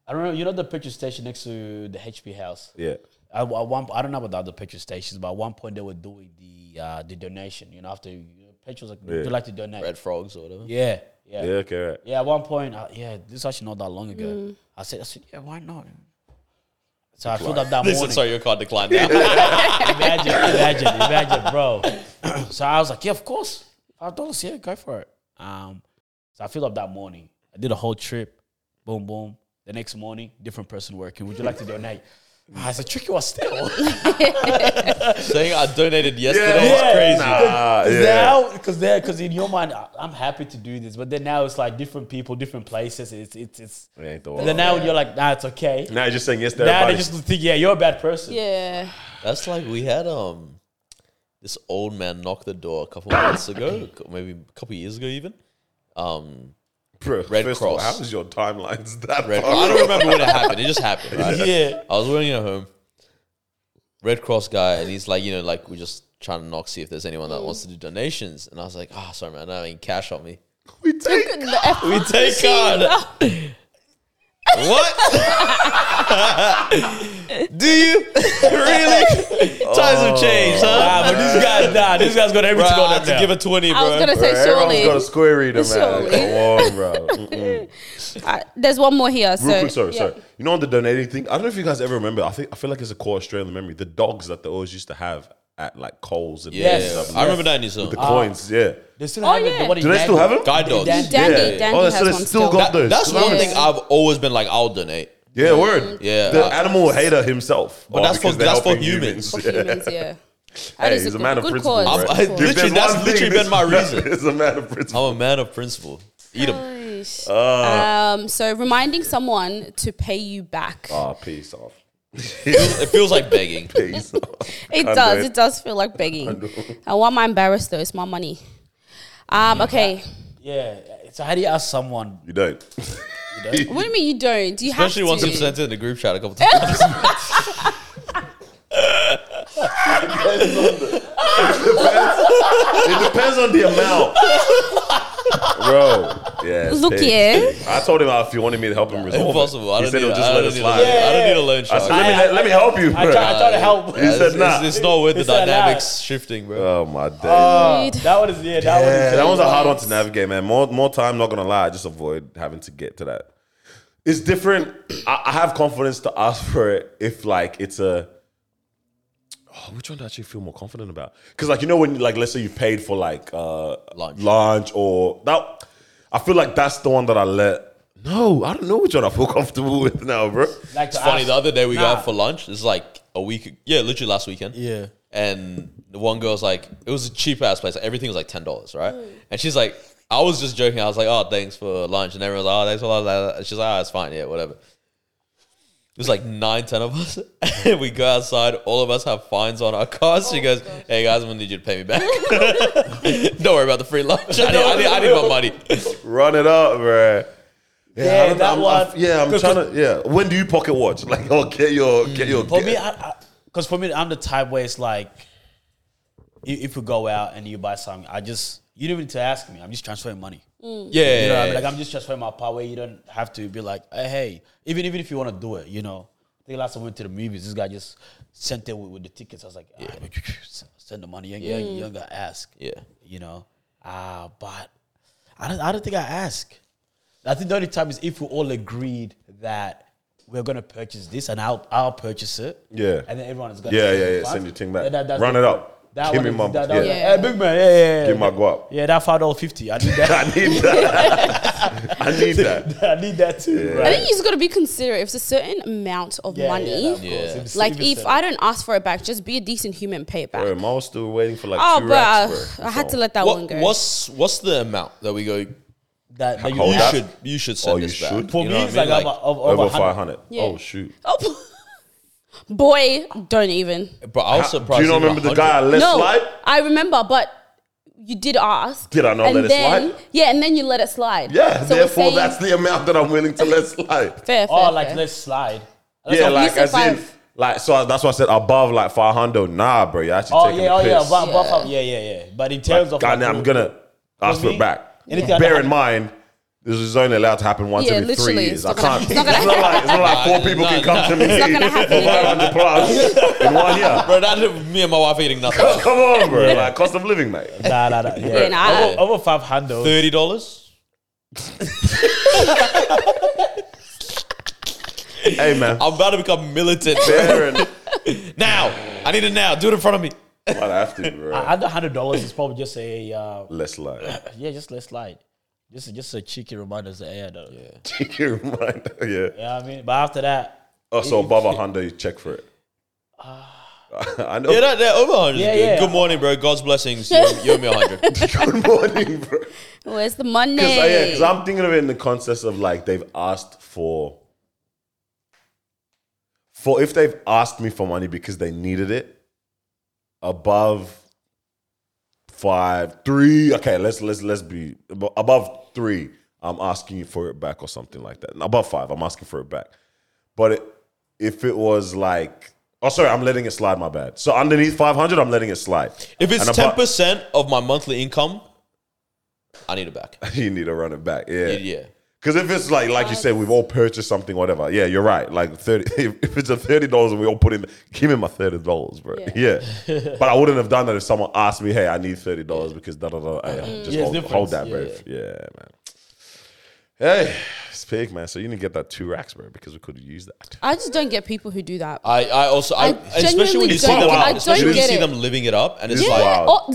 Speaker 4: I don't know. You know the petrol station next to the HP house.
Speaker 2: yeah,
Speaker 4: I, at one, I don't know about the other petrol stations, but at one point they were doing the uh, the donation. You know, after you know, petrol's like they like to donate.
Speaker 3: Red frogs or whatever.
Speaker 4: Yeah, yeah,
Speaker 2: yeah,
Speaker 4: yeah,
Speaker 2: okay, right.
Speaker 4: At one point, I, yeah, this is actually not that long ago. I said, I said, yeah, why not? So I filled up that
Speaker 3: Listen,
Speaker 4: morning.
Speaker 3: sorry, your card declined. Now.
Speaker 4: imagine, imagine, imagine, bro. so I was like, yeah, of course. Five dollars, yeah, go for it. Um, so I filled up that morning. I did a whole trip. Boom, boom. The next morning, different person working. Would you like to donate? Ah, it's a tricky one still.
Speaker 3: Saying I donated yesterday
Speaker 2: Yeah.
Speaker 3: is crazy.
Speaker 2: Nah, yeah.
Speaker 4: Now, because there, because in your mind, I- I'm happy to do this, but then now it's like different people, different places. It's it's it's.
Speaker 2: It ain't the
Speaker 4: And then
Speaker 2: world.
Speaker 4: now you're like, nah, it's okay.
Speaker 2: Now you're just saying yes to
Speaker 4: now
Speaker 2: everybody.
Speaker 4: they just think, yeah, you're a bad person.
Speaker 1: Yeah.
Speaker 3: That's like we had um this old man knock the door a couple of months ago, maybe a couple of years ago even. Um,
Speaker 2: Bro,
Speaker 3: Red
Speaker 2: first of all,
Speaker 3: Cross.
Speaker 2: how is your timelines that
Speaker 3: Red.
Speaker 2: far?
Speaker 3: I don't remember when it happened. It just happened. Right?
Speaker 4: Yeah.
Speaker 3: I was working at home. Red Cross guy, and he's like, you know, like we're just trying to knock see if there's anyone that wants to do donations. And I was like, oh, sorry, man, I don't have any cash on me.
Speaker 2: We take
Speaker 3: We take card.
Speaker 1: Oh,
Speaker 3: what? do you really? Times have changed, huh?
Speaker 4: Ah, but this guy, nah, this guy's got
Speaker 3: Bro,
Speaker 4: everything
Speaker 3: I
Speaker 4: on
Speaker 3: had
Speaker 4: him
Speaker 3: to
Speaker 4: now.
Speaker 3: give a 20, bro.
Speaker 1: I was gonna
Speaker 2: Bro,
Speaker 1: say
Speaker 2: everyone's got a
Speaker 1: surely.
Speaker 2: square reader, man.
Speaker 1: Surely.
Speaker 2: Come on, bro. Mm-mm.
Speaker 1: Uh, there's one more here.
Speaker 2: Real
Speaker 1: so
Speaker 2: quick, sorry,
Speaker 1: yeah.
Speaker 2: sorry. You know on the donating thing, I don't know if you guys ever remember. I think I feel like it's a core Australian memory. The dogs that they always used to have at like Coles and
Speaker 3: yeah,
Speaker 4: Yes.
Speaker 3: I remember Ah. that in New Zealand.
Speaker 2: the coins. Yeah.
Speaker 4: They still
Speaker 1: Oh,
Speaker 4: have it.
Speaker 1: yeah.
Speaker 4: The one in
Speaker 2: Do they still
Speaker 4: Dandenong.
Speaker 2: have them?
Speaker 3: Guide dogs.
Speaker 4: Dandenong.
Speaker 1: Dandy,
Speaker 2: Yeah.
Speaker 1: Dandy
Speaker 2: Oh,
Speaker 1: has
Speaker 2: so they
Speaker 1: one
Speaker 2: still
Speaker 1: still.
Speaker 2: got
Speaker 3: That-
Speaker 2: those.
Speaker 3: that's
Speaker 2: Still have
Speaker 3: one
Speaker 1: Yeah.
Speaker 3: thing I've always been like, I'll donate.
Speaker 2: Yeah, word.
Speaker 3: Yeah.
Speaker 2: The
Speaker 3: Uh,
Speaker 2: animal hater himself.
Speaker 3: But that's
Speaker 2: because
Speaker 3: for-
Speaker 2: they're
Speaker 3: that's for
Speaker 2: helping
Speaker 3: humans.
Speaker 1: For
Speaker 2: Yeah.
Speaker 1: humans, yeah. That
Speaker 2: Hey,
Speaker 1: is
Speaker 2: he's a
Speaker 1: good-
Speaker 2: man of
Speaker 1: good
Speaker 2: principle.
Speaker 1: cause,
Speaker 2: right?
Speaker 3: I'm- I-
Speaker 1: good cause.
Speaker 2: If there's
Speaker 3: Literally, that's
Speaker 2: one
Speaker 3: literally
Speaker 2: this
Speaker 3: been my
Speaker 2: man
Speaker 3: reason.
Speaker 2: is a man of principle.
Speaker 3: I'm a man of principle. Eat them.
Speaker 1: Gosh. um, so reminding someone to pay you back.
Speaker 2: Ah, peace off.
Speaker 3: It feels like begging.
Speaker 2: Peace off.
Speaker 1: it
Speaker 2: can't
Speaker 1: does.
Speaker 2: do it.
Speaker 1: It. does feel like begging. And why am I embarrassed though? It's my money. Um, okay.
Speaker 4: Yeah. So how do you ask someone?
Speaker 2: You don't.
Speaker 1: What do you mean you don't? Do you
Speaker 3: Especially
Speaker 1: have
Speaker 3: once
Speaker 1: to?
Speaker 3: I'm sent in the group chat a couple times.
Speaker 2: It depends on the amount. Bro, yeah.
Speaker 1: Look
Speaker 2: peace,
Speaker 1: here.
Speaker 2: peace. I told him uh, if you wanted me to help him resolve
Speaker 3: Impossible.
Speaker 2: It.
Speaker 3: I
Speaker 2: He
Speaker 3: don't
Speaker 2: said
Speaker 3: need
Speaker 2: he'll
Speaker 3: a-
Speaker 2: just
Speaker 3: I
Speaker 2: let
Speaker 3: don't
Speaker 2: it
Speaker 3: need a-
Speaker 2: slide.
Speaker 3: I don't need a loan
Speaker 2: I
Speaker 3: shark.
Speaker 2: said, let, me, let, let me help you,
Speaker 4: I
Speaker 2: bro.
Speaker 4: try, I try to help.
Speaker 2: he said, nah.
Speaker 3: It's, it's not with the
Speaker 4: It's a
Speaker 3: dynamics shifting, bro.
Speaker 2: oh, my days.
Speaker 4: Uh, that one is yeah. That one
Speaker 2: Yeah,
Speaker 4: is.
Speaker 2: that one's a hard one to navigate, man. More more time, not gonna lie, just avoid having to get to that. It's different. I, I have confidence to ask for it if like it's a oh, which one do I actually feel more confident about? Because like you know when like let's say you paid for like uh
Speaker 3: Lunch.
Speaker 2: or that I feel like that's the one that I let no, I don't know which one I feel comfortable with now, bro.
Speaker 4: Like
Speaker 3: It's
Speaker 4: to
Speaker 3: funny.
Speaker 4: ask-
Speaker 3: The other day we
Speaker 4: Nah.
Speaker 3: got out for lunch. It's like a week. Yeah, literally last weekend.
Speaker 4: Yeah.
Speaker 3: And the one girl's like, it was a cheap ass place. Like, everything was like ten dollars, right? And she's like, I was just joking. I was like, oh, thanks for lunch. And everyone's like, oh, thanks for lunch. And she's like, oh, it's fine. Yeah, whatever. It was like nine, ten of us. And we go outside. All of us have fines on our cars. she goes, hey, guys, I'm going to need you to pay me back. Don't worry about the free lunch. I need, I need, I need my money.
Speaker 2: Run it up, bro. Yeah, I
Speaker 4: Yeah,
Speaker 2: don't know.
Speaker 4: that
Speaker 2: I'm-
Speaker 4: one.
Speaker 2: I'm- yeah, I'm trying to. Yeah, when do you pocket watch? Like, oh, get your, get your.
Speaker 4: For
Speaker 2: get-
Speaker 4: Mm. me, I, because for me, I'm the type where it's like, i- if we go out and you buy something, I just you don't even need to ask me. I'm just transferring money.
Speaker 3: Yeah.
Speaker 4: You know what I mean? Like I'm just transferring my power. You don't have to be like, hey, hey. even even if you want to do it, you know. I think last time we went to the movies, this guy just sent it with, with the tickets. I was like, ah, send the money. You ain't, you ain't- you ain't gotta ask.
Speaker 3: Yeah.
Speaker 4: You know. Ah, but I don't. I don't think I ask. I think the only time is if we all agreed that we're gonna purchase this, and I'll I'll purchase it.
Speaker 2: Yeah.
Speaker 4: And then everyone is gonna
Speaker 2: Yeah,
Speaker 4: send
Speaker 2: yeah,
Speaker 4: me
Speaker 2: yeah.
Speaker 4: five.
Speaker 2: Send your thing back.
Speaker 4: Yeah, that- that's
Speaker 2: Run
Speaker 4: the-
Speaker 2: it up.
Speaker 4: That
Speaker 2: Give
Speaker 4: one
Speaker 2: me
Speaker 4: is-
Speaker 2: mum.
Speaker 4: That, that
Speaker 2: Yeah.
Speaker 4: one- Hey, big man. Yeah, yeah. yeah.
Speaker 2: Give my guap.
Speaker 4: Yeah, that five dollar fifty. I need that.
Speaker 2: I need that. I need that.
Speaker 4: I need that too.
Speaker 2: Yeah.
Speaker 4: Right?
Speaker 1: I think you just got to be considerate. If it's a certain amount of
Speaker 4: Yeah,
Speaker 1: money,
Speaker 4: yeah, of course.
Speaker 3: Yeah.
Speaker 4: It's-
Speaker 1: like
Speaker 4: it's-
Speaker 1: if I don't ask for it back, just be a decent human and pay it back.
Speaker 2: Bro, Miles still waiting for like
Speaker 1: oh,
Speaker 2: two
Speaker 1: bro,
Speaker 2: racks, bro.
Speaker 1: I had to let that one
Speaker 3: What,
Speaker 1: go.
Speaker 3: what's, what's the amount that we go,
Speaker 4: that, that you,
Speaker 2: Hold
Speaker 3: you
Speaker 2: that.
Speaker 3: should you should send
Speaker 2: Oh, you
Speaker 3: this back.
Speaker 2: should?
Speaker 4: for
Speaker 3: You
Speaker 4: me,
Speaker 3: know what
Speaker 4: it's
Speaker 3: I
Speaker 4: like,
Speaker 3: mean?
Speaker 4: I'm a- of- of
Speaker 2: over
Speaker 4: a hundred-
Speaker 2: five hundred.
Speaker 1: Yeah.
Speaker 2: Oh shoot!
Speaker 1: Oh, boy, don't even.
Speaker 3: Bro, I was surprised.
Speaker 2: Do you not
Speaker 3: even
Speaker 2: remember the
Speaker 3: 100.
Speaker 2: guy I let
Speaker 1: no,
Speaker 2: slide?
Speaker 1: I remember, but you did ask.
Speaker 2: Did I not
Speaker 1: and
Speaker 2: let it
Speaker 1: then,
Speaker 2: slide?
Speaker 1: Yeah, and then you let it slide.
Speaker 2: Yeah.
Speaker 1: So we're
Speaker 2: therefore,
Speaker 1: saying-
Speaker 2: that's the amount that I'm willing to let slide.
Speaker 1: fair. fair
Speaker 4: Oh, like
Speaker 1: fair.
Speaker 4: let's slide.
Speaker 2: yeah,
Speaker 1: you
Speaker 2: like
Speaker 1: said
Speaker 2: as in,
Speaker 1: five.
Speaker 2: like so. That's why I said above like five hundred. Nah, bro, you're actually
Speaker 4: Oh
Speaker 2: taking
Speaker 4: yeah, oh
Speaker 2: the
Speaker 4: yeah,
Speaker 2: piss.
Speaker 4: buff,
Speaker 1: Yeah.
Speaker 4: buff up. Yeah, yeah, yeah. But in terms of
Speaker 2: God,
Speaker 4: like,
Speaker 2: now I'm gonna ask for
Speaker 4: me,
Speaker 2: it back.
Speaker 4: anything under
Speaker 2: Bear in
Speaker 4: 100
Speaker 2: mind, this is only allowed to happen once
Speaker 1: Yeah,
Speaker 2: every three
Speaker 1: literally,
Speaker 2: years.
Speaker 1: it's
Speaker 2: I
Speaker 1: not gonna-
Speaker 2: can't. It's
Speaker 1: it's
Speaker 2: not
Speaker 1: not gonna
Speaker 2: like, it's not like four
Speaker 3: Nah,
Speaker 2: people
Speaker 3: nah,
Speaker 2: can come to me
Speaker 1: It's not gonna happen
Speaker 2: for 500 plus in one year.
Speaker 3: Bro, that, me and my wife eating nothing.
Speaker 2: Come on, bro. Like cost of living, mate.
Speaker 4: nah, nah, nah, yeah.
Speaker 1: Yeah, nah, I-
Speaker 4: over, over five hundred.
Speaker 3: Thirty dollars.
Speaker 2: Hey, man.
Speaker 3: I'm about to become militant
Speaker 2: Bear in-
Speaker 3: now. I need it now. Do it in front of me.
Speaker 2: Might have to, bro.
Speaker 4: Under hundred dollars is probably just a uh,
Speaker 2: Let's lie.
Speaker 4: yeah, just let's slide. This is just a cheeky reminder. Say, yeah, yeah. yeah,
Speaker 2: Take your mind. Yeah.
Speaker 4: I mean, but after that,
Speaker 2: Oh, so above a hundred, you check for it. I know.
Speaker 3: Yeah, that, that over hundred.
Speaker 4: Ah. Yeah,
Speaker 3: good.
Speaker 4: yeah.
Speaker 3: good morning, bro. God's blessings. You owe, you owe me hundred.
Speaker 2: Good morning, bro.
Speaker 1: Where's the money?
Speaker 2: Because oh, uh, I'm thinking of it in the context of like they've asked for for if they've asked me for money because they needed it above five three okay let's let's let's be abo- above three I'm asking you for it back or something like that above five I'm asking for it back but it, if it was like oh sorry I'm letting it slide my bad so underneath 500 I'm letting it slide
Speaker 3: If it's
Speaker 2: And
Speaker 3: ten
Speaker 2: abo-
Speaker 3: percent of my monthly income, I need it back.
Speaker 2: you need to run it back yeah
Speaker 3: Yeah.
Speaker 2: Because if it's like, like you said, we've all purchased something, whatever. Yeah, you're right. Like thirty, if, if it's a thirty dollars and we all put in, give me my thirty dollars, bro. Yeah. but I wouldn't have done that if someone asked me, hey, I need thirty dollars because da da da.
Speaker 1: Mm-hmm.
Speaker 2: Hey, Just
Speaker 4: Yeah, it's
Speaker 2: hold,
Speaker 4: different.
Speaker 2: hold that,
Speaker 4: Yeah,
Speaker 2: bro. Yeah. man. Hey, it's big, man. So you didn't get that two racks, bro, because we could have used that.
Speaker 1: I just don't get people who do that.
Speaker 3: I, I also I,
Speaker 1: I
Speaker 3: especially when
Speaker 1: genuinely
Speaker 3: you see
Speaker 1: don't-
Speaker 3: them,
Speaker 2: I
Speaker 3: especially
Speaker 1: don't
Speaker 3: when you
Speaker 1: get
Speaker 3: see
Speaker 1: it.
Speaker 3: them living it up, and it's
Speaker 1: yeah,
Speaker 3: like,
Speaker 2: wild.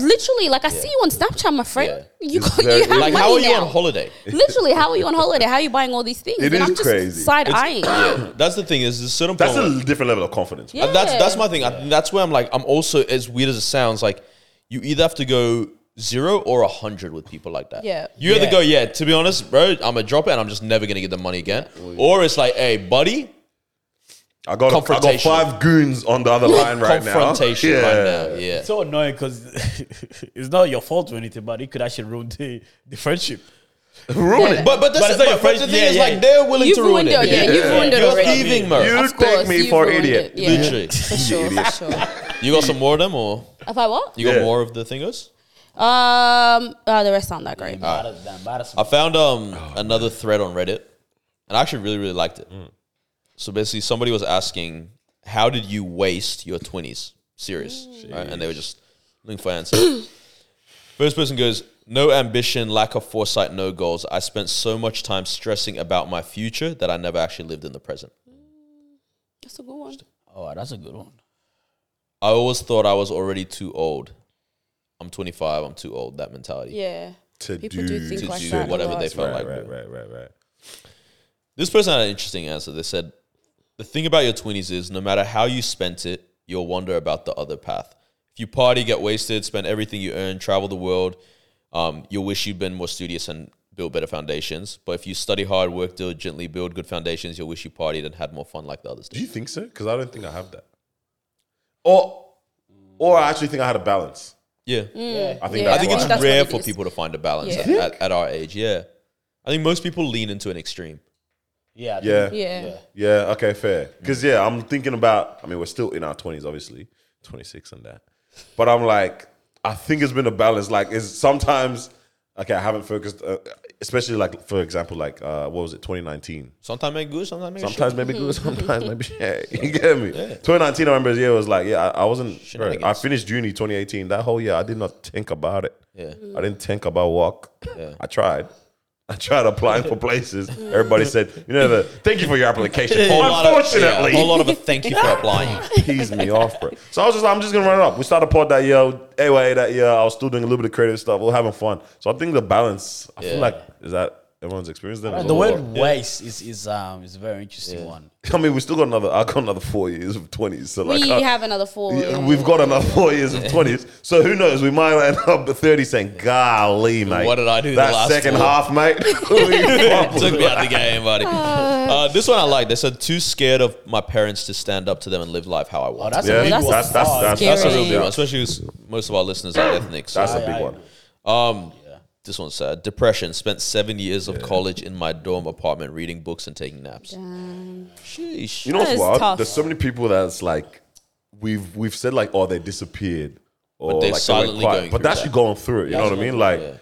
Speaker 1: or literally, like I see you on Snapchat, my friend. You
Speaker 2: It's
Speaker 1: got, you
Speaker 2: very-
Speaker 1: have
Speaker 3: like
Speaker 1: money
Speaker 3: how are you
Speaker 1: now.
Speaker 3: on holiday?
Speaker 1: literally, how are you on holiday? How are you buying all these things?
Speaker 2: It
Speaker 1: and
Speaker 2: is
Speaker 1: I'm just
Speaker 2: crazy.
Speaker 1: side eyeing.
Speaker 3: That's the thing is, there's certain
Speaker 2: That's
Speaker 3: point where-
Speaker 2: a different level of confidence.
Speaker 1: Yeah.
Speaker 3: And that's that's my thing. I, that's where I'm like, I'm also as weird as it sounds. Like, you either have to go zero or a hundred with people like that.
Speaker 1: Yeah.
Speaker 3: You either
Speaker 4: Yeah.
Speaker 3: go, yeah. To be honest, bro, I'm a drop it, and I'm just never gonna get the money again. Or it's like, hey, buddy,
Speaker 2: I got, a, I got
Speaker 3: Confrontational.
Speaker 2: five goons on the other line right now.
Speaker 3: confrontation
Speaker 2: Yeah.
Speaker 3: right now. Yeah.
Speaker 4: It's so annoying because it's not your fault or anything, but it could actually ruin the, the friendship.
Speaker 2: Ruin it.
Speaker 3: But but, that's
Speaker 4: But
Speaker 3: the,
Speaker 4: it's not your
Speaker 3: but, but the
Speaker 4: friend-
Speaker 3: thing
Speaker 4: yeah,
Speaker 3: is
Speaker 4: yeah.
Speaker 3: like they're willing
Speaker 1: You've
Speaker 3: to ruin
Speaker 1: ruined it. Yeah, you've ruined it
Speaker 3: You're
Speaker 1: already.
Speaker 3: thieving, bro.
Speaker 2: You
Speaker 1: Of
Speaker 2: take
Speaker 1: course,
Speaker 2: me
Speaker 1: you've
Speaker 2: for
Speaker 1: ruined
Speaker 2: idiot.
Speaker 1: it. Yeah.
Speaker 3: Literally.
Speaker 1: For sure, for sure.
Speaker 3: You got some more of them, or
Speaker 1: If I what?
Speaker 3: you got
Speaker 2: Yeah.
Speaker 3: more of the thingers?
Speaker 1: Um, uh, the rest aren't that great.
Speaker 3: Mm. I found
Speaker 4: Oh,
Speaker 3: um another thread on Reddit, and I actually really really liked it.
Speaker 4: Mm.
Speaker 3: So basically, somebody was asking, "How did you waste your twenties? Serious?" Right? And they were just looking for answers. First person goes, "No ambition, lack of foresight, no goals. I spent so much time stressing about my future that I never actually lived in the present.
Speaker 1: That's a good one.
Speaker 4: Oh, that's a good one.
Speaker 3: I always thought I was already too old. I'm 25. I'm too old. That mentality.
Speaker 1: Yeah.
Speaker 2: To
Speaker 1: People
Speaker 2: do,
Speaker 1: do think
Speaker 3: to
Speaker 1: like
Speaker 3: do
Speaker 1: that a
Speaker 3: whatever
Speaker 1: lot.
Speaker 3: they felt
Speaker 2: Right,
Speaker 3: like.
Speaker 2: right, right, right, right.
Speaker 3: This person had an interesting answer. They said, The thing about your 20s is no matter how you spent it, you'll wonder about the other path. If you party, get wasted, spend everything you earn, travel the world, um, you'll wish you'd been more studious and built better foundations. But if you study hard, work diligently, build good foundations, you'll wish you partied and had more fun like the others
Speaker 2: Do
Speaker 3: did.
Speaker 2: you think so? Because I don't think I have that. Or, or I actually think I had a balance.
Speaker 3: Yeah.
Speaker 2: I think
Speaker 1: Yeah.
Speaker 2: that's
Speaker 3: I think
Speaker 2: why.
Speaker 3: it's
Speaker 1: That's what
Speaker 3: rare
Speaker 1: it
Speaker 3: for
Speaker 1: is.
Speaker 3: people to find a balance
Speaker 1: Yeah.
Speaker 3: at, at, at our age. Yeah. I think most people lean into an extreme.
Speaker 4: Yeah. I think-
Speaker 2: yeah, yeah,
Speaker 1: Yeah.
Speaker 2: Okay, fair. Because yeah, I'm thinking about. I mean, we're still in our twenties, obviously, twenty six and that. But I'm like, I think it's been a balance. Like, is sometimes okay. I haven't focused, uh, especially like for example, like uh, what was it, 2019?
Speaker 3: Sometimes make good, sometimes make shit.
Speaker 2: Sometimes maybe good, sometimes maybe shit. You get me? 2019, I remember, yeah, it was like, yeah, I, I wasn't. bro, I
Speaker 3: Shenanigans.
Speaker 2: finished uni 2018. That whole year, I did not think about it.
Speaker 3: Yeah.
Speaker 2: I didn't think about work. I tried. I tried applying for places. Everybody said, you know, the thank you for your application.
Speaker 3: A whole lot of-
Speaker 2: Unfortunately,
Speaker 3: yeah, a whole lot of a thank you for applying.
Speaker 2: Teased me off, bro. So I was just like, I'm just gonna run it up. We started pod that year, AYA that year. I was still doing a little bit of creative stuff. We are having fun. So I think the balance, I feel
Speaker 3: Yeah.
Speaker 2: like, is that everyone's experience? Then
Speaker 4: Uh, The word waste is, is um is a very interesting one.
Speaker 2: I mean, we still got another. I got another four years of twenties. So like,
Speaker 1: we
Speaker 3: uh,
Speaker 2: I-
Speaker 1: have another four.
Speaker 2: yeah, we've got another four years of twenties. So who knows? We might end up at thirty, saying, "Golly, mate,
Speaker 3: What did I do the
Speaker 2: That
Speaker 3: last
Speaker 2: second
Speaker 3: four?"
Speaker 2: half, mate. We
Speaker 3: took me out the game, buddy. Uh, this one I like. They said too scared of my parents to stand up to them and live life how I
Speaker 4: Oh,
Speaker 3: want.
Speaker 4: that's
Speaker 2: Yeah,
Speaker 4: a big
Speaker 2: that's-
Speaker 4: one.
Speaker 2: that's- that's- that's-
Speaker 3: that's a real
Speaker 1: scary.
Speaker 3: big one, especially with most of our listeners are ethnic. So.
Speaker 2: That's a big one.
Speaker 3: um, this one's sad. Depression. Spent seven years of college in my dorm apartment reading books and taking naps. Sheesh.
Speaker 2: You know
Speaker 1: That
Speaker 2: what's
Speaker 1: is
Speaker 2: wild?
Speaker 1: tough.
Speaker 2: There's so many people that's like, we've weve said like, oh, they disappeared, or
Speaker 3: they're
Speaker 2: like
Speaker 3: silently
Speaker 2: quiet.
Speaker 3: going
Speaker 2: but
Speaker 3: through
Speaker 2: that's
Speaker 3: that.
Speaker 2: you going through it. You know what I mean? Like,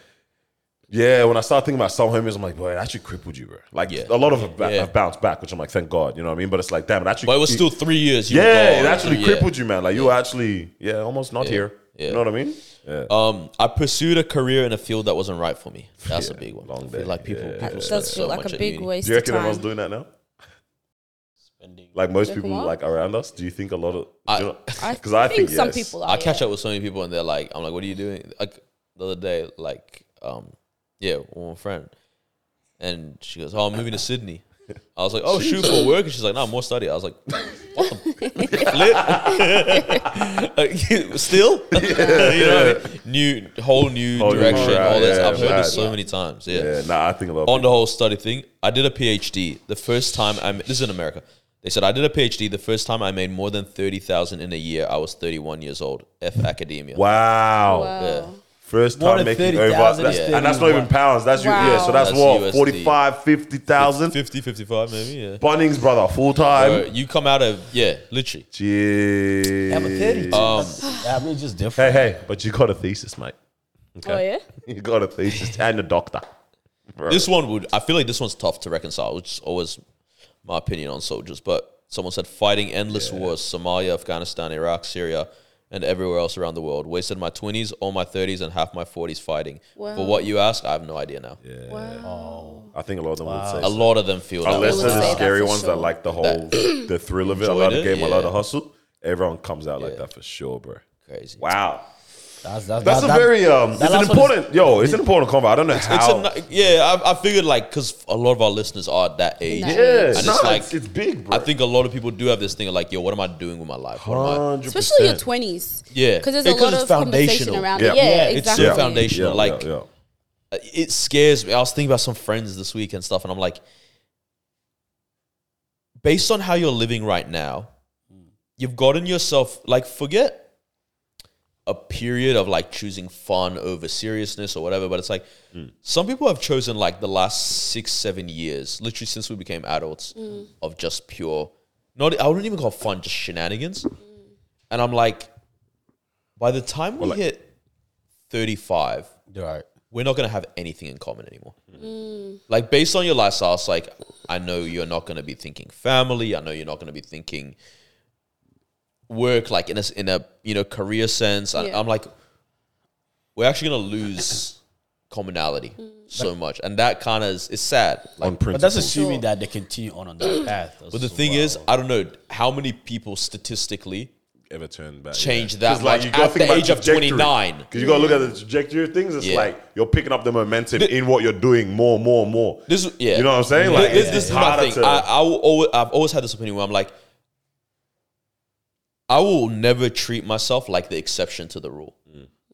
Speaker 2: yeah. When I start thinking about some homies, I'm like, boy, that actually crippled you, bro. Like,
Speaker 3: Yeah.
Speaker 2: a lot of have, ba-
Speaker 3: Yeah.
Speaker 2: have bounced back, which I'm like, thank God. You know what I mean? But it's like, damn, it actually.
Speaker 3: But it was
Speaker 2: it-
Speaker 3: still three years. You were
Speaker 2: Yeah, it
Speaker 3: gone.
Speaker 2: actually
Speaker 3: Yeah.
Speaker 2: crippled you, man. Like you were actually, yeah, almost not here.
Speaker 3: Yeah.
Speaker 2: You know what I mean? Yeah.
Speaker 3: Um, I pursued a career in a field that wasn't right for me. That's a big one.
Speaker 2: long
Speaker 3: I feel
Speaker 2: day.
Speaker 3: like people,
Speaker 2: Yeah.
Speaker 3: people
Speaker 1: That
Speaker 3: spend
Speaker 1: does
Speaker 3: so
Speaker 1: feel like
Speaker 3: much
Speaker 1: a
Speaker 3: at
Speaker 1: big
Speaker 3: uni.
Speaker 1: waste
Speaker 2: do you
Speaker 1: of
Speaker 2: reckon everyone's
Speaker 1: time.
Speaker 2: doing that now? Like most people,
Speaker 1: what?
Speaker 2: like around us. Do you think a lot of?
Speaker 3: I-
Speaker 1: I
Speaker 2: Because
Speaker 1: think, some
Speaker 2: yes.
Speaker 1: people are.
Speaker 3: I catch up with so many people and they're like, I'm like, what are you doing? Like the other day, like, um, yeah, one friend, and she goes, oh, I'm moving to Sydney. I was like, oh, shoot for work, and she's like, no, more study. I was like, what the flip? Like, still, you know, what I mean? new whole new
Speaker 2: Whole new
Speaker 3: direction,
Speaker 2: route,
Speaker 3: all this.
Speaker 2: yeah,
Speaker 3: I've heard
Speaker 2: mad.
Speaker 3: this so many times. Yeah.
Speaker 2: Yeah, nah, I think a lot. Of
Speaker 3: On
Speaker 2: people,
Speaker 3: the whole study thing, I did a PhD the first time I. This is in America. They said I did a PhD the first time I made more than thirty thousand in a year. I was thirty-one years old. F academia.
Speaker 2: wow.
Speaker 1: Wow.
Speaker 2: First time
Speaker 4: More than
Speaker 2: making
Speaker 4: 30,000
Speaker 2: over,
Speaker 4: is
Speaker 2: that's, and that's not
Speaker 4: 31.
Speaker 2: even pounds. That's you, yeah. So
Speaker 1: Wow.
Speaker 2: that's,
Speaker 3: That's
Speaker 2: what
Speaker 3: USD.
Speaker 2: 45, 50,000.
Speaker 3: 50, 55 maybe. Yeah.
Speaker 2: Bunnings, brother, full
Speaker 3: Bro,
Speaker 2: time.
Speaker 3: you come out of yeah, literally.
Speaker 2: Jeez.
Speaker 4: Yeah, but 32.
Speaker 3: Um,
Speaker 4: yeah, I mean, it's just
Speaker 2: Hey,
Speaker 4: different.
Speaker 2: hey, but you got a thesis, mate.
Speaker 1: Oh yeah.
Speaker 2: You got a thesis and a doctor.
Speaker 3: This one would. I feel like this one's tough to reconcile, which is always my opinion on soldiers. But someone said fighting endless wars: Somalia, Afghanistan, Iraq, Syria, and everywhere else around the world. Wasted my twenties, all my thirties, and half my forties fighting.
Speaker 1: Wow.
Speaker 3: For what you ask, I have no idea now.
Speaker 2: I think a lot of them would say
Speaker 3: A
Speaker 2: so.
Speaker 3: lot of them feel that.
Speaker 2: Unless
Speaker 1: would
Speaker 3: way.
Speaker 2: they're
Speaker 1: say
Speaker 2: the
Speaker 1: that
Speaker 2: scary
Speaker 1: for
Speaker 2: ones
Speaker 1: sure.
Speaker 2: that like the whole the thrill of it, I love the
Speaker 3: it,
Speaker 2: game, I love the
Speaker 3: yeah.
Speaker 2: hustle. Everyone comes out like that for sure, bro.
Speaker 3: crazy.
Speaker 2: Wow.
Speaker 4: That's, that's,
Speaker 2: That's a
Speaker 4: that- that-
Speaker 2: very um it's an
Speaker 4: last one is-
Speaker 2: important yo, it's an important convo. I don't know
Speaker 3: It's
Speaker 2: how
Speaker 3: a, ni- yeah, I, I figured like because a lot of our listeners are that age.
Speaker 1: Yeah.
Speaker 2: Yeah,
Speaker 3: And
Speaker 2: it's,
Speaker 3: it's
Speaker 2: not,
Speaker 3: like-
Speaker 2: it's, it's big, bro.
Speaker 3: I think a lot of people do have this thing of like, yo, what am I doing with my life? What am I?
Speaker 2: 100%.
Speaker 1: Especially your twenties.
Speaker 3: Yeah.
Speaker 1: Because there's
Speaker 3: Because
Speaker 1: a
Speaker 3: it's
Speaker 1: lot of conversation
Speaker 3: foundational.
Speaker 1: around
Speaker 2: Yeah.
Speaker 1: it. Yeah,
Speaker 4: Yeah,
Speaker 3: it's so
Speaker 1: exactly.
Speaker 3: foundation-
Speaker 2: Yeah, yeah,
Speaker 3: like-
Speaker 2: yeah.
Speaker 3: Uh, it scares me. I was thinking about some friends this week and stuff, and I'm like, based on how you're living right now, you've gotten yourself like forget a period of like choosing fun over seriousness or whatever, but it's like some people have chosen like the last six, seven years, literally since we became adults, of just pure not I wouldn't even call fun, just shenanigans. And I'm like, by the time we
Speaker 2: like-
Speaker 3: hit 35,
Speaker 4: Right.
Speaker 3: we're not going to have anything in common anymore. Like, based on your lifestyle, it's like, I know you're not going to be thinking family. I know you're not going to be thinking work, like in a, s- in a you know, career sense. And
Speaker 1: Yeah.
Speaker 3: I'm like, we're actually going to lose commonality so much. And that kind of is, is sad. Like,
Speaker 2: on
Speaker 4: But
Speaker 2: principle.
Speaker 4: that's assuming that they continue on on that path.
Speaker 3: but the thing is, I don't know how many people statistically
Speaker 2: ever turn back.
Speaker 3: Change
Speaker 2: yeah.
Speaker 3: that
Speaker 2: 'Cause,
Speaker 3: much
Speaker 2: you gotta
Speaker 3: at
Speaker 2: think
Speaker 3: the
Speaker 2: about
Speaker 3: age of
Speaker 2: trajectory.
Speaker 3: 29.
Speaker 2: Cause you gotta look at the trajectory of things. It's
Speaker 3: Yeah.
Speaker 2: like you're picking up the momentum in what you're doing more, more, more.
Speaker 3: This, is- yeah,
Speaker 2: You know what I'm saying?
Speaker 3: Thi-
Speaker 2: Like
Speaker 3: this,
Speaker 2: it's
Speaker 3: this is my
Speaker 2: harder
Speaker 3: thing.
Speaker 2: to-
Speaker 3: I, I will always, I've always had this opinion where I'm like, I will never treat myself like the exception to the rule.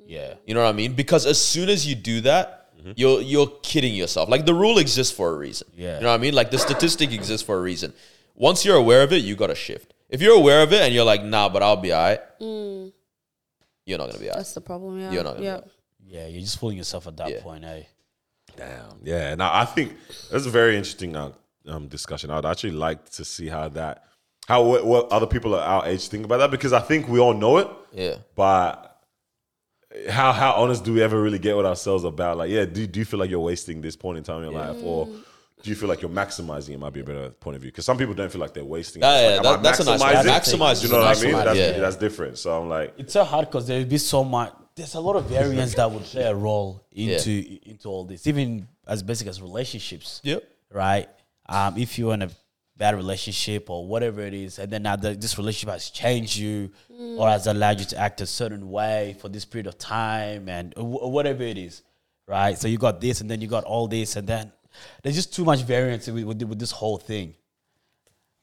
Speaker 4: yeah.
Speaker 3: You know what I mean? Because as soon as you do that,
Speaker 2: Mm-hmm.
Speaker 3: you're you're kidding yourself. Like the rule exists for a reason.
Speaker 4: Yeah.
Speaker 3: You know what I mean? Like the statistic exists for a reason. Once you're aware of it, you gotta shift. If you're aware of it and you're like, nah, but I'll be alright, you're not gonna be alright.
Speaker 1: That's the problem, yeah.
Speaker 3: You're not gonna
Speaker 1: yeah.
Speaker 3: be alright.
Speaker 4: Yeah, you're just fooling yourself at that
Speaker 3: Yeah.
Speaker 4: point, eh?
Speaker 2: Damn. Yeah. Now I think that's a very interesting uh, um, discussion. I'd actually like to see how that, how what, what other people at our age think about that because I think we all know it,
Speaker 3: Yeah.
Speaker 2: but how how honest do we ever really get with ourselves about like yeah do do you feel like you're wasting this point in time in your life or do you feel like you're maximizing it might be a better point of view because some people don't feel like they're wasting it.
Speaker 3: Oh, Yeah, yeah,
Speaker 2: It's like, am
Speaker 3: that-
Speaker 2: I
Speaker 3: that's a nice-
Speaker 2: maximizing? Do
Speaker 3: maximize is
Speaker 2: you know
Speaker 3: a
Speaker 2: what I
Speaker 3: nice
Speaker 2: mean
Speaker 3: one,
Speaker 2: that's,
Speaker 3: yeah.
Speaker 2: that's different so I'm like
Speaker 4: It's so hard because there'll be so much. There's a lot of variants that would play a role into into all this, even as basic as relationships.
Speaker 3: Yep.
Speaker 4: Right. Um, if you're in a bad relationship or whatever it is, and then now that this relationship has changed you or has allowed you to act a certain way for this period of time and w- whatever it is, right? So you got this, and then you got all this, and then there's just too much variance with, with, with this whole thing.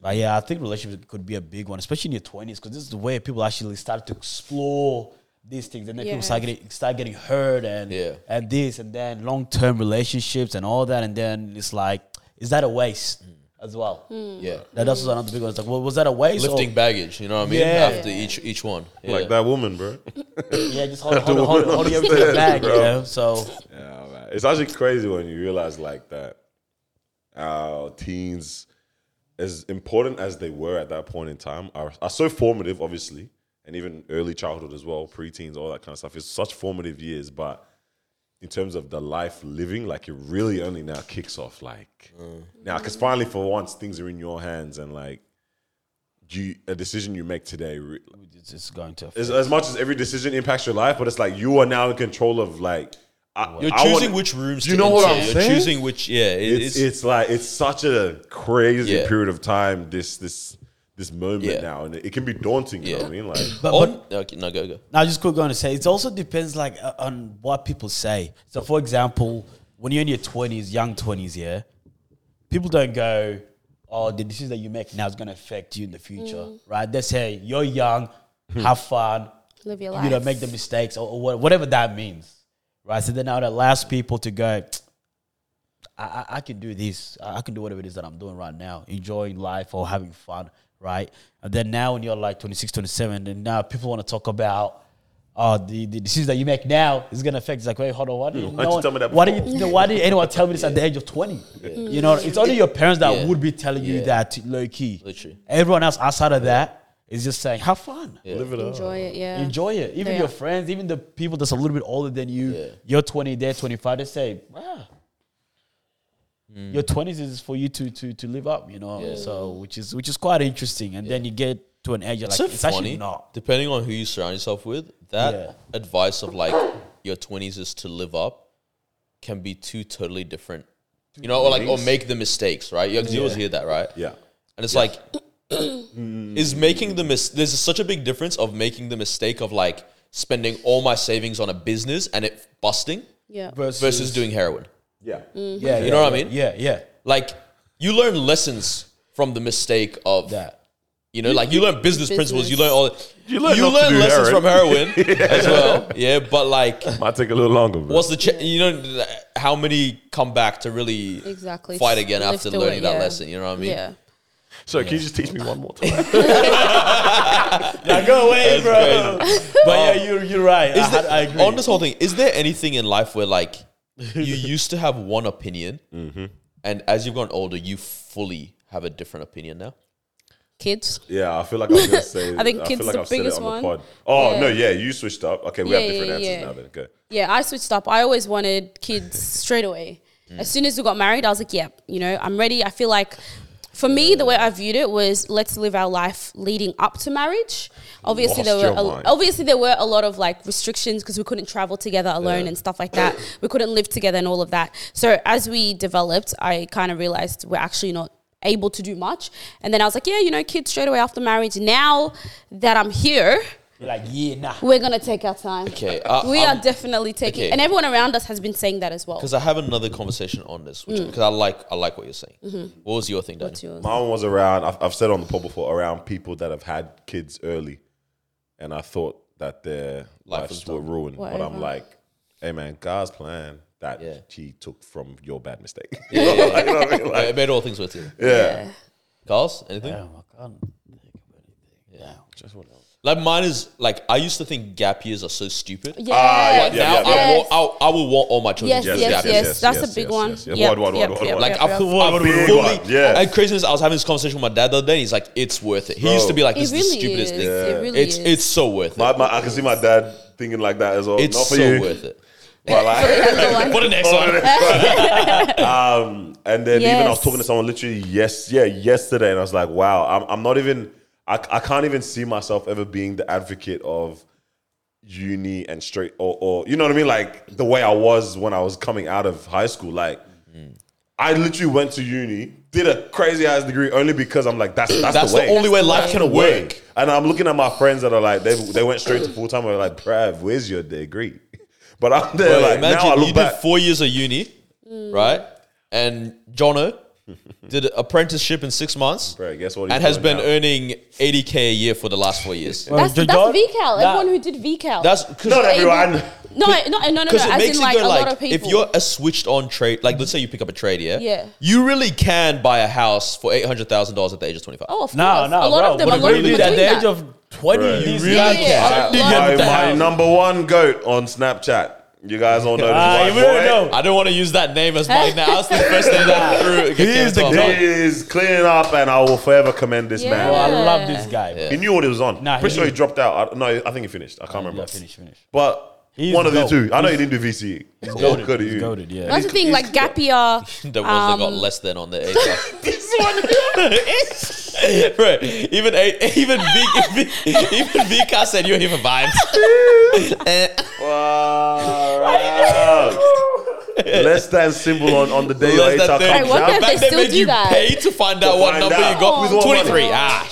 Speaker 4: But yeah, I think relationships could be a big one, especially in your twenties, because this is the way people actually start to explore these things, and then people
Speaker 1: Yeah.
Speaker 4: start getting start getting hurt, and
Speaker 3: Yeah.
Speaker 4: and this, and then long term relationships and all that, and then it's like, is that a waste
Speaker 3: Mm.
Speaker 4: as well?
Speaker 3: Yeah.
Speaker 4: That, that's another big one. It's like, well, was that a waste? or-
Speaker 3: Lifting baggage, you know what I mean?
Speaker 4: Yeah.
Speaker 3: After each each one.
Speaker 2: like
Speaker 3: Yeah.
Speaker 2: that woman bro
Speaker 4: yeah, just hold, hold, hold, hold, everything
Speaker 2: understand,
Speaker 4: back, you
Speaker 2: bro.
Speaker 4: know. So
Speaker 2: Yeah, man. It's actually crazy when you realize like that our teens, as important as they were at that point in time, are, are so formative, obviously, and even early childhood as well, preteens, all that kind of stuff. It's such formative years, but in terms of the life living, like it really only now kicks off, like now, because finally, for once, things are in your hands, and like you, a decision you make today re-
Speaker 4: it's, it's going to.
Speaker 2: as, as much as every decision impacts your life, but it's like you are now in control of like I,
Speaker 3: You're
Speaker 2: I
Speaker 3: choosing
Speaker 2: wanna-
Speaker 3: which rooms
Speaker 2: You
Speaker 3: to
Speaker 2: know what
Speaker 3: enter.
Speaker 2: I'm
Speaker 3: You're
Speaker 2: saying?
Speaker 3: choosing which yeah, it-
Speaker 2: It's, it's like it's such a crazy
Speaker 3: Yeah.
Speaker 2: period of time. This this this moment
Speaker 3: Yeah.
Speaker 2: now, and it, it can be daunting. You know
Speaker 3: Yeah.
Speaker 2: what I mean? Like
Speaker 3: on, okay, no, go, go.
Speaker 4: Now, just quick going to say, it also depends like uh, on what people say. So, for example, when you're in your twenties, young twenties, yeah, people don't go, "Oh, the decision that you make now is going to affect you in the future," right? They say, "You're young, have fun,
Speaker 1: Live your
Speaker 4: you know,
Speaker 1: life.
Speaker 4: make the mistakes or, or wha- whatever that means, right?" So then, now that allows people to go, I, I, I can do this. I, I can do whatever it is that I'm doing right now, enjoying life or having fun, right? And then now when you're like 26, 27, and now people want to talk about, oh, the, the decisions that you make now is going to affect. It's like, wait, hold on. Why did,
Speaker 2: Why didn't Mm, you tell me that
Speaker 4: why did,
Speaker 2: before?
Speaker 4: you, why did anyone tell me this at the age of 20? You know, it's only your parents that
Speaker 3: Yeah.
Speaker 4: would be telling you
Speaker 3: Yeah.
Speaker 4: that low key.
Speaker 3: Literally.
Speaker 4: Everyone else outside of that is just saying, have fun.
Speaker 2: live it up.
Speaker 1: Enjoy it, yeah.
Speaker 4: Enjoy it. Even
Speaker 1: Yeah.
Speaker 4: your friends, even the people that's a little bit older than you,
Speaker 3: Yeah.
Speaker 4: you're 20, they're 25, they say, wow,
Speaker 1: Hmm.
Speaker 4: Your twenties is for you to to to live up, you know. So which is which is quite interesting, and then you get to an age you're like
Speaker 3: so
Speaker 4: it's
Speaker 3: funny.
Speaker 4: actually not.
Speaker 3: Depending on who you surround yourself with, that
Speaker 4: Yeah.
Speaker 3: advice of like your twenties is to live up can be two totally different. You know, or like or
Speaker 2: things.
Speaker 3: make the mistakes, right? You, 'cause you always hear that, right?
Speaker 2: Yeah.
Speaker 3: And it's like is making the mis- there's such a big difference of making the mistake of like spending all my savings on a business and it busting
Speaker 1: Yeah.
Speaker 3: versus doing heroin.
Speaker 2: Yeah.
Speaker 1: Mm.
Speaker 4: yeah,
Speaker 3: You know what I mean?
Speaker 4: Yeah, yeah,
Speaker 3: Like you learn lessons from the mistake of
Speaker 4: that.
Speaker 3: You know, like you learn business, principles, you
Speaker 1: Business.
Speaker 3: learn all that. You learn,
Speaker 2: not to do
Speaker 3: lessons from heroin as well. Yeah, but like,
Speaker 2: Might take a little longer. Bro.
Speaker 3: what's the, ch- you know, how many come back to really
Speaker 1: Exactly.
Speaker 3: fight again
Speaker 1: Live
Speaker 3: after
Speaker 1: through
Speaker 3: learning
Speaker 1: it,
Speaker 3: that
Speaker 1: yeah.
Speaker 3: lesson? You know what I mean?
Speaker 1: Yeah.
Speaker 2: Sorry, can you just teach me one more time?
Speaker 4: Like, go away,
Speaker 3: That's
Speaker 4: bro.
Speaker 3: crazy.
Speaker 4: But yeah, you're you're right. I,
Speaker 3: Is
Speaker 4: had-
Speaker 3: there-
Speaker 4: I agree.
Speaker 3: On this whole thing, is there anything in life where like you used to have one opinion
Speaker 4: Mm-hmm.
Speaker 3: and as you've gotten older, you fully have a different opinion now?
Speaker 1: Kids.
Speaker 2: yeah, I feel like I was gonna say.
Speaker 1: I think
Speaker 2: feel
Speaker 1: kids
Speaker 2: like
Speaker 1: the
Speaker 2: I've said it
Speaker 1: biggest
Speaker 2: on
Speaker 1: one.
Speaker 2: The pod. Oh
Speaker 1: Yeah.
Speaker 2: no, yeah, you switched up. Okay, we
Speaker 1: Yeah,
Speaker 2: have different
Speaker 1: yeah,
Speaker 2: answers
Speaker 1: yeah.
Speaker 2: now. Then okay.
Speaker 1: Yeah, I switched up. I always wanted kids straight away.
Speaker 2: Mm.
Speaker 1: As soon as we got married, I was like, yeah, you know, I'm ready. I feel like for me, the way I viewed it was let's live our life leading up to marriage. Obviously,
Speaker 2: Lost
Speaker 1: there were
Speaker 2: your
Speaker 1: a,
Speaker 2: mind.
Speaker 1: obviously there were a lot of like restrictions because we couldn't travel together alone and stuff like that. we couldn't live together and all of that. So as we developed, I kind of realized we're actually not able to do much. And then I was like, yeah, you know, kids straight away after marriage. Now that I'm here,
Speaker 4: like yeah, nah.
Speaker 1: we're gonna take our time.
Speaker 3: Okay, I-
Speaker 1: we
Speaker 3: I'm-
Speaker 1: are definitely taking,
Speaker 3: okay.
Speaker 1: and everyone around us has been saying that as well.
Speaker 3: Because I have another conversation on this, because I like I like what you're saying. What was your thing, Daniel?
Speaker 1: Mm. Mm-hmm. What's yours?
Speaker 2: My one was around. I've, I've said on the pod before around people that have had kids early, and I thought that their
Speaker 3: Life was
Speaker 2: lives were ruined. But
Speaker 1: Whatever.
Speaker 2: I'm like, hey man, God's plan that
Speaker 3: Yeah.
Speaker 2: he took from your bad mistake.
Speaker 3: Yeah, yeah, yeah.
Speaker 2: You know what I mean? Like,
Speaker 3: it made all things worth it.
Speaker 2: yeah.
Speaker 3: Carl's, anything?
Speaker 4: Damn, I can't think of anything. Yeah.
Speaker 3: Like mine is like I used to think gap years are so stupid.
Speaker 1: yeah.
Speaker 2: Ah, yeah, yeah,
Speaker 3: Now
Speaker 2: yeah,
Speaker 3: I,
Speaker 1: yes.
Speaker 3: want, I, I will want all my children
Speaker 1: Yes,
Speaker 3: to
Speaker 1: yes,
Speaker 3: be
Speaker 1: yes,
Speaker 3: gap
Speaker 1: yes,
Speaker 3: years.
Speaker 1: That's
Speaker 2: yes,
Speaker 1: a big
Speaker 2: yes,
Speaker 1: one.
Speaker 2: yes, yes.
Speaker 1: Yep,
Speaker 2: One, one,
Speaker 1: yep,
Speaker 2: one, one,
Speaker 1: yep,
Speaker 2: one.
Speaker 3: Like
Speaker 1: yep,
Speaker 3: I've,
Speaker 1: yep.
Speaker 3: I've
Speaker 2: big
Speaker 3: fully,
Speaker 2: one, yes.
Speaker 3: and craziness. I was having this conversation with my dad the other day. And he's like, "It's worth it." He used to be like,
Speaker 1: It
Speaker 3: "This
Speaker 1: really
Speaker 3: is the
Speaker 1: is.
Speaker 3: stupidest thing."
Speaker 1: It really
Speaker 3: It's
Speaker 1: is.
Speaker 3: it's so worth it.
Speaker 2: My, my, I can see my dad thinking like that as well.
Speaker 3: It's
Speaker 2: Not for
Speaker 3: so
Speaker 2: you.
Speaker 3: worth it.
Speaker 2: But like,
Speaker 3: For the next one,
Speaker 2: um, and then even I was
Speaker 1: Yes.
Speaker 2: talking to someone literally yes, yeah, yesterday, and I was like, wow, I'm, I'm not even, I, I can't even see myself ever being the advocate of uni and straight, or, or you know what I mean, like the way I was when I was coming out of high school. Like,
Speaker 3: Mm-hmm.
Speaker 2: I literally went to uni, did a crazy ass degree only because I'm like, that's that's,
Speaker 3: that's
Speaker 2: the way.
Speaker 3: the only way life
Speaker 2: That's
Speaker 3: can
Speaker 2: the way.
Speaker 3: work.
Speaker 2: And I'm looking at my friends that are like, they, they went straight to full time. and They're like, Prav, where's your degree? But I'm there,
Speaker 3: Bro,
Speaker 2: like, now I
Speaker 3: imagine
Speaker 2: look
Speaker 3: you
Speaker 2: back.
Speaker 3: did four years of uni, right? And Jono did apprenticeship in six months,
Speaker 2: Bro, guess what? he's
Speaker 3: and has
Speaker 2: doing
Speaker 3: been
Speaker 2: now?
Speaker 3: earning eighty k a year for the last four years.
Speaker 4: Oh,
Speaker 1: That's, that's
Speaker 4: Jordan?
Speaker 1: VCal.
Speaker 4: Nah.
Speaker 1: Everyone who did VCal.
Speaker 3: That's because
Speaker 2: Not everyone.
Speaker 1: no, no, no, no, no.
Speaker 3: Because it
Speaker 1: As
Speaker 3: makes
Speaker 1: in,
Speaker 3: it
Speaker 1: like a
Speaker 3: go
Speaker 1: lot of
Speaker 3: like
Speaker 1: people.
Speaker 3: if you're a switched on trade, like let's say you pick up a trade, yeah,
Speaker 1: Yeah.
Speaker 3: you really can buy a house for eight hundred thousand dollars at the age of twenty five.
Speaker 1: oh, of
Speaker 4: No,
Speaker 1: course.
Speaker 4: no,
Speaker 1: a lot
Speaker 4: bro.
Speaker 1: of them, a
Speaker 4: what
Speaker 1: lot
Speaker 4: do
Speaker 1: of them
Speaker 4: you
Speaker 1: are
Speaker 4: did at
Speaker 1: doing
Speaker 4: the
Speaker 1: that.
Speaker 4: age of twenty?
Speaker 2: Right.
Speaker 4: You
Speaker 2: You
Speaker 4: really
Speaker 1: Yeah,
Speaker 4: can't.
Speaker 1: yeah. Like,
Speaker 4: I didn't get
Speaker 1: What
Speaker 2: my,
Speaker 4: with the
Speaker 2: my
Speaker 4: house.
Speaker 2: number one goat on Snapchat. You guys don't know this
Speaker 4: Ah,
Speaker 2: white
Speaker 4: you really
Speaker 2: boy.
Speaker 4: don't.
Speaker 3: I don't want to use that name as my name. That's the first thing that threw. He
Speaker 4: is the
Speaker 2: He is cleaning up, and I will forever commend this
Speaker 4: Oh, I
Speaker 2: man.
Speaker 4: love this guy. Bro.
Speaker 2: He knew what he was on.
Speaker 4: Nah,
Speaker 2: Pretty
Speaker 4: he
Speaker 2: sure he
Speaker 4: knew.
Speaker 2: dropped out. I, no, I think he finished. I can't remember.
Speaker 4: Yeah, finish, finish.
Speaker 2: But
Speaker 4: He's
Speaker 2: one of the
Speaker 4: goat.
Speaker 2: two. I know he didn't do VCE. He's
Speaker 4: Goated,
Speaker 2: Good at
Speaker 4: he's
Speaker 2: you.
Speaker 4: goated, yeah.
Speaker 1: That's the thing, like gap year.
Speaker 3: The ones that got
Speaker 1: Um,
Speaker 3: less than on the age. Bro, even a- even V even Vika said you ain't even vibes. Eh,
Speaker 2: Less than symbol on, on the day your
Speaker 3: Less than
Speaker 2: HR
Speaker 3: thirty.
Speaker 2: comes
Speaker 1: Wait, what
Speaker 2: out.
Speaker 1: the-
Speaker 3: back
Speaker 1: they
Speaker 3: then
Speaker 1: still
Speaker 3: made
Speaker 1: do
Speaker 3: you
Speaker 1: that.
Speaker 3: pay to find out
Speaker 2: To
Speaker 3: what
Speaker 2: find
Speaker 3: number
Speaker 2: out.
Speaker 3: you got.
Speaker 2: With what
Speaker 3: Twenty three.
Speaker 2: money?
Speaker 3: Ah,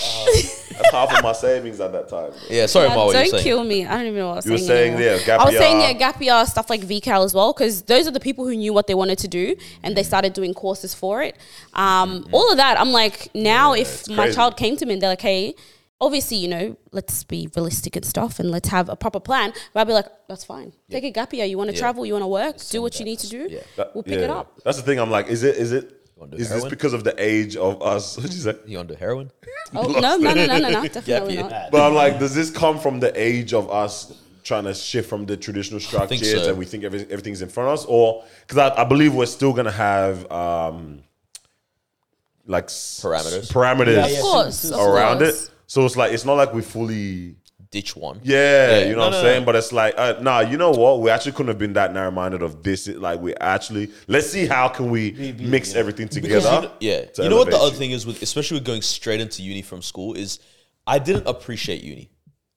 Speaker 2: That's half of my savings at that time.
Speaker 3: yeah. Sorry, Ma, what you're
Speaker 1: don't
Speaker 3: saying.
Speaker 1: kill me. I don't even know what I was
Speaker 2: You were
Speaker 1: saying.
Speaker 2: saying,
Speaker 1: anymore.
Speaker 2: yeah, gap
Speaker 1: I was saying
Speaker 2: year.
Speaker 1: yeah, gap year stuff like VCal as well, because those are the people who knew what they wanted to do and they started doing courses for it. Um, All of that, I'm like, now if my
Speaker 2: crazy.
Speaker 1: child came to me and they're like, hey, obviously, you know, let's be realistic and stuff, and let's have a proper plan. But I'd be like, that's fine. Take a gap year. You want to travel, you want to work, do what you need to do.
Speaker 2: That-
Speaker 1: We'll pick
Speaker 2: yeah.
Speaker 1: it up.
Speaker 2: That's the thing. I'm like, is it? Is it?
Speaker 3: Wanna do
Speaker 2: Is this
Speaker 3: heroin?
Speaker 2: because of the age of us? What'd you say?
Speaker 3: You on the heroin?
Speaker 1: Oh, no, no, no, no, no, no, definitely
Speaker 3: year.
Speaker 1: not.
Speaker 2: But I'm like, does this come from the age of us trying to shift from the traditional
Speaker 3: think
Speaker 2: structures
Speaker 3: so.
Speaker 2: and we think every, everything's in front of us? Or, because I, I believe we're still going to have um, like s-
Speaker 3: Parameters.
Speaker 2: parameters
Speaker 1: Of course. of
Speaker 2: around
Speaker 1: course.
Speaker 2: it. So it's like, it's not like we fully
Speaker 3: ditch one.
Speaker 2: Yeah,
Speaker 3: Yeah.
Speaker 2: you know what
Speaker 3: No, no,
Speaker 2: I'm
Speaker 3: no.
Speaker 2: saying? But it's like, uh, nah, you know what? We actually couldn't have been that narrow-minded of this. It- Like, we actually, let's see how can we mix everything together.
Speaker 3: Because you kn-
Speaker 2: to
Speaker 3: yeah. You know what the
Speaker 2: elevate
Speaker 3: other thing is with especially with going straight into uni from school is I didn't appreciate uni.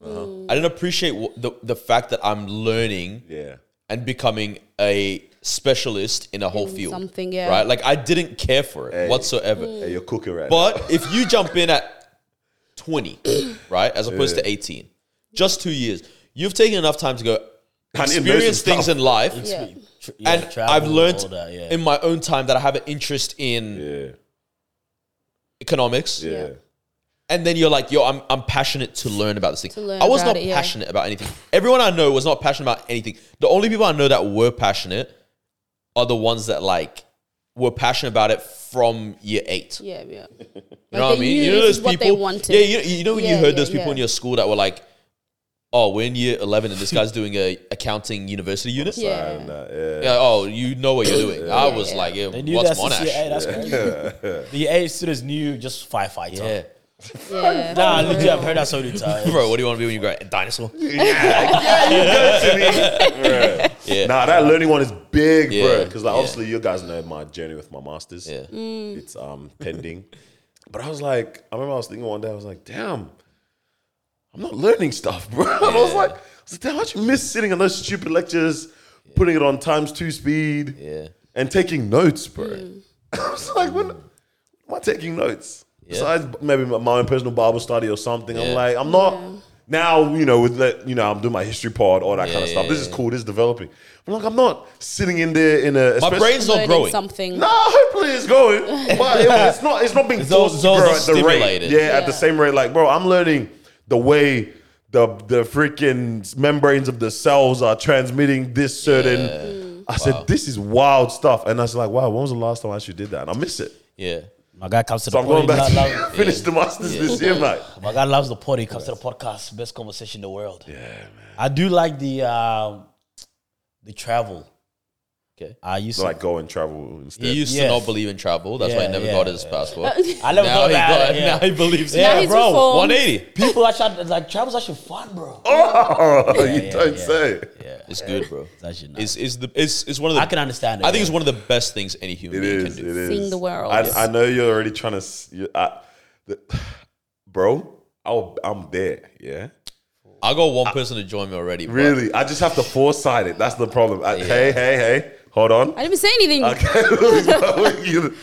Speaker 1: Mm.
Speaker 3: I didn't appreciate wh- the the fact that I'm learning
Speaker 2: Yeah.
Speaker 3: and becoming a specialist in a whole
Speaker 1: In
Speaker 3: field.
Speaker 1: something, yeah.
Speaker 3: Right? Like I didn't care for it whatsoever.
Speaker 2: Hey, you're cooking right
Speaker 3: But if you jump in at 20, right, as opposed to 18, just two years, you've taken enough time to go
Speaker 2: now. And immersive
Speaker 3: experience things
Speaker 2: stuff.
Speaker 3: in life.
Speaker 1: Yeah.
Speaker 4: Tr- yeah,
Speaker 3: And
Speaker 4: travel,
Speaker 3: I've learned
Speaker 4: all that, yeah.
Speaker 3: in my own time that I have an interest in
Speaker 2: Yeah,
Speaker 3: economics.
Speaker 2: yeah.
Speaker 3: And then you're like, yo, I'm, I'm passionate to learn about this thing.
Speaker 1: learn
Speaker 3: I was
Speaker 1: about
Speaker 3: not
Speaker 1: it, yeah.
Speaker 3: passionate about anything. Everyone I know was not passionate about anything. The only people I know that were passionate are the ones that like were passionate about it from year eight.
Speaker 1: Yeah, yeah. Like
Speaker 3: You know what I mean? You know
Speaker 1: this
Speaker 3: those
Speaker 1: is what
Speaker 3: people.
Speaker 1: they wanted.
Speaker 3: Yeah, you know, you know when you
Speaker 1: Yeah,
Speaker 3: heard
Speaker 1: yeah,
Speaker 3: those people
Speaker 1: yeah.
Speaker 3: in your school that were like, "Oh, we're in year eleven, and this guy's doing a accounting university unit."
Speaker 1: Yeah.
Speaker 2: And, uh, yeah.
Speaker 3: Yeah, oh, you know what you're doing. I was
Speaker 1: yeah.
Speaker 3: like, yeah,
Speaker 4: They knew
Speaker 3: "What's
Speaker 4: that since year eight.
Speaker 3: Monash?"
Speaker 4: That's crazy. the A students knew just firefighter.
Speaker 3: Yeah,
Speaker 1: yeah.
Speaker 4: Nah, legit, I've heard that so many times.
Speaker 3: bro, what do you want to be when you grow up? A dinosaur? Yeah.
Speaker 2: Nah, that learning one is big, bro.
Speaker 3: Yeah,
Speaker 2: Because like,
Speaker 3: yeah.
Speaker 2: obviously, you guys know my journey with my masters.
Speaker 3: Yeah.
Speaker 2: it's um pending. but I was like, I remember I was thinking one day, I was like, damn, I'm not learning stuff, bro. And I was like, I was like, damn, how'd you miss sitting on those stupid lectures, putting it on times two speed,
Speaker 3: Yeah.
Speaker 2: and taking notes, bro. I was like, when am I taking notes? Besides maybe my- my own personal Bible study or something.
Speaker 3: Yeah.
Speaker 2: I'm like, I'm not now, you know, with that, you know, I'm doing my history pod, all that kind of
Speaker 3: Yeah,
Speaker 2: stuff.
Speaker 3: yeah,
Speaker 2: this is cool, this is developing. I'm like, I'm not sitting in there in a
Speaker 3: My
Speaker 2: especially-
Speaker 3: brain's not
Speaker 1: Learning
Speaker 3: growing.
Speaker 1: something.
Speaker 2: no, hopefully it's going, but it- it's not. It's not being
Speaker 3: It's all-
Speaker 2: forced,
Speaker 3: it's all
Speaker 2: bro, at
Speaker 3: just
Speaker 2: the rate.
Speaker 3: stimulated.
Speaker 2: Yeah, at the
Speaker 1: Yeah.
Speaker 2: same rate. Like, bro, I'm learning the way the the freaking membranes of the cells are transmitting this certain. I said, this is wild stuff, and I was like, wow, when was the last time I actually did that? And I miss it.
Speaker 3: Yeah,
Speaker 4: My guy comes to
Speaker 2: So
Speaker 4: the
Speaker 2: I'm going back
Speaker 4: party. lo-
Speaker 2: to
Speaker 4: lo-
Speaker 2: finish the masters this year, mate.
Speaker 4: my guy loves the party. Comes to the podcast. Best conversation in the world. Yeah, man. I do like the um, the travel.
Speaker 3: Okay.
Speaker 4: I used
Speaker 2: So,
Speaker 4: to
Speaker 2: like go and travel instead.
Speaker 3: he used
Speaker 4: Yeah.
Speaker 3: to not believe in travel. That's why
Speaker 4: Yeah,
Speaker 3: he never
Speaker 4: yeah,
Speaker 3: got his passport.
Speaker 4: I never
Speaker 3: Now
Speaker 4: thought
Speaker 3: he
Speaker 4: about
Speaker 3: got.
Speaker 4: it. Yeah.
Speaker 3: Now he believes.
Speaker 4: Yeah,
Speaker 3: in
Speaker 1: he's
Speaker 3: it.
Speaker 4: bro,
Speaker 1: reformed.
Speaker 3: 180.
Speaker 4: People actually like travel's actually fun, bro.
Speaker 2: oh, you don't
Speaker 4: yeah.
Speaker 2: say.
Speaker 4: Yeah,
Speaker 3: It's good, bro.
Speaker 4: that shit.
Speaker 3: Is
Speaker 4: Nice.
Speaker 3: is the is is one of the
Speaker 4: I can understand it.
Speaker 3: I think
Speaker 4: yeah.
Speaker 3: it's one of the best things any human
Speaker 2: It
Speaker 3: being
Speaker 2: is.
Speaker 3: can
Speaker 2: It
Speaker 3: do.
Speaker 2: is.
Speaker 1: Seeing the world.
Speaker 2: I,
Speaker 1: Yes.
Speaker 2: I know you're already trying to. s- You, I, the, bro, I'll, I'm there. Yeah.
Speaker 3: I got one person to join me already. but-
Speaker 2: Really, I just have to foresight it. That's the problem. I- Hey, hey, hey, hold on.
Speaker 1: I didn't even say anything.
Speaker 2: Okay, You-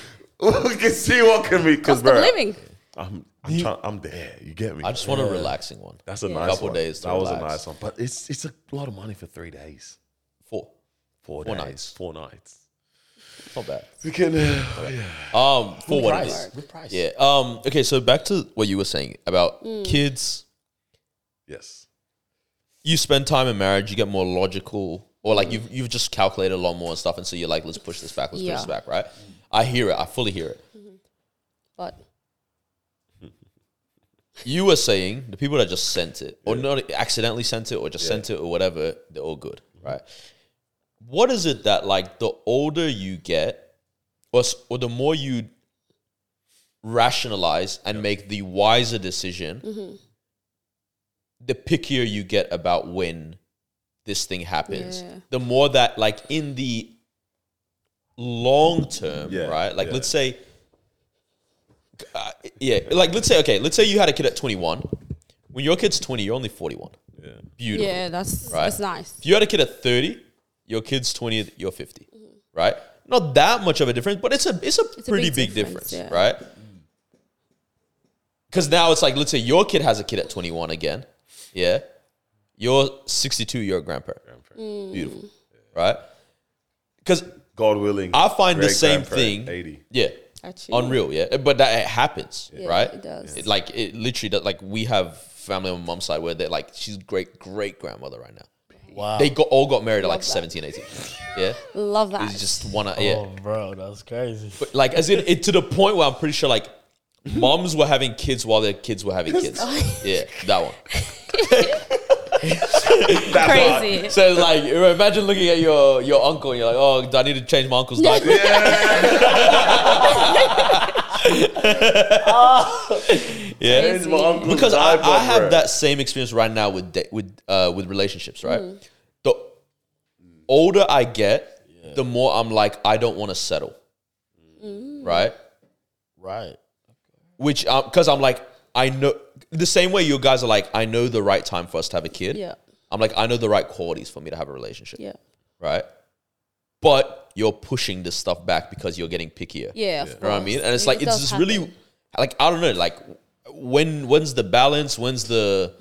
Speaker 2: we can see what can be because
Speaker 1: Cost
Speaker 2: bro,
Speaker 1: of living.
Speaker 2: I'm, I'm, trying, I'm there. You get me?
Speaker 3: I just want a relaxing one.
Speaker 2: That's a
Speaker 1: Yeah.
Speaker 2: nice
Speaker 3: couple
Speaker 2: one.
Speaker 3: days to
Speaker 2: That was a
Speaker 3: relax.
Speaker 2: nice one, but it's it's a lot of money for three days,
Speaker 3: Four.
Speaker 2: four,
Speaker 3: Four
Speaker 2: days,
Speaker 3: nights.
Speaker 2: four nights.
Speaker 3: Not bad.
Speaker 2: We can.
Speaker 3: Um, for what it
Speaker 4: price.
Speaker 3: is.
Speaker 4: Good price.
Speaker 3: Yeah. Um. Okay. So back to what you were saying about
Speaker 1: Mm.
Speaker 3: kids.
Speaker 2: yes.
Speaker 3: You spend time in marriage. You get more logical, or
Speaker 4: Mm.
Speaker 3: like you've you've just calculated a lot more and stuff, and so you're like, let's push this back. Let's
Speaker 1: Yeah.
Speaker 3: push this back. Right. I hear it. I fully hear it.
Speaker 1: But
Speaker 3: You were saying the people that just sent it, or not accidentally sent it, or just sent it, or whatever, they're all good, right? What is it that like the older you get, or, s- or the more you rationalize and make the wiser decision, the pickier you get about when this thing happens.
Speaker 1: Yeah.
Speaker 3: The more that like in the long term,
Speaker 2: Yeah,
Speaker 3: right? Like
Speaker 2: yeah.
Speaker 3: let's say uh, yeah, like let's say okay, let's say you had a kid at 21. When your kid's 20, you're only 41.
Speaker 2: Yeah.
Speaker 3: Beautiful.
Speaker 1: yeah, that's
Speaker 3: Right.
Speaker 1: that's nice.
Speaker 3: If you had a kid at 30, your kid's 20, you're 50. Right? Not that much of a difference, but it's a it's a
Speaker 1: Mm-hmm. It's a
Speaker 3: pretty
Speaker 1: big
Speaker 3: big, difference,
Speaker 1: difference, yeah.
Speaker 3: right? Cuz now it's like let's say your kid has a kid at 21 again. Yeah. You're 62, you're a grandparent. Beautiful. Right? Cuz
Speaker 2: God willing,
Speaker 3: I find the
Speaker 2: great
Speaker 3: same
Speaker 2: grandparent,
Speaker 3: thing.
Speaker 2: Eighty.
Speaker 3: Yeah
Speaker 1: Actually,
Speaker 3: unreal yeah Eh, but that it happens right
Speaker 1: it does.
Speaker 3: It, like it literally does like we have family on my mom's side where they're like she's great great grandmother right now
Speaker 4: Wow.
Speaker 3: they got all got married at
Speaker 1: Love
Speaker 3: like
Speaker 1: that.
Speaker 3: 17 18 yeah
Speaker 1: Love that.
Speaker 3: it's just one uh, yeah
Speaker 4: Oh, bro, that's crazy.
Speaker 3: but like as in it to the point where i'm pretty sure like moms were having kids while their kids were having kids yeah that one
Speaker 1: crazy.
Speaker 3: so like imagine looking at your your uncle and you're like oh do i need to change my uncle's diaper
Speaker 2: Yeah.
Speaker 3: yeah.
Speaker 2: Change my uncle's
Speaker 3: because I,
Speaker 2: diaper,
Speaker 3: I have
Speaker 2: bruh.
Speaker 3: that same experience right now with da- with uh, with relationships, right?
Speaker 1: Mm.
Speaker 3: The older I get, the more I'm like, I don't want to settle,
Speaker 1: Mm.
Speaker 3: right?
Speaker 6: Right.
Speaker 3: Which because I'm like, I know the same way you guys are like, I know the right time for us to have a kid.
Speaker 1: Yeah.
Speaker 3: I'm like, I know the right qualities for me to have a relationship,
Speaker 1: Yeah.
Speaker 3: right? But you're pushing this stuff back because you're getting pickier.
Speaker 1: Yeah, of
Speaker 3: You know what I
Speaker 1: course.
Speaker 3: mean? And it's
Speaker 1: It
Speaker 3: like it's
Speaker 1: does
Speaker 3: just
Speaker 1: happen.
Speaker 3: really like I don't know, like when when's the balance? When's the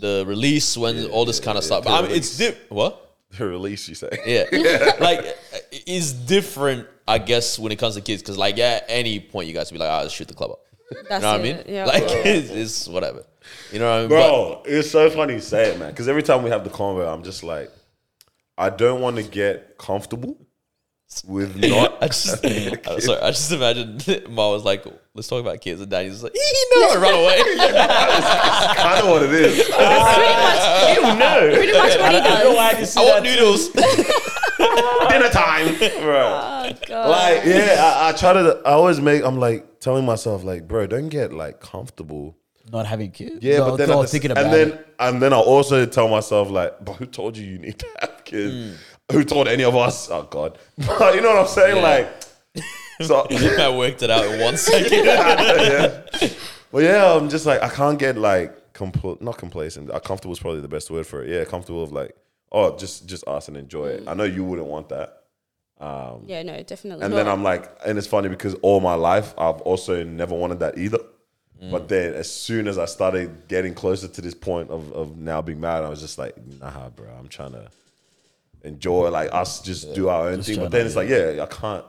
Speaker 3: the release? When all this kind of stuff? I mean, it's di- what?
Speaker 2: The release, you say.
Speaker 3: Yeah, like it's different, I guess, when it comes to kids. Because like at any point, you guys be like, "Ah, let's shoot the club up."
Speaker 1: That's
Speaker 3: You know what I
Speaker 1: it.
Speaker 3: mean?
Speaker 1: Yeah.
Speaker 3: Like it's, it's whatever. You know what I mean?
Speaker 2: Bro, it's so funny you say it, man. Because every time we have the convo, I'm just like, I don't want to get comfortable with not.
Speaker 3: I just, I'm sorry, I just imagined Ma was like, "Let's talk about kids," and Daddy's just like, "Ee, "No, and run away."
Speaker 2: I know what it is.
Speaker 1: That's pretty much, pretty much what he does.
Speaker 3: I want noodles.
Speaker 2: Dinner time, bro.
Speaker 1: Oh, God.
Speaker 2: like yeah I, I try to i always make i'm like telling myself like bro don't get like comfortable
Speaker 4: Not having kids.
Speaker 2: yeah
Speaker 4: No,
Speaker 2: but then
Speaker 4: no,
Speaker 2: at the s-
Speaker 4: thinking
Speaker 2: and
Speaker 4: about
Speaker 2: then
Speaker 4: it.
Speaker 2: and then i also tell myself like but who told you you need to have kids
Speaker 4: Hmm.
Speaker 2: who told any of us oh god but you know what i'm saying like so
Speaker 3: I worked it out in one second.
Speaker 2: well yeah i'm just like i can't get like compl- not complacent uh, comfortable is probably the best word for it yeah comfortable of like oh just just us and enjoy
Speaker 4: Hmm.
Speaker 2: it i know you wouldn't want that
Speaker 1: yeah, no, definitely.
Speaker 2: And
Speaker 1: not.
Speaker 2: then I'm like, and it's funny because all my life I've also never wanted that either. But then as soon as I started getting closer to this point of, of now being married, I was just like, nah, bro, I'm trying to enjoy like us just do our own thing. But then it's like, yeah, I can't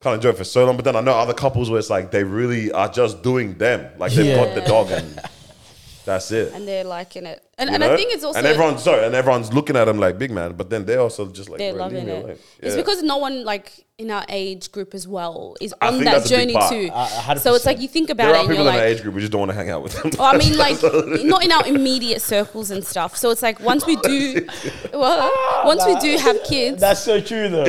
Speaker 2: can't enjoy it for so long. But then I know other couples where it's like they really are just doing them. Like they've got the dog and that's it.
Speaker 1: and they're liking it. And,
Speaker 2: you
Speaker 1: and
Speaker 2: know?
Speaker 1: I think it's also
Speaker 2: and everyone's sorry, and everyone's looking at him like big man, but then they're also just like
Speaker 1: they're
Speaker 2: "Bro, leave
Speaker 1: loving
Speaker 2: me
Speaker 1: it.
Speaker 2: alone."
Speaker 1: It's
Speaker 2: Yeah.
Speaker 1: because no one like in our age group as well is
Speaker 2: I
Speaker 1: on
Speaker 2: think
Speaker 1: that
Speaker 2: that's a big
Speaker 1: journey
Speaker 2: part.
Speaker 1: too.
Speaker 4: A- a hundred
Speaker 1: so it's like
Speaker 4: percent.
Speaker 1: you think about
Speaker 2: There
Speaker 1: it
Speaker 2: are
Speaker 1: and you're
Speaker 2: people in our
Speaker 1: like,
Speaker 2: age group. We just don't want to hang out with them.
Speaker 1: well, I mean, like not in our immediate circles and stuff. So it's like once we do, well,
Speaker 2: Ah,
Speaker 1: once we do have kids,
Speaker 4: That's so true, though.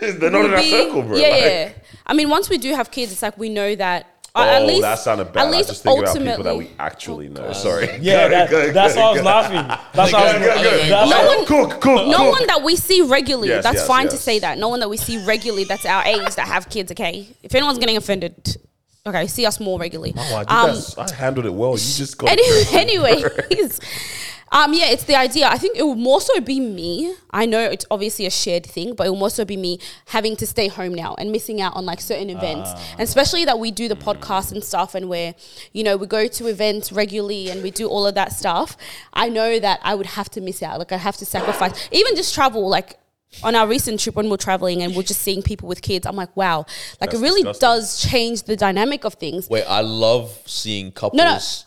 Speaker 2: they're not in our
Speaker 1: be-
Speaker 2: circle, bro.
Speaker 1: Yeah,
Speaker 2: Like,
Speaker 1: yeah. I mean, once we do have kids, it's like we know that. uh, at
Speaker 2: oh,
Speaker 1: least,
Speaker 2: that sounded bad.
Speaker 1: At least
Speaker 2: I just think about
Speaker 1: ultimately,
Speaker 2: people that we actually know. Sorry.
Speaker 4: Yeah, that,
Speaker 2: go,
Speaker 4: that's
Speaker 2: go,
Speaker 4: why I was
Speaker 2: go.
Speaker 4: laughing. That's why I was
Speaker 2: Go, go, go.
Speaker 4: that's
Speaker 1: No
Speaker 4: why-
Speaker 1: one-
Speaker 2: cook, cook.
Speaker 1: no
Speaker 2: cook.
Speaker 1: one that we see regularly.
Speaker 2: Yes,
Speaker 1: that's
Speaker 2: yes,
Speaker 1: fine to
Speaker 2: yes.
Speaker 1: say that. No one that we see regularly that's our age that have kids. Okay, if anyone's getting offended, okay, see us more regularly.
Speaker 2: Oh, I, did
Speaker 1: Um,
Speaker 2: that. I handled it well. You just got.
Speaker 1: any, anyways, um, yeah, it's the idea. I think it will more so be me. I know it's obviously a shared thing, but it will more so be me having to stay home now and missing out on like certain events,
Speaker 2: Ah.
Speaker 1: and especially that we do the podcast and stuff, and where you know we go to events regularly and we do all of that stuff. I know that I would have to miss out. Like I have to sacrifice, even just travel. Like. On our recent trip, when we're traveling and we're just seeing people with kids, I'm like, wow, like
Speaker 2: That's
Speaker 1: it really
Speaker 2: disgusting.
Speaker 1: does change the dynamic of things.
Speaker 3: Wait, I love seeing couples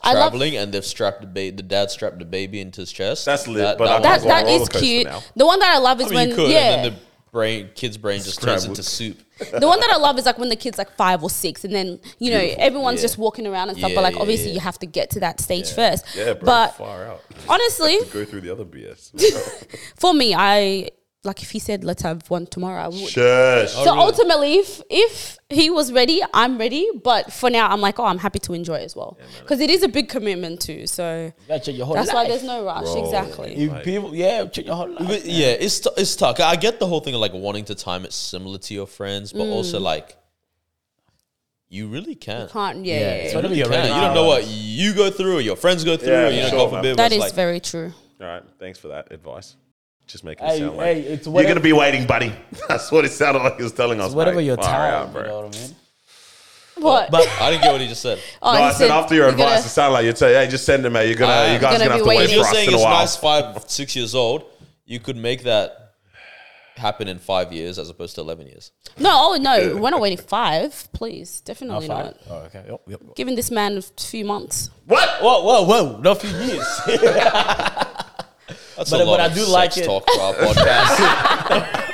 Speaker 1: I love-
Speaker 3: traveling and they've strapped the baby. The dad strapped the baby into his chest.
Speaker 2: That's lit, but I
Speaker 3: one-
Speaker 1: That
Speaker 2: can't go on
Speaker 1: that
Speaker 2: a roller
Speaker 1: is
Speaker 2: coaster
Speaker 1: cute.
Speaker 2: now.
Speaker 1: The one that I love is
Speaker 3: I mean,
Speaker 1: when
Speaker 3: you could, and
Speaker 1: yeah.
Speaker 3: then the brain, kid's brain just turns
Speaker 2: Scrambled.
Speaker 3: into soup.
Speaker 1: the, one that I love is like when the kid's like five or six, and then you know everyone's
Speaker 3: Yeah.
Speaker 1: just walking around and stuff.
Speaker 3: Yeah,
Speaker 1: but like
Speaker 3: yeah,
Speaker 1: obviously
Speaker 3: yeah.
Speaker 1: you have to get to that stage first.
Speaker 2: Yeah, bro.
Speaker 1: but
Speaker 2: far out.
Speaker 1: honestly,
Speaker 2: Go through the other BS.
Speaker 1: for me, I like if he said let's have one tomorrow, I would.
Speaker 2: Shush.
Speaker 1: So ultimately, if, if he was ready, I'm ready. But for now, I'm like, oh, I'm happy to enjoy as well because it is a big commitment too. So
Speaker 4: You gotta check your whole
Speaker 1: that's why
Speaker 4: life.
Speaker 1: there's no rush. Exactly.
Speaker 4: You people, yeah, check your whole life.
Speaker 3: But yeah, it's t- it's tough. I get the whole thing of like wanting to time it similar to your friends, but also like you really can't.
Speaker 1: Mm. Can't yeah.
Speaker 4: Yeah,
Speaker 1: yeah,
Speaker 4: it's
Speaker 1: yeah.
Speaker 4: whatever you're
Speaker 3: You,
Speaker 4: ready.
Speaker 3: can't. You don't know what you go through, or your friends go through.
Speaker 2: Uh, Yeah,
Speaker 3: you know,
Speaker 2: sure,
Speaker 3: God
Speaker 2: man.
Speaker 3: forbid.
Speaker 1: That
Speaker 3: it's
Speaker 1: is
Speaker 3: like,
Speaker 1: very true.
Speaker 2: All right. Thanks for that advice. Just making it
Speaker 4: Hey,
Speaker 2: sound like
Speaker 4: hey, it's
Speaker 2: you're
Speaker 4: whatever,
Speaker 2: gonna be waiting, buddy. That's what it sounded like he was telling us.
Speaker 4: whatever
Speaker 2: mate.
Speaker 4: your
Speaker 2: Far
Speaker 4: time,
Speaker 2: out,
Speaker 4: you know
Speaker 2: bro.
Speaker 4: what I mean?
Speaker 1: What?
Speaker 4: But
Speaker 3: I didn't get what he just said.
Speaker 1: Oh,
Speaker 2: No,
Speaker 1: he
Speaker 2: I said after your
Speaker 1: you're gonna- Uh,
Speaker 2: advice, it sounded like you're saying, "Hey, just send him out. You're gonna,
Speaker 3: Ah.
Speaker 2: you guys
Speaker 1: Gonna
Speaker 2: gonna, have
Speaker 1: be
Speaker 2: to wait
Speaker 1: waiting.
Speaker 3: If
Speaker 2: for
Speaker 3: you're
Speaker 2: us
Speaker 3: saying
Speaker 2: in a
Speaker 3: it's
Speaker 2: while."
Speaker 3: nice five, six years old, you could make that happen in five years as opposed to eleven years.
Speaker 1: No, oh no, we're not waiting five. Please, definitely
Speaker 4: Fine.
Speaker 1: not.
Speaker 4: Oh, okay. Yep, yep.
Speaker 1: Giving this man a few months.
Speaker 2: What?
Speaker 4: Whoa, whoa, whoa! Not few years.
Speaker 3: That's
Speaker 4: But-
Speaker 3: a lot
Speaker 4: but I
Speaker 3: of
Speaker 4: do
Speaker 3: sex
Speaker 4: like it.
Speaker 3: talk for our podcast.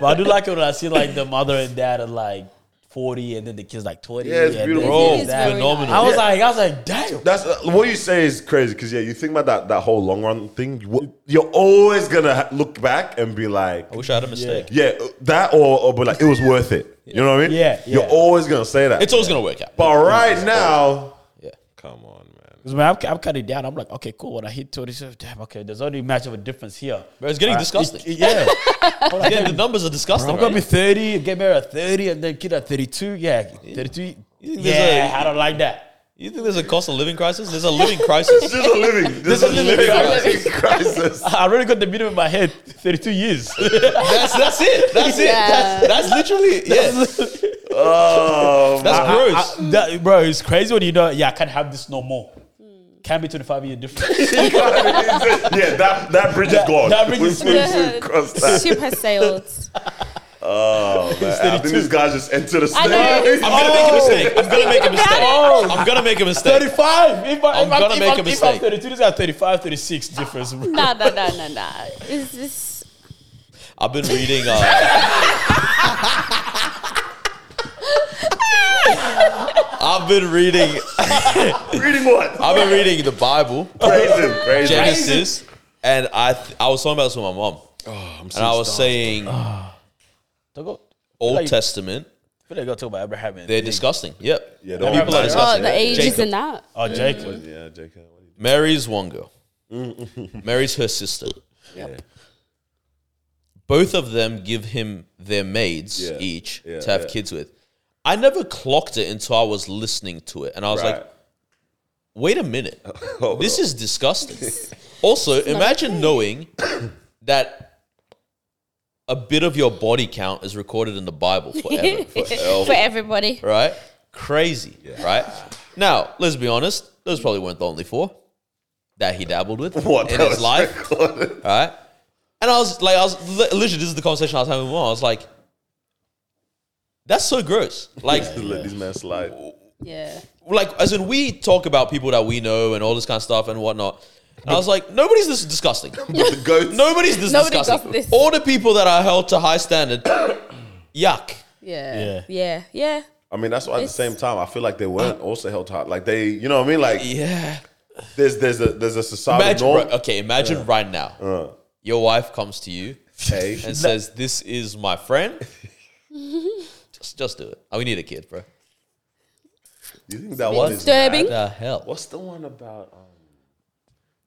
Speaker 4: but I do like it when I see like the mother and dad are like 40 and then the kid's like 20.
Speaker 2: Yeah, it's
Speaker 4: and
Speaker 2: beautiful.
Speaker 4: then
Speaker 3: Bro,
Speaker 1: It
Speaker 4: this,
Speaker 1: is
Speaker 4: that.
Speaker 1: very
Speaker 3: phenomenal.
Speaker 1: nice.
Speaker 4: I was like, I was like, damn.
Speaker 2: That's uh, what you say is crazy because yeah, you think about that that whole long run thing. you wo- You're always gonna ha- look back and be like,
Speaker 3: I wish I had a mistake.
Speaker 2: yeah, uh, that or, or be like it was worth it. You know what I mean?
Speaker 4: Yeah,
Speaker 2: You're
Speaker 4: yeah.
Speaker 2: always gonna say that.
Speaker 3: It's always gonna work out.
Speaker 2: but right now,
Speaker 3: Yeah.
Speaker 2: come on, man.
Speaker 4: Because when I'm, I'm cutting down, I'm like, okay, cool. When I hit 27, damn, okay, there's only much of a difference here.
Speaker 3: Bro, it's getting
Speaker 4: Alright.
Speaker 3: disgusting.
Speaker 4: It- it- yeah. I'm like,
Speaker 3: Yeah, the numbers are disgusting.
Speaker 4: I'm
Speaker 3: right?
Speaker 4: gonna be 30, get married at 30, and then kid at 32. Yeah, 32.
Speaker 3: think
Speaker 4: Yeah,
Speaker 3: there's a-
Speaker 4: I I don't like that.
Speaker 3: You think there's a cost of living crisis? There's a living crisis.
Speaker 2: This is a living. This, is a living, crisis.
Speaker 4: I already got the minimum in my head 32 years.
Speaker 3: that's that's it. That's it.
Speaker 1: Yeah.
Speaker 3: That's, that's literally it. yeah.
Speaker 2: Oh,
Speaker 3: That's gross.
Speaker 4: I- that- bro, it's crazy when you know, yeah, I can't have this no more. Can't be 25 year difference.
Speaker 2: yeah, that that bridge is
Speaker 4: That-
Speaker 2: gone.
Speaker 4: that bridge is
Speaker 2: We- we-
Speaker 1: gone.
Speaker 2: we crossed that.
Speaker 1: Ship has sailed.
Speaker 2: Oh man, I think this guy just entered the Oh,
Speaker 1: I know.
Speaker 3: I'm gonna make a mistake. I'm gonna make a mistake.
Speaker 4: Oh.
Speaker 3: I'm gonna make a mistake.
Speaker 4: 35. If I,
Speaker 3: I'm
Speaker 4: if I,
Speaker 3: gonna
Speaker 4: if
Speaker 3: make
Speaker 4: I,
Speaker 3: a
Speaker 4: If I'm
Speaker 3: mistake.
Speaker 4: 32, this guy 35, 36 difference. Bro.
Speaker 1: Nah, nah, nah, nah, nah. Is this?
Speaker 3: I've been reading. Uh, I've been reading.
Speaker 2: Reading what?
Speaker 3: I've been reading the Bible,
Speaker 2: Praise him. Praise him.
Speaker 3: Genesis, and I th- I was talking about this with my mom,
Speaker 2: Oh,
Speaker 3: and I was saying
Speaker 4: Don't go.
Speaker 3: Old
Speaker 4: Like-
Speaker 3: Testament.
Speaker 4: I feel like I gotta talk about Abraham. and
Speaker 3: They're
Speaker 4: Jacob.
Speaker 3: disgusting. Yep.
Speaker 2: Yeah,
Speaker 3: And
Speaker 2: don't
Speaker 3: people are
Speaker 1: Oh,
Speaker 2: worry about
Speaker 3: disgusting.
Speaker 1: the ages
Speaker 3: Jacob.
Speaker 1: and that.
Speaker 4: Oh, Jacob.
Speaker 2: Yeah, Jacob. what do you
Speaker 3: marries one girl,
Speaker 2: Mm.
Speaker 3: marries her sister.
Speaker 2: Yep.
Speaker 3: Both of them give him their maids
Speaker 2: Yeah.
Speaker 3: each
Speaker 2: Yeah,
Speaker 3: to have
Speaker 2: yeah.
Speaker 3: kids with. I never clocked it until I was listening to it, and I was
Speaker 2: Right. Oh.
Speaker 3: like, "Wait a minute,
Speaker 2: Hold
Speaker 3: this
Speaker 2: on.
Speaker 3: is disgusting." also, imagine knowing that a bit of your body count is recorded in the Bible forever, forever
Speaker 1: For everybody.
Speaker 3: right? Crazy, right? Now, let's be honest, those probably weren't the only four that he dabbled with
Speaker 2: What,
Speaker 3: in
Speaker 2: that
Speaker 3: his
Speaker 2: was
Speaker 3: life,
Speaker 2: recorded?
Speaker 3: right? And I was like, I was li- literally, this is the conversation I was having with my mom. I was like, that's so gross. Like,
Speaker 2: Let these men slide.
Speaker 1: Yeah.
Speaker 3: like as in we talk about people that we know and all this kind of stuff and whatnot. And I was like, nobody's this disgusting.
Speaker 2: The goats.
Speaker 3: Nobody's this
Speaker 1: Nobody does
Speaker 3: disgusting.
Speaker 1: this.
Speaker 3: All the people that are held to high standard, yuck.
Speaker 1: Yeah. Yeah. Yeah.
Speaker 2: I mean, that's why at the
Speaker 1: It's- uh,
Speaker 2: same time, I feel like they weren't also held hard. Like they, you know what I mean? Like
Speaker 3: Yeah.
Speaker 2: there's there's a there's a societal
Speaker 3: Imagine,
Speaker 2: norm.
Speaker 3: right- okay, imagine right now.
Speaker 2: Uh.
Speaker 3: Your wife comes to you
Speaker 2: Hey,
Speaker 3: and says, "This is my friend." just, just do it. Oh, we need a kid, bro.
Speaker 2: you think that one is
Speaker 1: disturbing.
Speaker 2: bad?
Speaker 3: The hell.
Speaker 2: What's the one about? Um,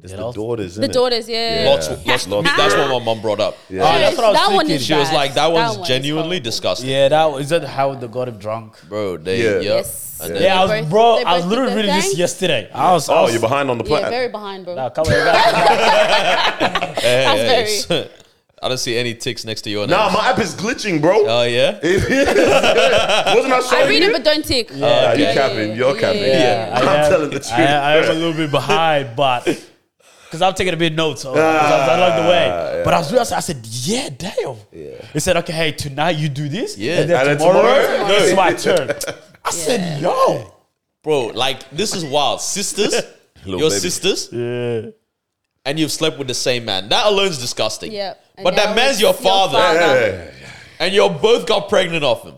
Speaker 2: it's
Speaker 4: It
Speaker 2: the
Speaker 4: also-
Speaker 2: daughters. Isn't
Speaker 1: The daughters. Yeah.
Speaker 3: Lots, lots, That's what my mom brought up.
Speaker 2: Yeah.
Speaker 4: Oh, that's what I was
Speaker 1: that one
Speaker 4: thinking.
Speaker 1: is
Speaker 3: She was
Speaker 1: bad.
Speaker 3: like, "That one's
Speaker 1: one is
Speaker 3: genuinely
Speaker 1: horrible.
Speaker 3: disgusting,
Speaker 4: Yeah, that was, is that how they got him drunk?
Speaker 3: bro." They,
Speaker 2: Yeah.
Speaker 3: yeah.
Speaker 1: Yes.
Speaker 3: And
Speaker 2: Yeah.
Speaker 3: then-
Speaker 4: Yeah, I
Speaker 1: They
Speaker 4: was,
Speaker 1: both-
Speaker 4: bro,
Speaker 1: they
Speaker 4: I was
Speaker 1: both
Speaker 4: literally
Speaker 1: did
Speaker 4: reading
Speaker 1: their
Speaker 4: this
Speaker 1: thing?
Speaker 4: yesterday. I was, I
Speaker 2: Oh,
Speaker 4: was,
Speaker 2: you're behind on the plan.
Speaker 1: Yeah, very behind, bro.
Speaker 4: Nah, come on, guys.
Speaker 1: That's
Speaker 3: Hey, hey, I don't see any ticks next to your name.
Speaker 2: nah, my app is glitching, bro.
Speaker 3: Oh yeah.
Speaker 2: It is. Wasn't I showing
Speaker 1: I read
Speaker 2: you?
Speaker 1: it, but don't tick.
Speaker 2: Nah,
Speaker 3: Okay.
Speaker 2: you're capping. You're
Speaker 1: Yeah,
Speaker 2: capping.
Speaker 1: yeah,
Speaker 3: yeah.
Speaker 4: I
Speaker 2: I'm
Speaker 4: am-
Speaker 2: telling the truth.
Speaker 4: I, I am a little bit behind, but because I'm taking a bit of notes so, 'cause I was
Speaker 2: Ah,
Speaker 4: along the way. But I was realizing, I said, yeah, damn. He said, okay, hey, tonight you do this.
Speaker 3: Yeah.
Speaker 4: And then
Speaker 2: And then
Speaker 4: tomorrow,
Speaker 2: tomorrow-
Speaker 4: it's my turn. I said, yo.
Speaker 3: bro. Like this is wild, sisters.
Speaker 2: Little
Speaker 3: your
Speaker 2: baby.
Speaker 3: sisters. Yeah. And you've slept with the same man. That alone's disgusting.
Speaker 1: Yeah. And
Speaker 3: But
Speaker 1: they're
Speaker 3: that
Speaker 1: always
Speaker 3: man's your father.
Speaker 2: Hey,
Speaker 3: and you both got pregnant off him.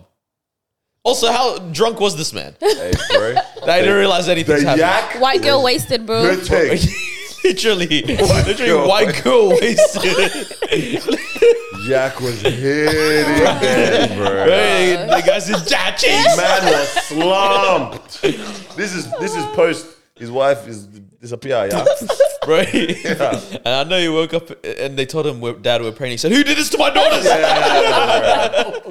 Speaker 3: Also, how drunk was this man? That
Speaker 2: hey, bro.
Speaker 3: I didn't realize
Speaker 2: The
Speaker 3: anything's happening.
Speaker 2: yak.
Speaker 1: White girl wasted, bro.
Speaker 2: Good take.
Speaker 3: literally, literally,
Speaker 2: girl.
Speaker 3: white girl wasted.
Speaker 2: Yak was hitting it, bro.
Speaker 3: Hey, the guy said, "Jackies."
Speaker 2: Man was slumped. This is this is post. His wife is disappear. Yeah.
Speaker 3: bro. And I know he woke up and they told him, "We're- "Dad, we're praying." He said, "Who did this to my daughters?"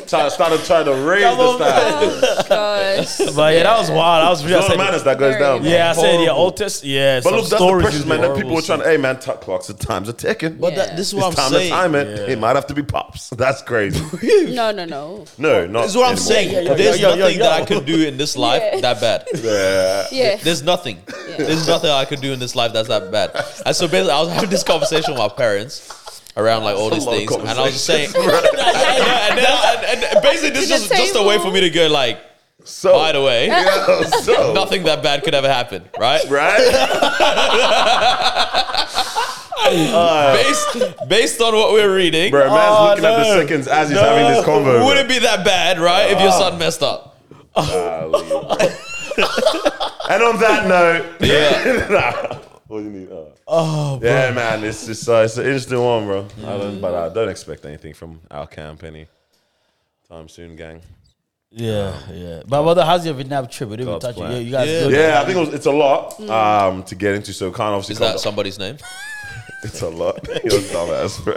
Speaker 2: Start, started trying to raise the style.
Speaker 1: Gosh.
Speaker 4: But yeah, that was wild. I was
Speaker 2: It's not
Speaker 4: realizing.
Speaker 2: the manners that goes down. man.
Speaker 4: Yeah, I said, yeah,
Speaker 3: Horrible.
Speaker 4: Altus, yeah.
Speaker 2: But
Speaker 4: some
Speaker 2: look, that's the
Speaker 4: stories
Speaker 2: pressures,
Speaker 4: is
Speaker 2: man. That
Speaker 4: horrible.
Speaker 2: people are trying. Hey, man, tuck clocks. The times are ticking.
Speaker 3: But
Speaker 2: But
Speaker 3: that, this is what
Speaker 2: it's
Speaker 3: I'm
Speaker 2: time to
Speaker 3: saying.
Speaker 2: time it. It might have to be pops. That's crazy.
Speaker 1: No, no, no.
Speaker 2: No, not.
Speaker 3: This is what I'm
Speaker 2: anymore.
Speaker 3: saying.
Speaker 4: yeah,
Speaker 3: There's
Speaker 4: yeah, yeah,
Speaker 3: nothing
Speaker 4: yeah.
Speaker 3: that I could do in this life
Speaker 1: Yeah.
Speaker 3: that bad.
Speaker 2: Yeah.
Speaker 1: Yeah.
Speaker 3: There's nothing. There's nothing I could do in this life that's that bad. And so basically, I was having this conversation with my parents around like all
Speaker 2: That's
Speaker 3: these
Speaker 2: a lot of
Speaker 3: things, and I was just saying, and,
Speaker 2: conversations, bro.
Speaker 3: and, and, and basically, this
Speaker 1: the
Speaker 3: is just a way for me to go like,
Speaker 2: So
Speaker 3: by the way,
Speaker 2: yeah, so
Speaker 3: nothing that bad could ever happen, right?
Speaker 2: right.
Speaker 3: Based based on what we're reading,
Speaker 2: Bro, man's
Speaker 4: Oh,
Speaker 2: looking at the
Speaker 4: no.
Speaker 2: seconds as he's having this convo.
Speaker 3: wouldn't be that bad, right? If your son messed up.
Speaker 2: Golly, bro. and on that note, yeah. nah, what do you need? Uh,
Speaker 4: Oh, bro.
Speaker 2: yeah, man, it's just uh, it's an interesting one, bro. I don't, but I don't expect anything from our camp any time soon, gang.
Speaker 4: Yeah, yeah. But brother, how's your Vietnam trip? We didn't even
Speaker 2: God's
Speaker 4: touch it.
Speaker 2: plan.
Speaker 4: Yeah, you guys
Speaker 3: Yeah.
Speaker 4: good?
Speaker 2: Yeah, I think it was, it's a lot um, to get into, so can't obviously.
Speaker 3: Is
Speaker 2: come-
Speaker 3: that somebody's name?
Speaker 2: It's a lot. You're a dumbass, bro.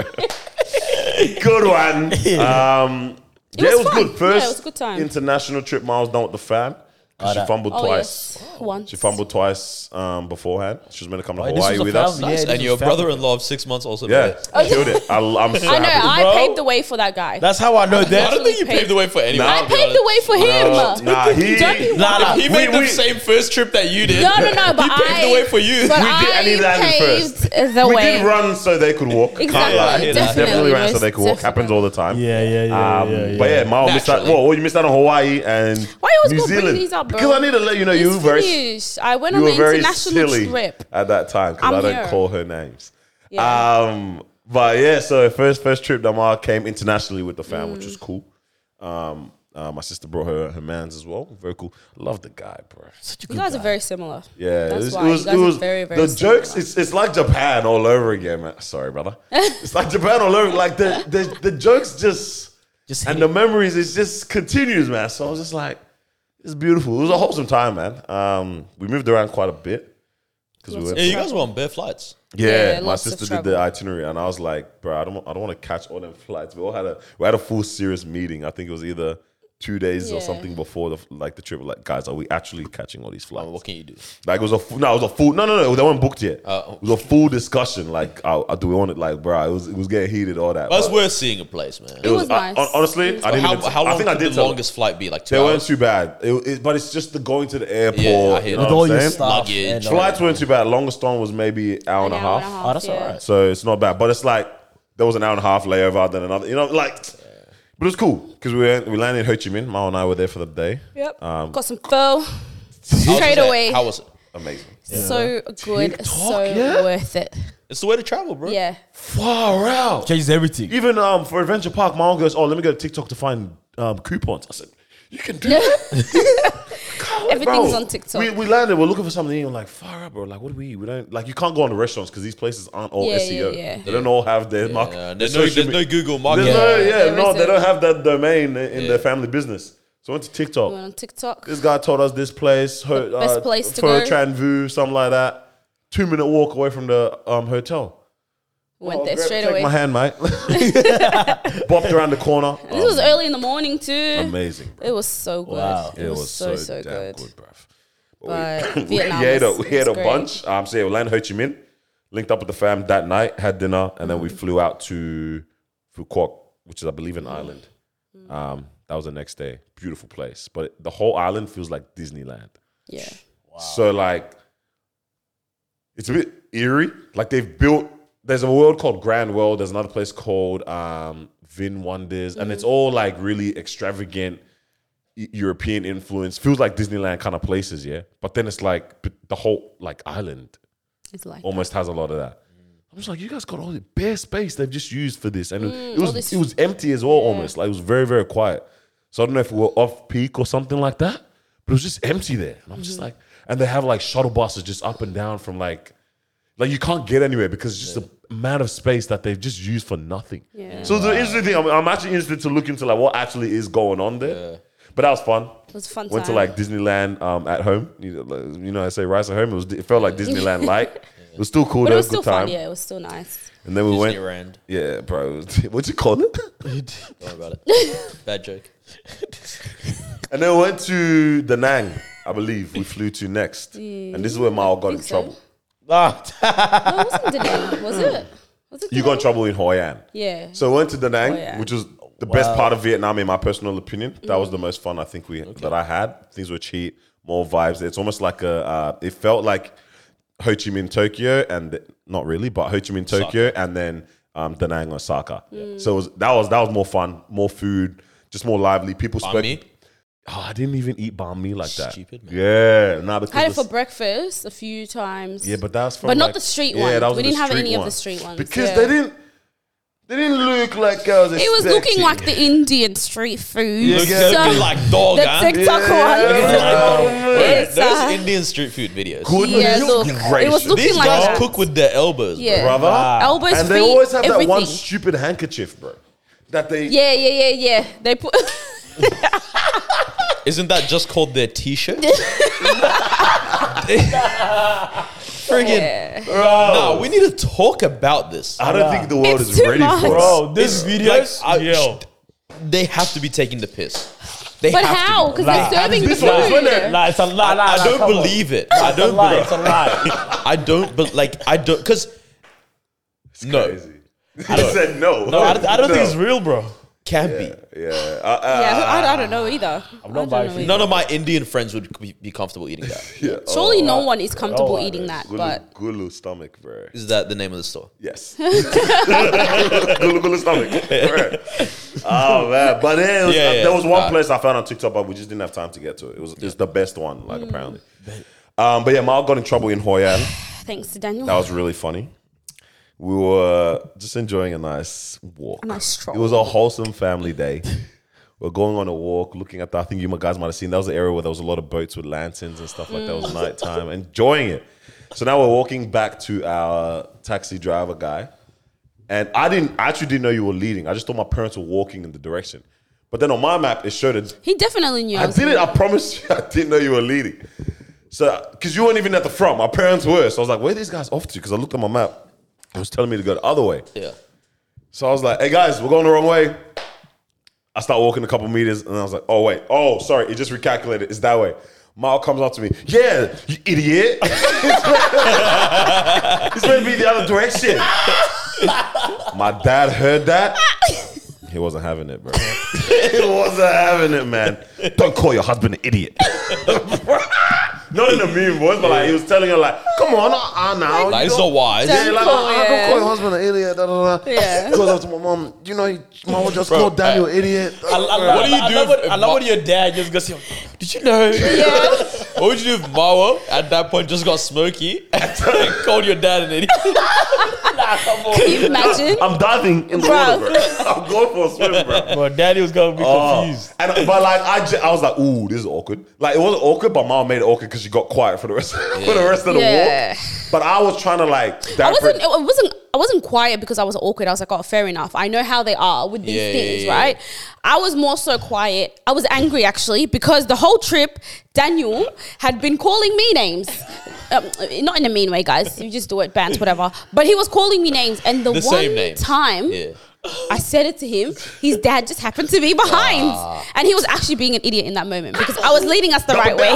Speaker 2: good one. Um, yeah, it
Speaker 1: was
Speaker 2: was
Speaker 1: fun.
Speaker 2: good. First
Speaker 1: Yeah, it was a good time.
Speaker 2: international trip Miles done with the fam. 'cause she
Speaker 4: that-
Speaker 2: fumbled
Speaker 1: Oh,
Speaker 2: twice.
Speaker 1: yes. Once.
Speaker 2: She fumbled twice um, beforehand. She was meant to come to
Speaker 4: Oh, this
Speaker 2: Hawaii
Speaker 4: was a
Speaker 2: with us.
Speaker 4: fam- yeah,
Speaker 3: Nice.
Speaker 4: this
Speaker 3: and
Speaker 4: is
Speaker 3: your
Speaker 4: family.
Speaker 3: brother-in-law of six months also.
Speaker 2: Yeah,
Speaker 3: did it.
Speaker 2: killed it. I, am so
Speaker 1: I know.
Speaker 2: happy.
Speaker 1: I paved the way for that guy.
Speaker 4: That's how I know
Speaker 3: I
Speaker 4: that.
Speaker 3: don't think you
Speaker 1: Actually
Speaker 3: paved the way for anyone.
Speaker 1: I
Speaker 3: to be
Speaker 1: paved the way for him.
Speaker 2: Nah, he,
Speaker 1: Don't be
Speaker 4: Nah, nah,
Speaker 3: honest. He
Speaker 2: We-
Speaker 3: made the
Speaker 2: we-
Speaker 3: same first trip that you did.
Speaker 1: No, no, no, but
Speaker 3: he paved
Speaker 1: I-
Speaker 3: the way for you.
Speaker 1: But
Speaker 2: did-
Speaker 1: I
Speaker 2: I needed that in
Speaker 1: paved
Speaker 2: first.
Speaker 1: the
Speaker 2: we
Speaker 1: way.
Speaker 2: did run so they could walk. Can't
Speaker 1: Exactly,
Speaker 2: lie.
Speaker 1: Yeah,
Speaker 2: We
Speaker 1: definitely,
Speaker 2: definitely ran so
Speaker 1: most
Speaker 2: they could walk. Happens
Speaker 1: definitely.
Speaker 2: all the time.
Speaker 4: Yeah, yeah, yeah.
Speaker 2: Um,
Speaker 4: yeah, yeah.
Speaker 2: But yeah, Miles missed out.
Speaker 3: Naturally.
Speaker 2: Well, you missed out on Hawaii and
Speaker 1: Why you always
Speaker 2: New
Speaker 1: gotta bring
Speaker 2: Zealand.
Speaker 1: these up, bro?
Speaker 2: Because I need to let you know you were
Speaker 1: It's
Speaker 2: very,
Speaker 1: finished. I went
Speaker 2: you
Speaker 1: on
Speaker 2: were
Speaker 1: an
Speaker 2: very
Speaker 1: international
Speaker 2: silly
Speaker 1: trip.
Speaker 2: at that time because
Speaker 1: I'm
Speaker 2: I don't
Speaker 1: here.
Speaker 2: call her names.
Speaker 1: Yeah.
Speaker 2: Um, but yeah, so first first trip that Miles came internationally with the fam,
Speaker 1: Mm.
Speaker 2: which was cool. Um, uh, my sister brought her her man's as well. Very cool. Love the guy, bro.
Speaker 1: You guys are very similar.
Speaker 2: Yeah,
Speaker 1: That's
Speaker 2: it was,
Speaker 1: why
Speaker 2: it was,
Speaker 1: you guys
Speaker 2: it was
Speaker 1: are very, very
Speaker 2: the
Speaker 1: similar.
Speaker 2: jokes. It's, it's like Japan all over again, man. Sorry, brother. it's like Japan all over. Like the the, the jokes just,
Speaker 4: Just
Speaker 2: and
Speaker 4: hit
Speaker 2: the memories. It just continues, man. So I was just like, it's beautiful. It was a wholesome time, man. Um, we moved around quite a bit because we went.
Speaker 3: yeah, you guys were on bare flights.
Speaker 2: Yeah,
Speaker 1: Yeah,
Speaker 2: my
Speaker 1: lots of
Speaker 2: sister did the
Speaker 1: travel.
Speaker 2: itinerary, and I was like, bro, I don't, I don't want to catch all them flights. We all had a, we had a full serious meeting. I think it was either two days
Speaker 1: Yeah.
Speaker 2: or something before the like the trip. Like, guys, are we actually catching all these flights?
Speaker 3: What can you do?
Speaker 2: Like it was a fu- no, it was a full no, no, no, they weren't booked yet.
Speaker 3: Oh.
Speaker 2: it was a full discussion. Like, I, I do we want it? Like, bro, it was it was getting heated, all that.
Speaker 3: But it's
Speaker 2: but
Speaker 3: worth seeing a place, man.
Speaker 1: It was
Speaker 2: I-
Speaker 1: nice.
Speaker 2: hon- honestly, I didn't.
Speaker 3: how,
Speaker 2: even,
Speaker 3: how long
Speaker 2: I think I
Speaker 3: could
Speaker 2: did
Speaker 3: the
Speaker 2: tell-
Speaker 3: longest flight be? Like two
Speaker 2: They weren't
Speaker 3: hours?
Speaker 2: too bad. It, it, but it's just the going to the airport.
Speaker 3: I hear
Speaker 2: you
Speaker 3: that.
Speaker 2: know
Speaker 3: With
Speaker 2: what
Speaker 4: all
Speaker 2: I'm
Speaker 4: your
Speaker 2: saying?
Speaker 4: stuff.
Speaker 3: Luggage.
Speaker 4: and all
Speaker 2: Flights weren't too bad. Longest one was maybe hour and,
Speaker 1: An
Speaker 2: a
Speaker 1: hour
Speaker 2: half.
Speaker 1: and a half.
Speaker 4: Oh, that's
Speaker 1: yeah.
Speaker 4: alright.
Speaker 2: So it's not bad, but it's like there was an hour and a half layover, then another. You know, like, but it was cool because we went- we landed in Ho Chi Minh. Mao and I were there for the day.
Speaker 1: Yep.
Speaker 2: Um,
Speaker 1: Got some pho.
Speaker 3: How was
Speaker 1: Straight
Speaker 3: it?
Speaker 1: away.
Speaker 3: How was it?
Speaker 2: Amazing.
Speaker 1: So good. so worth it.
Speaker 3: It's the way to travel, bro.
Speaker 1: Yeah.
Speaker 2: Far out.
Speaker 4: Changes everything.
Speaker 2: Even um, for Adventure Park, my mom goes, "Oh, let me go to TikTok to find um, coupons." I said, "You can do that."
Speaker 1: Everything's
Speaker 2: Bro,
Speaker 1: on TikTok.
Speaker 2: We, we landed. We're looking for something. And I'm like, "Far out, bro! Like, what do we? eat? We don't like. You can't go on the restaurants because these places aren't all
Speaker 1: Yeah, yeah,
Speaker 2: SEO.
Speaker 1: yeah.
Speaker 2: They don't all have their market.
Speaker 3: Yeah,
Speaker 2: their
Speaker 3: Uh, there's, no,
Speaker 2: social
Speaker 3: there's
Speaker 2: media-
Speaker 3: no Google
Speaker 2: There's
Speaker 3: market.
Speaker 2: no, yeah,
Speaker 1: There
Speaker 2: no, they
Speaker 1: isn't.
Speaker 2: don't have that domain in in
Speaker 3: Yeah.
Speaker 2: their family business. So I went to TikTok.
Speaker 1: Went on TikTok.
Speaker 2: This guy told us this place, her,
Speaker 1: best place to
Speaker 2: Pho
Speaker 1: go.
Speaker 2: Tran Vu, something like that. Two minute walk away from the um, hotel.
Speaker 1: Went
Speaker 2: Oh,
Speaker 1: there
Speaker 2: grab-
Speaker 1: straight
Speaker 2: take
Speaker 1: away.
Speaker 2: my
Speaker 1: This
Speaker 2: hand, mate. Bopped around the corner. This
Speaker 1: was early in the morning too.
Speaker 2: amazing. bro.
Speaker 1: It was so good.
Speaker 4: Wow.
Speaker 1: It, was, so so
Speaker 2: damn
Speaker 1: good.
Speaker 2: bruv.
Speaker 1: But
Speaker 2: we
Speaker 1: Vietnam
Speaker 2: had a,
Speaker 1: was-
Speaker 2: we had a
Speaker 1: was great.
Speaker 2: bunch. Um, so yeah, we landed in Ho Chi Minh, linked up with the fam that night, had dinner, and
Speaker 1: Mm.
Speaker 2: then we flew out to Phu Quoc, which is I believe an island.
Speaker 1: Mm.
Speaker 2: Um, that was the next day. Beautiful place, but the whole island feels like Disneyland.
Speaker 1: Yeah.
Speaker 2: So like, it's a bit eerie. Like they've built. There's a world called Grand World. There's another place called um, Vin Wonders, and it's all like really extravagant E- European influence. Feels like Disneyland kind of places, yeah. But then it's like but the whole like island
Speaker 1: It's like
Speaker 2: almost has a lot of that. I'm just like, you guys got all the bare space they've just used for this, and it- it was
Speaker 1: Mm, all this-
Speaker 2: it was empty as well, almost like it was very very quiet. So I don't know if we were off peak or something like that, but it was just empty there, and I'm
Speaker 1: Mm-hmm.
Speaker 2: just like, and they have like shuttle buses just up and down from like, like you can't get anywhere because it's just the amount of space that they've just used for nothing.
Speaker 1: Yeah.
Speaker 2: So the interesting thing, I'm, I'm actually interested to look into like what actually is going on there. But that was fun.
Speaker 1: it was a fun
Speaker 2: Went to
Speaker 1: time.
Speaker 2: like Disneyland um, at home. You know, like- you know, I say rice at home. It was it felt like Disneyland light. It was still cool.
Speaker 1: but
Speaker 2: though,
Speaker 1: it was still
Speaker 2: good time.
Speaker 1: fun. Yeah, it was still nice.
Speaker 2: And then we went.
Speaker 3: Disneyland.
Speaker 2: Yeah, bro. What'd you call it?
Speaker 3: Don't worry about it. Bad joke.
Speaker 2: and then we went to Da Nang, I believe. We flew to next, and this is where Mao got in
Speaker 1: so.
Speaker 2: trouble.
Speaker 4: Ah,
Speaker 1: No, it wasn't Danang, was it? Was it
Speaker 2: You got in
Speaker 1: Danang?
Speaker 2: trouble in Hoi An.
Speaker 1: Yeah.
Speaker 2: So we went to Da Nang,
Speaker 1: Oh, yeah.
Speaker 2: which was the best part of Vietnam, in my personal opinion. That was the
Speaker 1: Mm.
Speaker 2: most fun I think we that I had. Things were cheap, more vibes. It's almost like a. Uh, it felt like Ho Chi Minh, Tokyo, and not really, but Ho Chi Minh, Tokyo, and then um, Da Nang, Osaka.
Speaker 1: Mm.
Speaker 2: So it was, that was that was more fun, more food, just more lively. People
Speaker 3: Banh
Speaker 2: spoke.
Speaker 3: mi?
Speaker 2: Oh, I didn't even eat banh mi like that.
Speaker 3: Stupid, man.
Speaker 2: Yeah, nah, because
Speaker 1: Had it
Speaker 2: the-
Speaker 1: for breakfast a few times.
Speaker 2: yeah, but that's from
Speaker 1: But not
Speaker 2: like-
Speaker 1: the street
Speaker 2: yeah,
Speaker 1: ones.
Speaker 2: that was
Speaker 1: We
Speaker 2: the
Speaker 1: didn't have
Speaker 2: street
Speaker 1: any of the
Speaker 2: ones.
Speaker 1: street ones,
Speaker 2: because
Speaker 1: yeah.
Speaker 2: they didn't. They didn't look like I was
Speaker 1: It was looking
Speaker 2: expecting.
Speaker 1: like the Indian street food.
Speaker 2: You get
Speaker 1: So-
Speaker 2: me
Speaker 3: Looking like dog,
Speaker 1: the
Speaker 3: huh?
Speaker 1: TikTok one. It's,
Speaker 3: Those
Speaker 1: uh,
Speaker 3: Indian street food videos.
Speaker 1: yeah, look, it was looking
Speaker 3: These
Speaker 1: like
Speaker 3: guys
Speaker 1: that.
Speaker 3: cook with their elbows. bro.
Speaker 1: yeah.
Speaker 2: brother.
Speaker 1: Elbows,
Speaker 2: and
Speaker 1: feet,
Speaker 2: they always have that one
Speaker 1: everything.
Speaker 2: stupid handkerchief, bro. That they
Speaker 1: Yeah, yeah, yeah, yeah. They put.
Speaker 3: Isn't that just called their t-shirt? Friggin'
Speaker 1: Yeah.
Speaker 3: nah, we need to talk about this.
Speaker 2: I don't think the world
Speaker 1: It's
Speaker 2: is
Speaker 1: too
Speaker 2: ready
Speaker 1: much.
Speaker 2: for
Speaker 1: Bro,
Speaker 2: us.
Speaker 4: Oh, this
Speaker 3: Like,
Speaker 4: video.
Speaker 3: I-
Speaker 4: yo.
Speaker 3: They have to be taking the piss. They
Speaker 1: But
Speaker 3: have
Speaker 1: how?
Speaker 3: To be.
Speaker 1: Because they're serving the
Speaker 2: this one, isn't
Speaker 1: food.
Speaker 4: Nah, it's a lie. lie,
Speaker 3: I
Speaker 4: lie,
Speaker 3: don't
Speaker 4: come on.
Speaker 3: believe it. I
Speaker 4: It's a
Speaker 3: don't.
Speaker 4: lie.
Speaker 3: bro.
Speaker 4: It's a lie.
Speaker 3: I don't. But like, I don't. Because no,
Speaker 2: Crazy. I said no.
Speaker 4: No, I don't, I don't think it's
Speaker 2: No.
Speaker 4: real, bro.
Speaker 3: can
Speaker 2: Yeah, I, I,
Speaker 1: Yeah, I, I don't know either. I'm
Speaker 4: not buying
Speaker 3: be.
Speaker 4: food.
Speaker 3: None of my Indian friends would be- be comfortable eating that.
Speaker 2: yeah. Oh,
Speaker 1: Surely no one is comfortable
Speaker 4: Oh,
Speaker 1: eating that,
Speaker 2: gulu,
Speaker 1: but
Speaker 2: gulu stomach, bro.
Speaker 3: Is that the name of the store?
Speaker 2: Yes. gulu gulu stomach. bro. Oh man, but then it was,
Speaker 3: Yeah, yeah.
Speaker 2: there was one
Speaker 3: Nah.
Speaker 2: place I found on TikTok, but we just didn't have time to get to it. It was it's the best one, like
Speaker 1: Mm.
Speaker 2: apparently. Um, but yeah, Mal got in trouble in Hoi An.
Speaker 1: thanks to Daniel.
Speaker 2: That was really funny. We were just enjoying a nice walk.
Speaker 1: A nice stroll.
Speaker 2: It was a wholesome family day. we're going on a walk, looking at the, I think you guys might have seen, that was the area where there was a lot of boats with lanterns and stuff like that. It
Speaker 1: Mm.
Speaker 2: was nighttime, enjoying it. So now we're walking back to our taxi driver guy. And I didn't, I actually didn't know you were leading. I just thought my parents were walking in the direction. But then on my map, it showed a
Speaker 1: he definitely knew.
Speaker 2: I
Speaker 1: was
Speaker 2: did it.
Speaker 1: leaving.
Speaker 2: I promised you. I didn't know you were leading. So, because you weren't even at the front. My parents were. So I was like, where are these guys off to? Because I looked at my map. It was telling me to go the other way.
Speaker 3: Yeah.
Speaker 2: So I was like, hey guys, we're going the wrong way. I start walking a couple meters and I was like, oh wait, oh sorry, it just recalculated. It's that way. Mal comes up to me, yeah, you idiot. it's meant to be the other direction. My dad heard that. He wasn't having it, bro. he wasn't having it, man. Don't call your husband an idiot. Not in a mean voice, but like he was telling her, like, come on, I, I now.
Speaker 3: Like,
Speaker 2: you
Speaker 3: it's
Speaker 2: know-
Speaker 3: not wise.
Speaker 2: yeah,
Speaker 1: Don't
Speaker 2: like,
Speaker 1: call
Speaker 2: oh, I don't call
Speaker 1: him.
Speaker 2: your husband an idiot. Da, da, da.
Speaker 1: Yeah.
Speaker 2: Goes up to my mom, you know, mom just called Daniel an idiot.
Speaker 3: What do you do
Speaker 4: I love,
Speaker 3: if-
Speaker 4: what,
Speaker 3: if
Speaker 4: I love
Speaker 3: Ma-
Speaker 4: what your dad just goes, "Yo, did you know?
Speaker 3: What would you do if Marwa at that point just got smoky and called your dad an idiot?
Speaker 1: Can you imagine?
Speaker 2: I'm diving in the
Speaker 1: Bro.
Speaker 2: water, bro. I'm going for a swim, bro.
Speaker 4: Bro, daddy was going to be
Speaker 2: Oh.
Speaker 4: confused.
Speaker 2: And, but like I, j- I was like, ooh, this is awkward. Like it wasn't awkward, but mom made it awkward because she got quiet for the rest for the rest of the
Speaker 1: Yeah.
Speaker 2: walk. But I was trying to like.
Speaker 1: I
Speaker 2: damper
Speaker 1: wasn't.
Speaker 2: it.
Speaker 1: It wasn't. I wasn't quiet because I was awkward. I was like, oh, fair enough. I know how they are with these
Speaker 3: Yeah, yeah,
Speaker 1: things,
Speaker 3: yeah.
Speaker 1: right? I was more so quiet. I was angry actually because the whole trip, Daniel had been calling me names. Um, not in a mean way, guys. You just do it, bants, whatever. But he was calling me names, and the, one
Speaker 3: The same names.
Speaker 1: time
Speaker 3: Yeah.
Speaker 1: I said it to him, his dad just happened to be behind,
Speaker 3: Ah.
Speaker 1: and he was actually being an idiot in that moment because I was leading us the right way.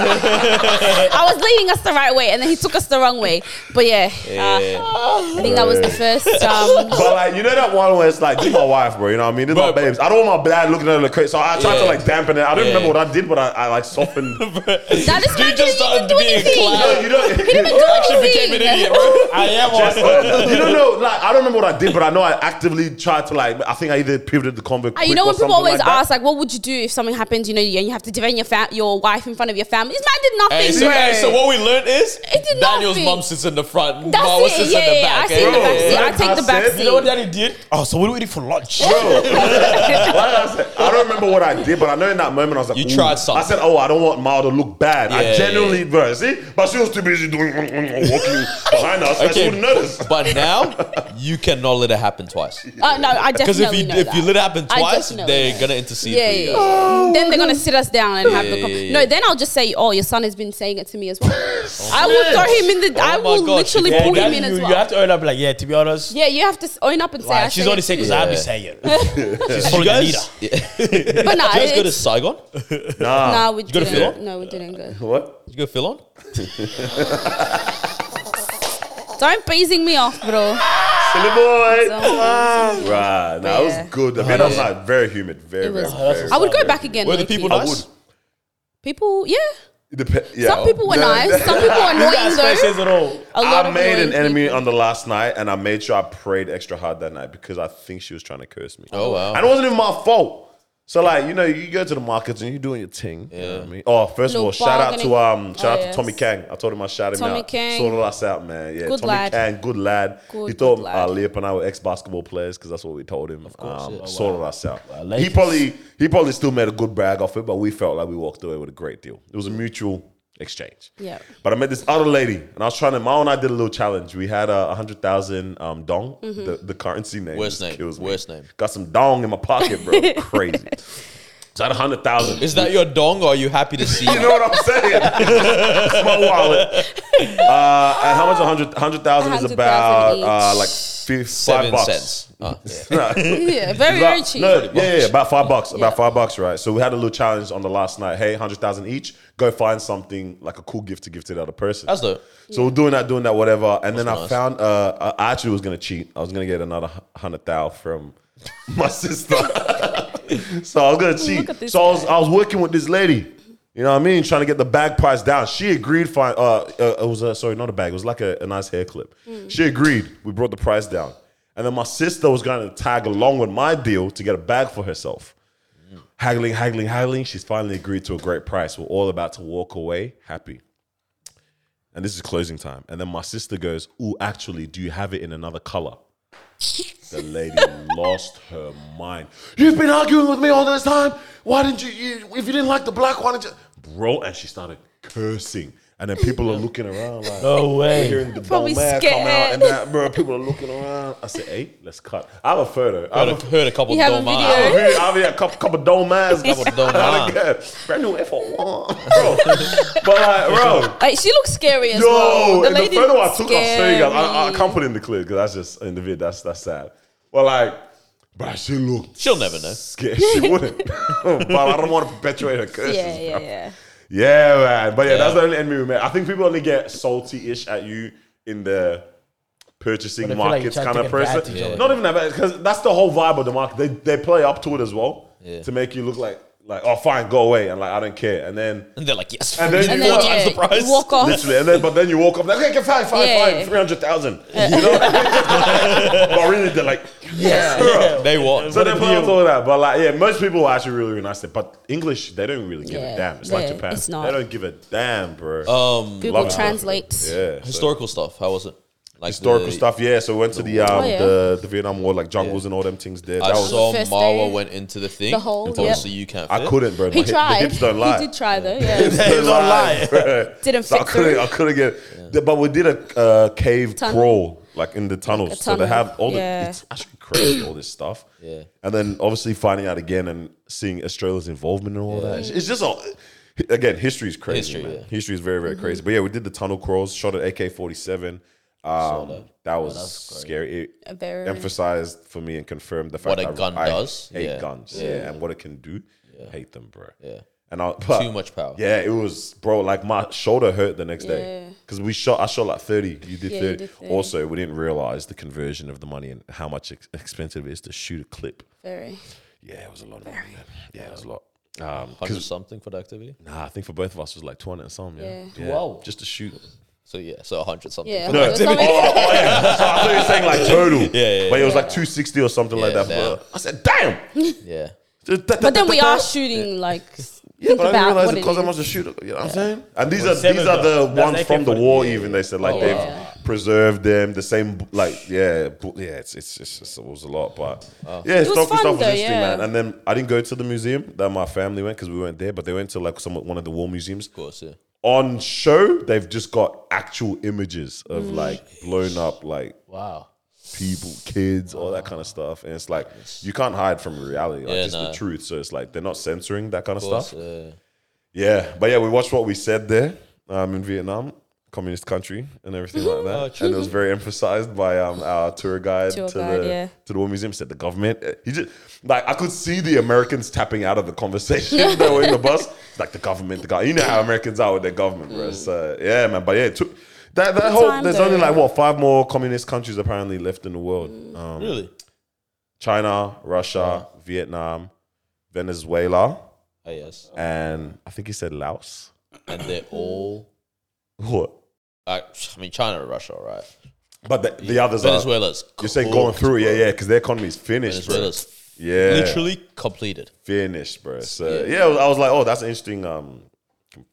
Speaker 1: I was leading us the right way, and then he took us the wrong way. But yeah, uh, I think that was the first. Um,
Speaker 2: But like you know that one where it's like, this my wife, bro. You know what I mean? This my
Speaker 3: Bro.
Speaker 2: babes. I don't want my dad looking at her like crazy. So I tried to
Speaker 3: Yeah.
Speaker 2: like dampen it. I don't
Speaker 3: Yeah.
Speaker 2: remember what I did, but I, I like softened.
Speaker 1: now this man didn't even do anything.
Speaker 2: No, you don't.
Speaker 1: He didn't even do
Speaker 3: Actually became an
Speaker 1: anything.
Speaker 3: idiot, bro.
Speaker 4: I am
Speaker 2: Just-
Speaker 4: also.
Speaker 2: you don't know, like I don't remember what I did, but I know I actively tried to like. I think I either pivoted the convo.
Speaker 1: Uh, you
Speaker 2: quick
Speaker 1: know
Speaker 2: or
Speaker 1: when people
Speaker 2: something
Speaker 1: always
Speaker 2: like that.
Speaker 1: ask like, "What would you do if something happens?" You know, and you have to defend your fa- your wife in front of your family. This man did nothing.
Speaker 3: Hey, so,
Speaker 1: bro.
Speaker 3: hey, so what we learned is
Speaker 1: It did
Speaker 3: Daniel's
Speaker 1: nothing.
Speaker 3: mum sits in the front,
Speaker 1: That's
Speaker 3: Marwa
Speaker 1: it.
Speaker 3: sits
Speaker 1: Yeah,
Speaker 3: in the
Speaker 1: yeah,
Speaker 3: back. eh?
Speaker 1: I sit in the
Speaker 2: Bro,
Speaker 1: back seat. I
Speaker 2: like
Speaker 1: take
Speaker 2: I
Speaker 1: the back
Speaker 2: said,
Speaker 1: seat.
Speaker 2: you
Speaker 4: You know what daddy did? Oh, so what do we eat for lunch?
Speaker 2: Like I said, I don't remember what I did, but I know in that moment I was like,
Speaker 3: You
Speaker 2: "Ooh."
Speaker 3: tried something.
Speaker 2: I said, "Oh, I don't want Mal to look bad."
Speaker 3: Yeah,
Speaker 2: I
Speaker 3: yeah,
Speaker 2: genuinely, bro, see, but she was too busy doing mm, walking behind us. that she wouldn't notice.
Speaker 3: but now you cannot let it happen twice.
Speaker 1: Uh, no, I
Speaker 3: Because
Speaker 1: definitely
Speaker 3: if you
Speaker 1: know
Speaker 3: if
Speaker 1: that.
Speaker 3: you let it happen
Speaker 1: I
Speaker 3: twice,
Speaker 1: definitely
Speaker 3: they're
Speaker 1: know.
Speaker 3: gonna intercede.
Speaker 1: Yeah,
Speaker 3: for you
Speaker 1: yeah,
Speaker 3: guys.
Speaker 2: Oh.
Speaker 1: yeah. then they're gonna sit us down and have the
Speaker 3: yeah,
Speaker 1: con-
Speaker 3: yeah, yeah.
Speaker 1: no. Then I'll just say, "Oh, your son has been saying it to me as well." I will throw him in the. I
Speaker 3: Oh my
Speaker 1: will
Speaker 3: God,
Speaker 1: literally
Speaker 3: she's
Speaker 1: pull
Speaker 4: daddy,
Speaker 1: him in
Speaker 4: you,
Speaker 1: as
Speaker 4: you have
Speaker 1: well.
Speaker 4: to own up, like, yeah, to be honest.
Speaker 1: Yeah, you have to s- own up and say.
Speaker 4: Like,
Speaker 1: I
Speaker 4: she's
Speaker 1: said
Speaker 4: only
Speaker 1: it
Speaker 4: saying
Speaker 1: to
Speaker 4: because
Speaker 1: you.
Speaker 4: I'll be
Speaker 3: Yeah.
Speaker 4: saying it. She's
Speaker 3: You
Speaker 4: following the
Speaker 3: guys,
Speaker 4: leader.
Speaker 3: yeah. you
Speaker 1: But nah,
Speaker 3: guys go to
Speaker 1: it's,
Speaker 3: Saigon? Did
Speaker 1: nah, we
Speaker 3: go to
Speaker 1: didn't.
Speaker 3: Phil?
Speaker 1: No, we didn't go.
Speaker 2: What?
Speaker 3: you go Philon?
Speaker 1: Don't basing me off, bro.
Speaker 2: Silly boy.
Speaker 1: Don't-
Speaker 2: Right, no, it
Speaker 1: Yeah.
Speaker 2: was good. I mean, I was like very humid, very,
Speaker 1: It was.
Speaker 2: very, very.
Speaker 1: I would go back again.
Speaker 3: Were the
Speaker 1: low-key.
Speaker 3: people
Speaker 2: I
Speaker 3: nice?
Speaker 2: would.
Speaker 1: People, yeah.
Speaker 2: It depe- yeah.
Speaker 1: Some people were
Speaker 2: No,
Speaker 1: nice. Some people were annoying
Speaker 4: That
Speaker 1: though.
Speaker 4: says it all.
Speaker 1: A lot
Speaker 2: I
Speaker 1: of
Speaker 2: made an
Speaker 1: annoying
Speaker 2: enemy
Speaker 1: people.
Speaker 2: on the last night, and I made sure I prayed extra hard that night because I think she was trying to curse me.
Speaker 3: Oh wow.
Speaker 2: And it wasn't even my fault. So like you know you go to the markets and you're doing your thing. Yeah. I mean? Oh, first of
Speaker 1: Little
Speaker 2: all, shout out to um
Speaker 1: bargaining.
Speaker 2: shout out
Speaker 1: Oh,
Speaker 2: to Tommy
Speaker 1: yes.
Speaker 2: Kang. I told him I shouted him
Speaker 1: Tommy
Speaker 2: out.
Speaker 1: Kang.
Speaker 2: Sorted us out, man. Yeah,
Speaker 1: Good
Speaker 2: Tommy
Speaker 1: lad.
Speaker 2: Kang, good lad.
Speaker 1: Good,
Speaker 2: he
Speaker 1: good
Speaker 2: thought
Speaker 1: lad.
Speaker 2: uh, Leop and I were ex basketball players because that's what we told him. Of
Speaker 3: course,
Speaker 2: um,
Speaker 3: yeah. Oh,
Speaker 2: sorted us out. he
Speaker 4: Lakers.
Speaker 2: probably he probably still made a good brag off it, but we felt like we walked away with a great deal. It was a mutual exchange.
Speaker 1: Yeah.
Speaker 2: But I met this other lady, and I was trying to. Mao and I did a little challenge. We had a hundred thousand um, dong, the, the currency name.
Speaker 3: Worst
Speaker 2: Just
Speaker 3: name.
Speaker 2: kills me.
Speaker 3: Worst name.
Speaker 2: Got some dong in my pocket, bro. Crazy. So I had a hundred thousand.
Speaker 3: Is that your dong or are you happy to see
Speaker 2: You know what I'm saying? it's my wallet. Uh, and how much? A hundred hundred thousand is
Speaker 1: 100,000
Speaker 2: about uh,
Speaker 1: each.
Speaker 2: like fi- five
Speaker 3: seven
Speaker 2: bucks.
Speaker 3: cents? Oh, yeah.
Speaker 1: Yeah, very, very
Speaker 2: About-
Speaker 1: cheap.
Speaker 2: no, yeah, yeah, yeah, about five bucks.
Speaker 1: Yeah.
Speaker 2: About five bucks, right? So we had a little challenge on the last night. Hey, hundred thousand each. Go find something like a cool gift to give to the other person.
Speaker 3: That's dope.
Speaker 2: So we're doing that, doing that, whatever. And then I
Speaker 3: nice.
Speaker 2: found uh, I actually was gonna cheat. I was gonna get another hundred thou from my sister. so I was gonna
Speaker 1: Look at
Speaker 2: cheat.
Speaker 1: this
Speaker 2: So I was,
Speaker 1: guy.
Speaker 2: I was working with this lady. You know what I mean? Trying to get the bag price down. She agreed. Fine. Uh, uh, it was a, sorry, not a bag. It was like a, a nice hair clip.
Speaker 1: Mm.
Speaker 2: She agreed. We brought the price down. And then my sister was going to tag along with my deal to get a bag for herself haggling, haggling, haggling. She's finally agreed to a great price. We're all about to walk away happy. And this is closing time. And then my sister goes, Ooh, actually, do you have it in another color? The lady lost her mind. You've been arguing with me all this time. Why didn't you, you if you didn't like the black, why didn't you? Bro, and she started cursing. And then people are looking around like,
Speaker 4: No way.
Speaker 2: hearing the
Speaker 1: Probably
Speaker 2: bone man come out
Speaker 1: scared.
Speaker 2: and that, bro, people are looking around. I said, Hey, let's cut. I have a photo. I
Speaker 3: Heard
Speaker 2: have
Speaker 3: a,
Speaker 2: a
Speaker 3: heard a couple
Speaker 1: You have a
Speaker 3: dong ah,
Speaker 2: I
Speaker 1: video?
Speaker 3: eyes.
Speaker 2: mean, I mean, a couple, couple dome ass, couple
Speaker 3: dome eyes.
Speaker 2: Brand new F one, bro. But like, bro,
Speaker 1: Like she looks scary as well.
Speaker 2: yo, in the
Speaker 1: lady
Speaker 2: photo I
Speaker 1: looks
Speaker 2: took, I'll show you guys. I, I
Speaker 1: scary.
Speaker 2: can't put it in the clip because that's just in the vid. That's that's sad. But like, but she looked
Speaker 3: She'll never know.
Speaker 2: scared. She wouldn't. but I don't want to perpetuate her curses.
Speaker 1: Yeah, yeah,
Speaker 2: bro.
Speaker 1: yeah.
Speaker 2: Yeah, man. But yeah,
Speaker 3: Yeah.
Speaker 2: that's the only enemy we made. I think people only get salty ish at you in the purchasing
Speaker 4: But I feel like you
Speaker 2: markets
Speaker 4: try to
Speaker 2: kind of
Speaker 4: take
Speaker 2: person.
Speaker 4: advantage of it.
Speaker 2: Not even that, because that's the whole vibe of the market. They, they play up to it as well
Speaker 3: Yeah.
Speaker 2: to make you look like, like, oh, fine, go away. And like, I don't care. And then.
Speaker 3: And they're like, yes.
Speaker 2: And then
Speaker 3: four
Speaker 1: And
Speaker 2: you
Speaker 1: then
Speaker 2: Four
Speaker 1: yeah,
Speaker 3: times the price.
Speaker 1: you walk off.
Speaker 2: Literally, and then but then you walk up like okay, okay, fine, fine,
Speaker 1: Yeah.
Speaker 2: fine, three hundred thousand. You know, but really they're like, yes, sir.
Speaker 3: They want.
Speaker 2: So they put up all that, but like, yeah, most people are actually really, really nice. there. But English, they don't really give
Speaker 1: Yeah.
Speaker 2: a damn. It's
Speaker 1: Yeah,
Speaker 2: like Japan,
Speaker 1: it's not.
Speaker 2: they don't give a damn, bro.
Speaker 3: um,
Speaker 2: Love
Speaker 1: Google
Speaker 2: it.
Speaker 1: translates.
Speaker 2: yeah, so-
Speaker 3: historical stuff. How was it? Like
Speaker 2: historical
Speaker 3: the-
Speaker 2: stuff. Yeah, so we went to the um,
Speaker 1: Oh, yeah.
Speaker 2: the, the Vietnam War, like jungles and all them things there.
Speaker 3: I
Speaker 2: That was,
Speaker 3: saw
Speaker 1: First
Speaker 3: Marwa
Speaker 1: day.
Speaker 3: went into the thing.
Speaker 1: The hole,
Speaker 3: and
Speaker 1: yep.
Speaker 3: Obviously, you can't.
Speaker 2: I
Speaker 3: fit.
Speaker 2: couldn't, bro.
Speaker 1: He
Speaker 2: My hip-
Speaker 1: tried.
Speaker 2: the hips don't lie.
Speaker 1: He did try though. Yeah,
Speaker 2: They
Speaker 6: Don't lie.
Speaker 2: bro.
Speaker 1: didn't
Speaker 2: So I
Speaker 1: fix
Speaker 2: couldn't.
Speaker 1: it.
Speaker 2: I couldn't get. But we did a uh, cave
Speaker 1: Tunnel.
Speaker 2: crawl, like in the tunnels.
Speaker 1: Like a
Speaker 2: So they
Speaker 1: tunnel.
Speaker 2: have all the.
Speaker 1: Yeah.
Speaker 2: It's actually crazy all this stuff.
Speaker 3: Yeah.
Speaker 2: And then obviously finding out again and seeing Australia's involvement and all that. It's- It's just all. Again, history is crazy.
Speaker 3: History,
Speaker 2: man.
Speaker 3: yeah. Mm-hmm.
Speaker 2: history is very, very crazy. But yeah, we did the tunnel crawls. Shot an AK forty seven. Um, that.
Speaker 3: Oh,
Speaker 2: was scary. It
Speaker 1: Very-
Speaker 2: emphasized for me and confirmed the fact
Speaker 3: What a
Speaker 2: that
Speaker 3: gun
Speaker 2: I
Speaker 3: does.
Speaker 2: hate
Speaker 3: Yeah.
Speaker 2: guns, yeah. and what it can do. Hate them, bro.
Speaker 3: Yeah.
Speaker 2: and I but-
Speaker 3: Too much power.
Speaker 2: Yeah, it was, bro. Like my shoulder hurt the next day
Speaker 1: Yeah.
Speaker 2: because we shot. I shot like thirty. You
Speaker 1: Yeah,
Speaker 2: did,
Speaker 1: you
Speaker 2: 30.
Speaker 1: did 30.
Speaker 2: Also, we didn't realize the conversion of the money and how much ex- expensive it is to shoot a clip.
Speaker 1: very.
Speaker 2: Yeah, it was a lot of money. Man. Yeah, it was a lot. Um,
Speaker 3: Hundred something for the activity.
Speaker 2: nah, I think for both of us it was like twenty and something. Yeah,
Speaker 1: Yeah.
Speaker 2: Yeah,
Speaker 4: Wow.
Speaker 2: just to shoot.
Speaker 3: So yeah, so hundred something.
Speaker 1: Yeah.
Speaker 3: for
Speaker 2: No,
Speaker 1: It was something-
Speaker 2: Oh, oh, yeah. So I thought you were saying like total.
Speaker 3: Yeah, yeah,
Speaker 2: but it was like two sixty or something like
Speaker 3: Yeah,
Speaker 2: that.
Speaker 3: damn.
Speaker 2: But I said, damn.
Speaker 3: that. Yeah.
Speaker 1: But then we are shooting like
Speaker 2: Yeah,
Speaker 1: think
Speaker 2: but I didn't
Speaker 1: about
Speaker 2: realize
Speaker 1: what
Speaker 2: it
Speaker 1: it
Speaker 2: cost how
Speaker 1: is.
Speaker 2: much to shoot. You know what I'm saying? And these are
Speaker 4: seven
Speaker 2: these are the
Speaker 4: though. That's
Speaker 2: ones
Speaker 4: like
Speaker 2: from the
Speaker 4: effort.
Speaker 2: war. Even they said like
Speaker 1: Yeah.
Speaker 2: they've
Speaker 1: Oh, Yeah.
Speaker 2: preserved them. The same b- like yeah bu- yeah. It's it's, it's, it's it was a lot, but yeah,
Speaker 1: was fun
Speaker 2: historical stuff was
Speaker 1: though,
Speaker 2: interesting,
Speaker 1: yeah.
Speaker 2: man. And then I didn't go to the museum that my family went because we weren't there, but they went to like some one of the war museums.
Speaker 3: Of course. Yeah.
Speaker 2: On show, they've just got actual images of
Speaker 1: Mm.
Speaker 2: like blown up like
Speaker 4: Wow.
Speaker 2: people, kids, all that kind of stuff. And it's like you can't hide from reality, like
Speaker 3: Yeah,
Speaker 2: just
Speaker 3: nah.
Speaker 2: the truth. So it's like they're not censoring that kind of,
Speaker 3: Of course.
Speaker 2: stuff.
Speaker 3: Yeah.
Speaker 2: Yeah, but yeah, we watched what we said there um, in Vietnam, communist country, and everything like that. and it was very emphasized by um, our tour guide,
Speaker 1: Mm-hmm. Tour
Speaker 2: to,
Speaker 1: guide,
Speaker 2: the,
Speaker 1: yeah.
Speaker 2: to the War Museum. Said the government, eh, he just like I could see the Americans tapping out of the conversation that were in the bus. Like the government, the guy, you know how Americans are with their government, bro. So yeah, man. But yeah, it took, that that whole
Speaker 1: Mm. time,
Speaker 2: there's
Speaker 1: though. Mm.
Speaker 2: only like what five more communist countries apparently left in the world. Um,
Speaker 3: Really?
Speaker 2: China, Russia, Vietnam, Venezuela,
Speaker 3: Ah, yes.
Speaker 2: and I think he said Laos.
Speaker 3: And they're
Speaker 1: Mm.
Speaker 3: all.
Speaker 2: What?
Speaker 3: I, I mean, China, Russia, right?
Speaker 2: But the, the others are.
Speaker 3: Venezuela's.
Speaker 2: You say going through, yeah, yeah, because their economy is finished, bro.
Speaker 3: Venezuela's
Speaker 2: Yeah.
Speaker 3: Literally completed.
Speaker 2: finished, bro. So yeah, I was- I was like, oh, that's an interesting um com-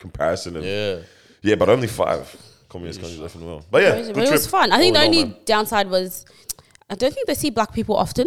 Speaker 2: comparison. Of,
Speaker 3: Yeah.
Speaker 2: Yeah, but only five communist countries left in the world. But yeah,
Speaker 1: It was,
Speaker 2: good
Speaker 1: it was
Speaker 2: trip.
Speaker 1: fun. I think
Speaker 2: All
Speaker 1: the
Speaker 2: in all,
Speaker 1: only
Speaker 2: man.
Speaker 1: downside was I don't think they see black people often.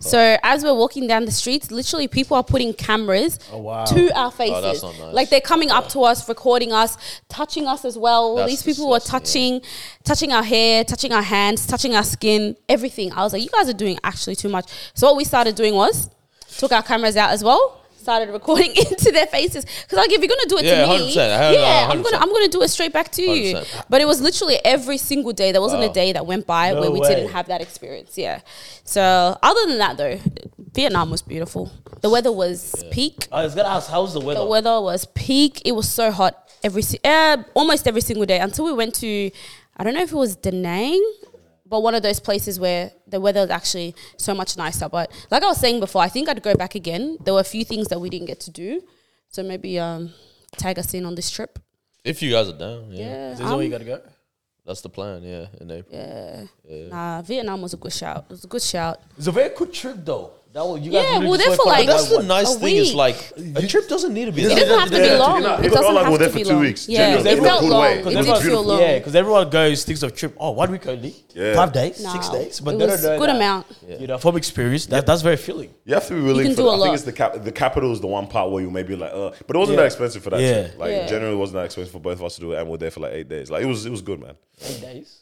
Speaker 1: So as we're walking down the streets, literally people are putting cameras
Speaker 4: wow.
Speaker 1: to our faces.
Speaker 3: Oh, that's not nice.
Speaker 1: Like they're coming up to us, recording us, touching us as well.
Speaker 3: That's
Speaker 1: These people were
Speaker 3: disgusting,
Speaker 1: touching, touching our hair, touching our hands, touching our skin, everything. I was like, you guys are doing actually too much. So what we started doing was took our cameras out as well. Started recording into their faces because like if you're gonna do it
Speaker 3: Yeah,
Speaker 1: to me,
Speaker 3: 100%. I- I-
Speaker 1: yeah, I'm
Speaker 3: 100%.
Speaker 1: gonna I'm gonna do it straight back to you.
Speaker 3: 100%.
Speaker 1: But it was literally every single day. There wasn't a
Speaker 3: Wow.
Speaker 1: day that went by
Speaker 4: No
Speaker 1: where we
Speaker 4: way.
Speaker 1: didn't have that experience. Yeah. So other than that, though, Vietnam was beautiful. The weather was peak.
Speaker 4: I was Uh, gonna ask, how's the weather?
Speaker 1: The weather was peak. It was so hot every si- uh, almost every single day until we went to I don't know if it was Da Nang, but one of those places where the weather is actually so much nicer. But like I was saying before, I think I'd go back again. There were a few things that we didn't get to do, so maybe um, tag us in on this trip.
Speaker 3: If you guys are down, yeah.
Speaker 1: Yeah,
Speaker 4: Is this where
Speaker 1: um,
Speaker 4: you gotta go?
Speaker 3: That's the plan, yeah, in April.
Speaker 1: Nah, Vietnam was a good shout. It was a good shout.
Speaker 4: It's a very quick trip though. That was, you
Speaker 1: Yeah,
Speaker 4: really
Speaker 1: well,
Speaker 4: just
Speaker 1: they're
Speaker 4: went
Speaker 1: for like-
Speaker 3: But that's the
Speaker 1: A
Speaker 3: nice thing is
Speaker 1: week.
Speaker 3: like a trip doesn't need to be
Speaker 1: It
Speaker 3: that
Speaker 1: doesn't have to be
Speaker 2: yeah,
Speaker 1: long.
Speaker 2: yeah. It
Speaker 1: It
Speaker 2: felt
Speaker 1: doesn't
Speaker 2: like we
Speaker 1: have
Speaker 2: were there
Speaker 1: to
Speaker 2: for
Speaker 1: be
Speaker 2: two
Speaker 1: long.
Speaker 2: weeks.
Speaker 1: Yeah,
Speaker 2: Genuinely,
Speaker 1: it
Speaker 2: in a
Speaker 1: felt
Speaker 2: good
Speaker 1: long. It
Speaker 2: way. It
Speaker 1: did
Speaker 2: was
Speaker 1: feel
Speaker 2: beautiful.
Speaker 1: long.
Speaker 4: Yeah, because everyone goes thinks of trip. Oh, one week only.
Speaker 2: Yeah.
Speaker 4: Five days,
Speaker 1: Nah,
Speaker 4: six days,
Speaker 1: it
Speaker 4: but they
Speaker 1: was
Speaker 4: don't know
Speaker 1: good
Speaker 4: that.
Speaker 1: amount.
Speaker 4: You know, from experience, that, that's very filling.
Speaker 2: You have to be willing
Speaker 1: can
Speaker 2: for
Speaker 1: do
Speaker 2: that.
Speaker 1: a
Speaker 2: I think
Speaker 1: lot.
Speaker 2: it's the cap- the capital is the one part where you maybe like, uh, but it wasn't
Speaker 4: Yeah.
Speaker 2: that expensive for that.
Speaker 4: Yeah.
Speaker 2: Trip. Like
Speaker 1: Yeah.
Speaker 2: generally, it wasn't that expensive for both of us to do it, and we we're there for like eight days. Like it was, it was good, man.
Speaker 4: Eight days.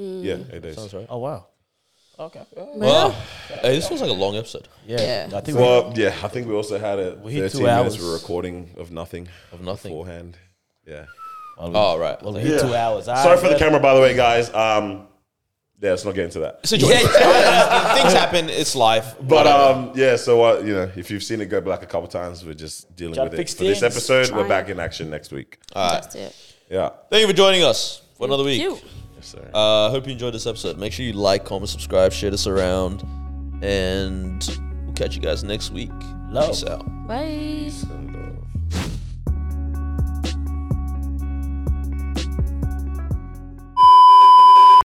Speaker 1: Mm.
Speaker 2: Yeah, eight days.
Speaker 3: Sounds right.
Speaker 4: Oh wow. Okay.
Speaker 3: Wow. ah, Hey, this was like a long episode
Speaker 4: Yeah. I think we-
Speaker 2: Well, yeah, I think we also had a
Speaker 4: hit two
Speaker 2: thirteen minutes
Speaker 4: hours.
Speaker 2: for recording of nothing
Speaker 3: of nothing.
Speaker 2: beforehand. Yeah.
Speaker 3: Oh right.
Speaker 4: well, we
Speaker 3: Like-
Speaker 4: hit two hours.
Speaker 2: uh, Sorry for the camera, by the way, guys. Um, yeah, let's not get into that.
Speaker 3: Yeah, yeah. things happen. It's life.
Speaker 2: But
Speaker 3: whatever.
Speaker 2: um, yeah, so uh, you know, if you've seen it go black a couple times, we're just dealing
Speaker 4: Trying
Speaker 2: with
Speaker 4: to
Speaker 2: it.
Speaker 4: fix
Speaker 2: For this
Speaker 4: things.
Speaker 2: episode, we're
Speaker 1: Trying.
Speaker 2: back in action next week.
Speaker 1: That's it.
Speaker 2: Yeah.
Speaker 3: thank you for joining us for another week.
Speaker 1: Cute.
Speaker 2: Sorry.
Speaker 3: Uh, hope you enjoyed this episode. Make sure you like, comment, subscribe, share this around, and we'll catch you guys next week.
Speaker 4: Love.
Speaker 3: Peace out.
Speaker 1: Bye.
Speaker 2: And, uh,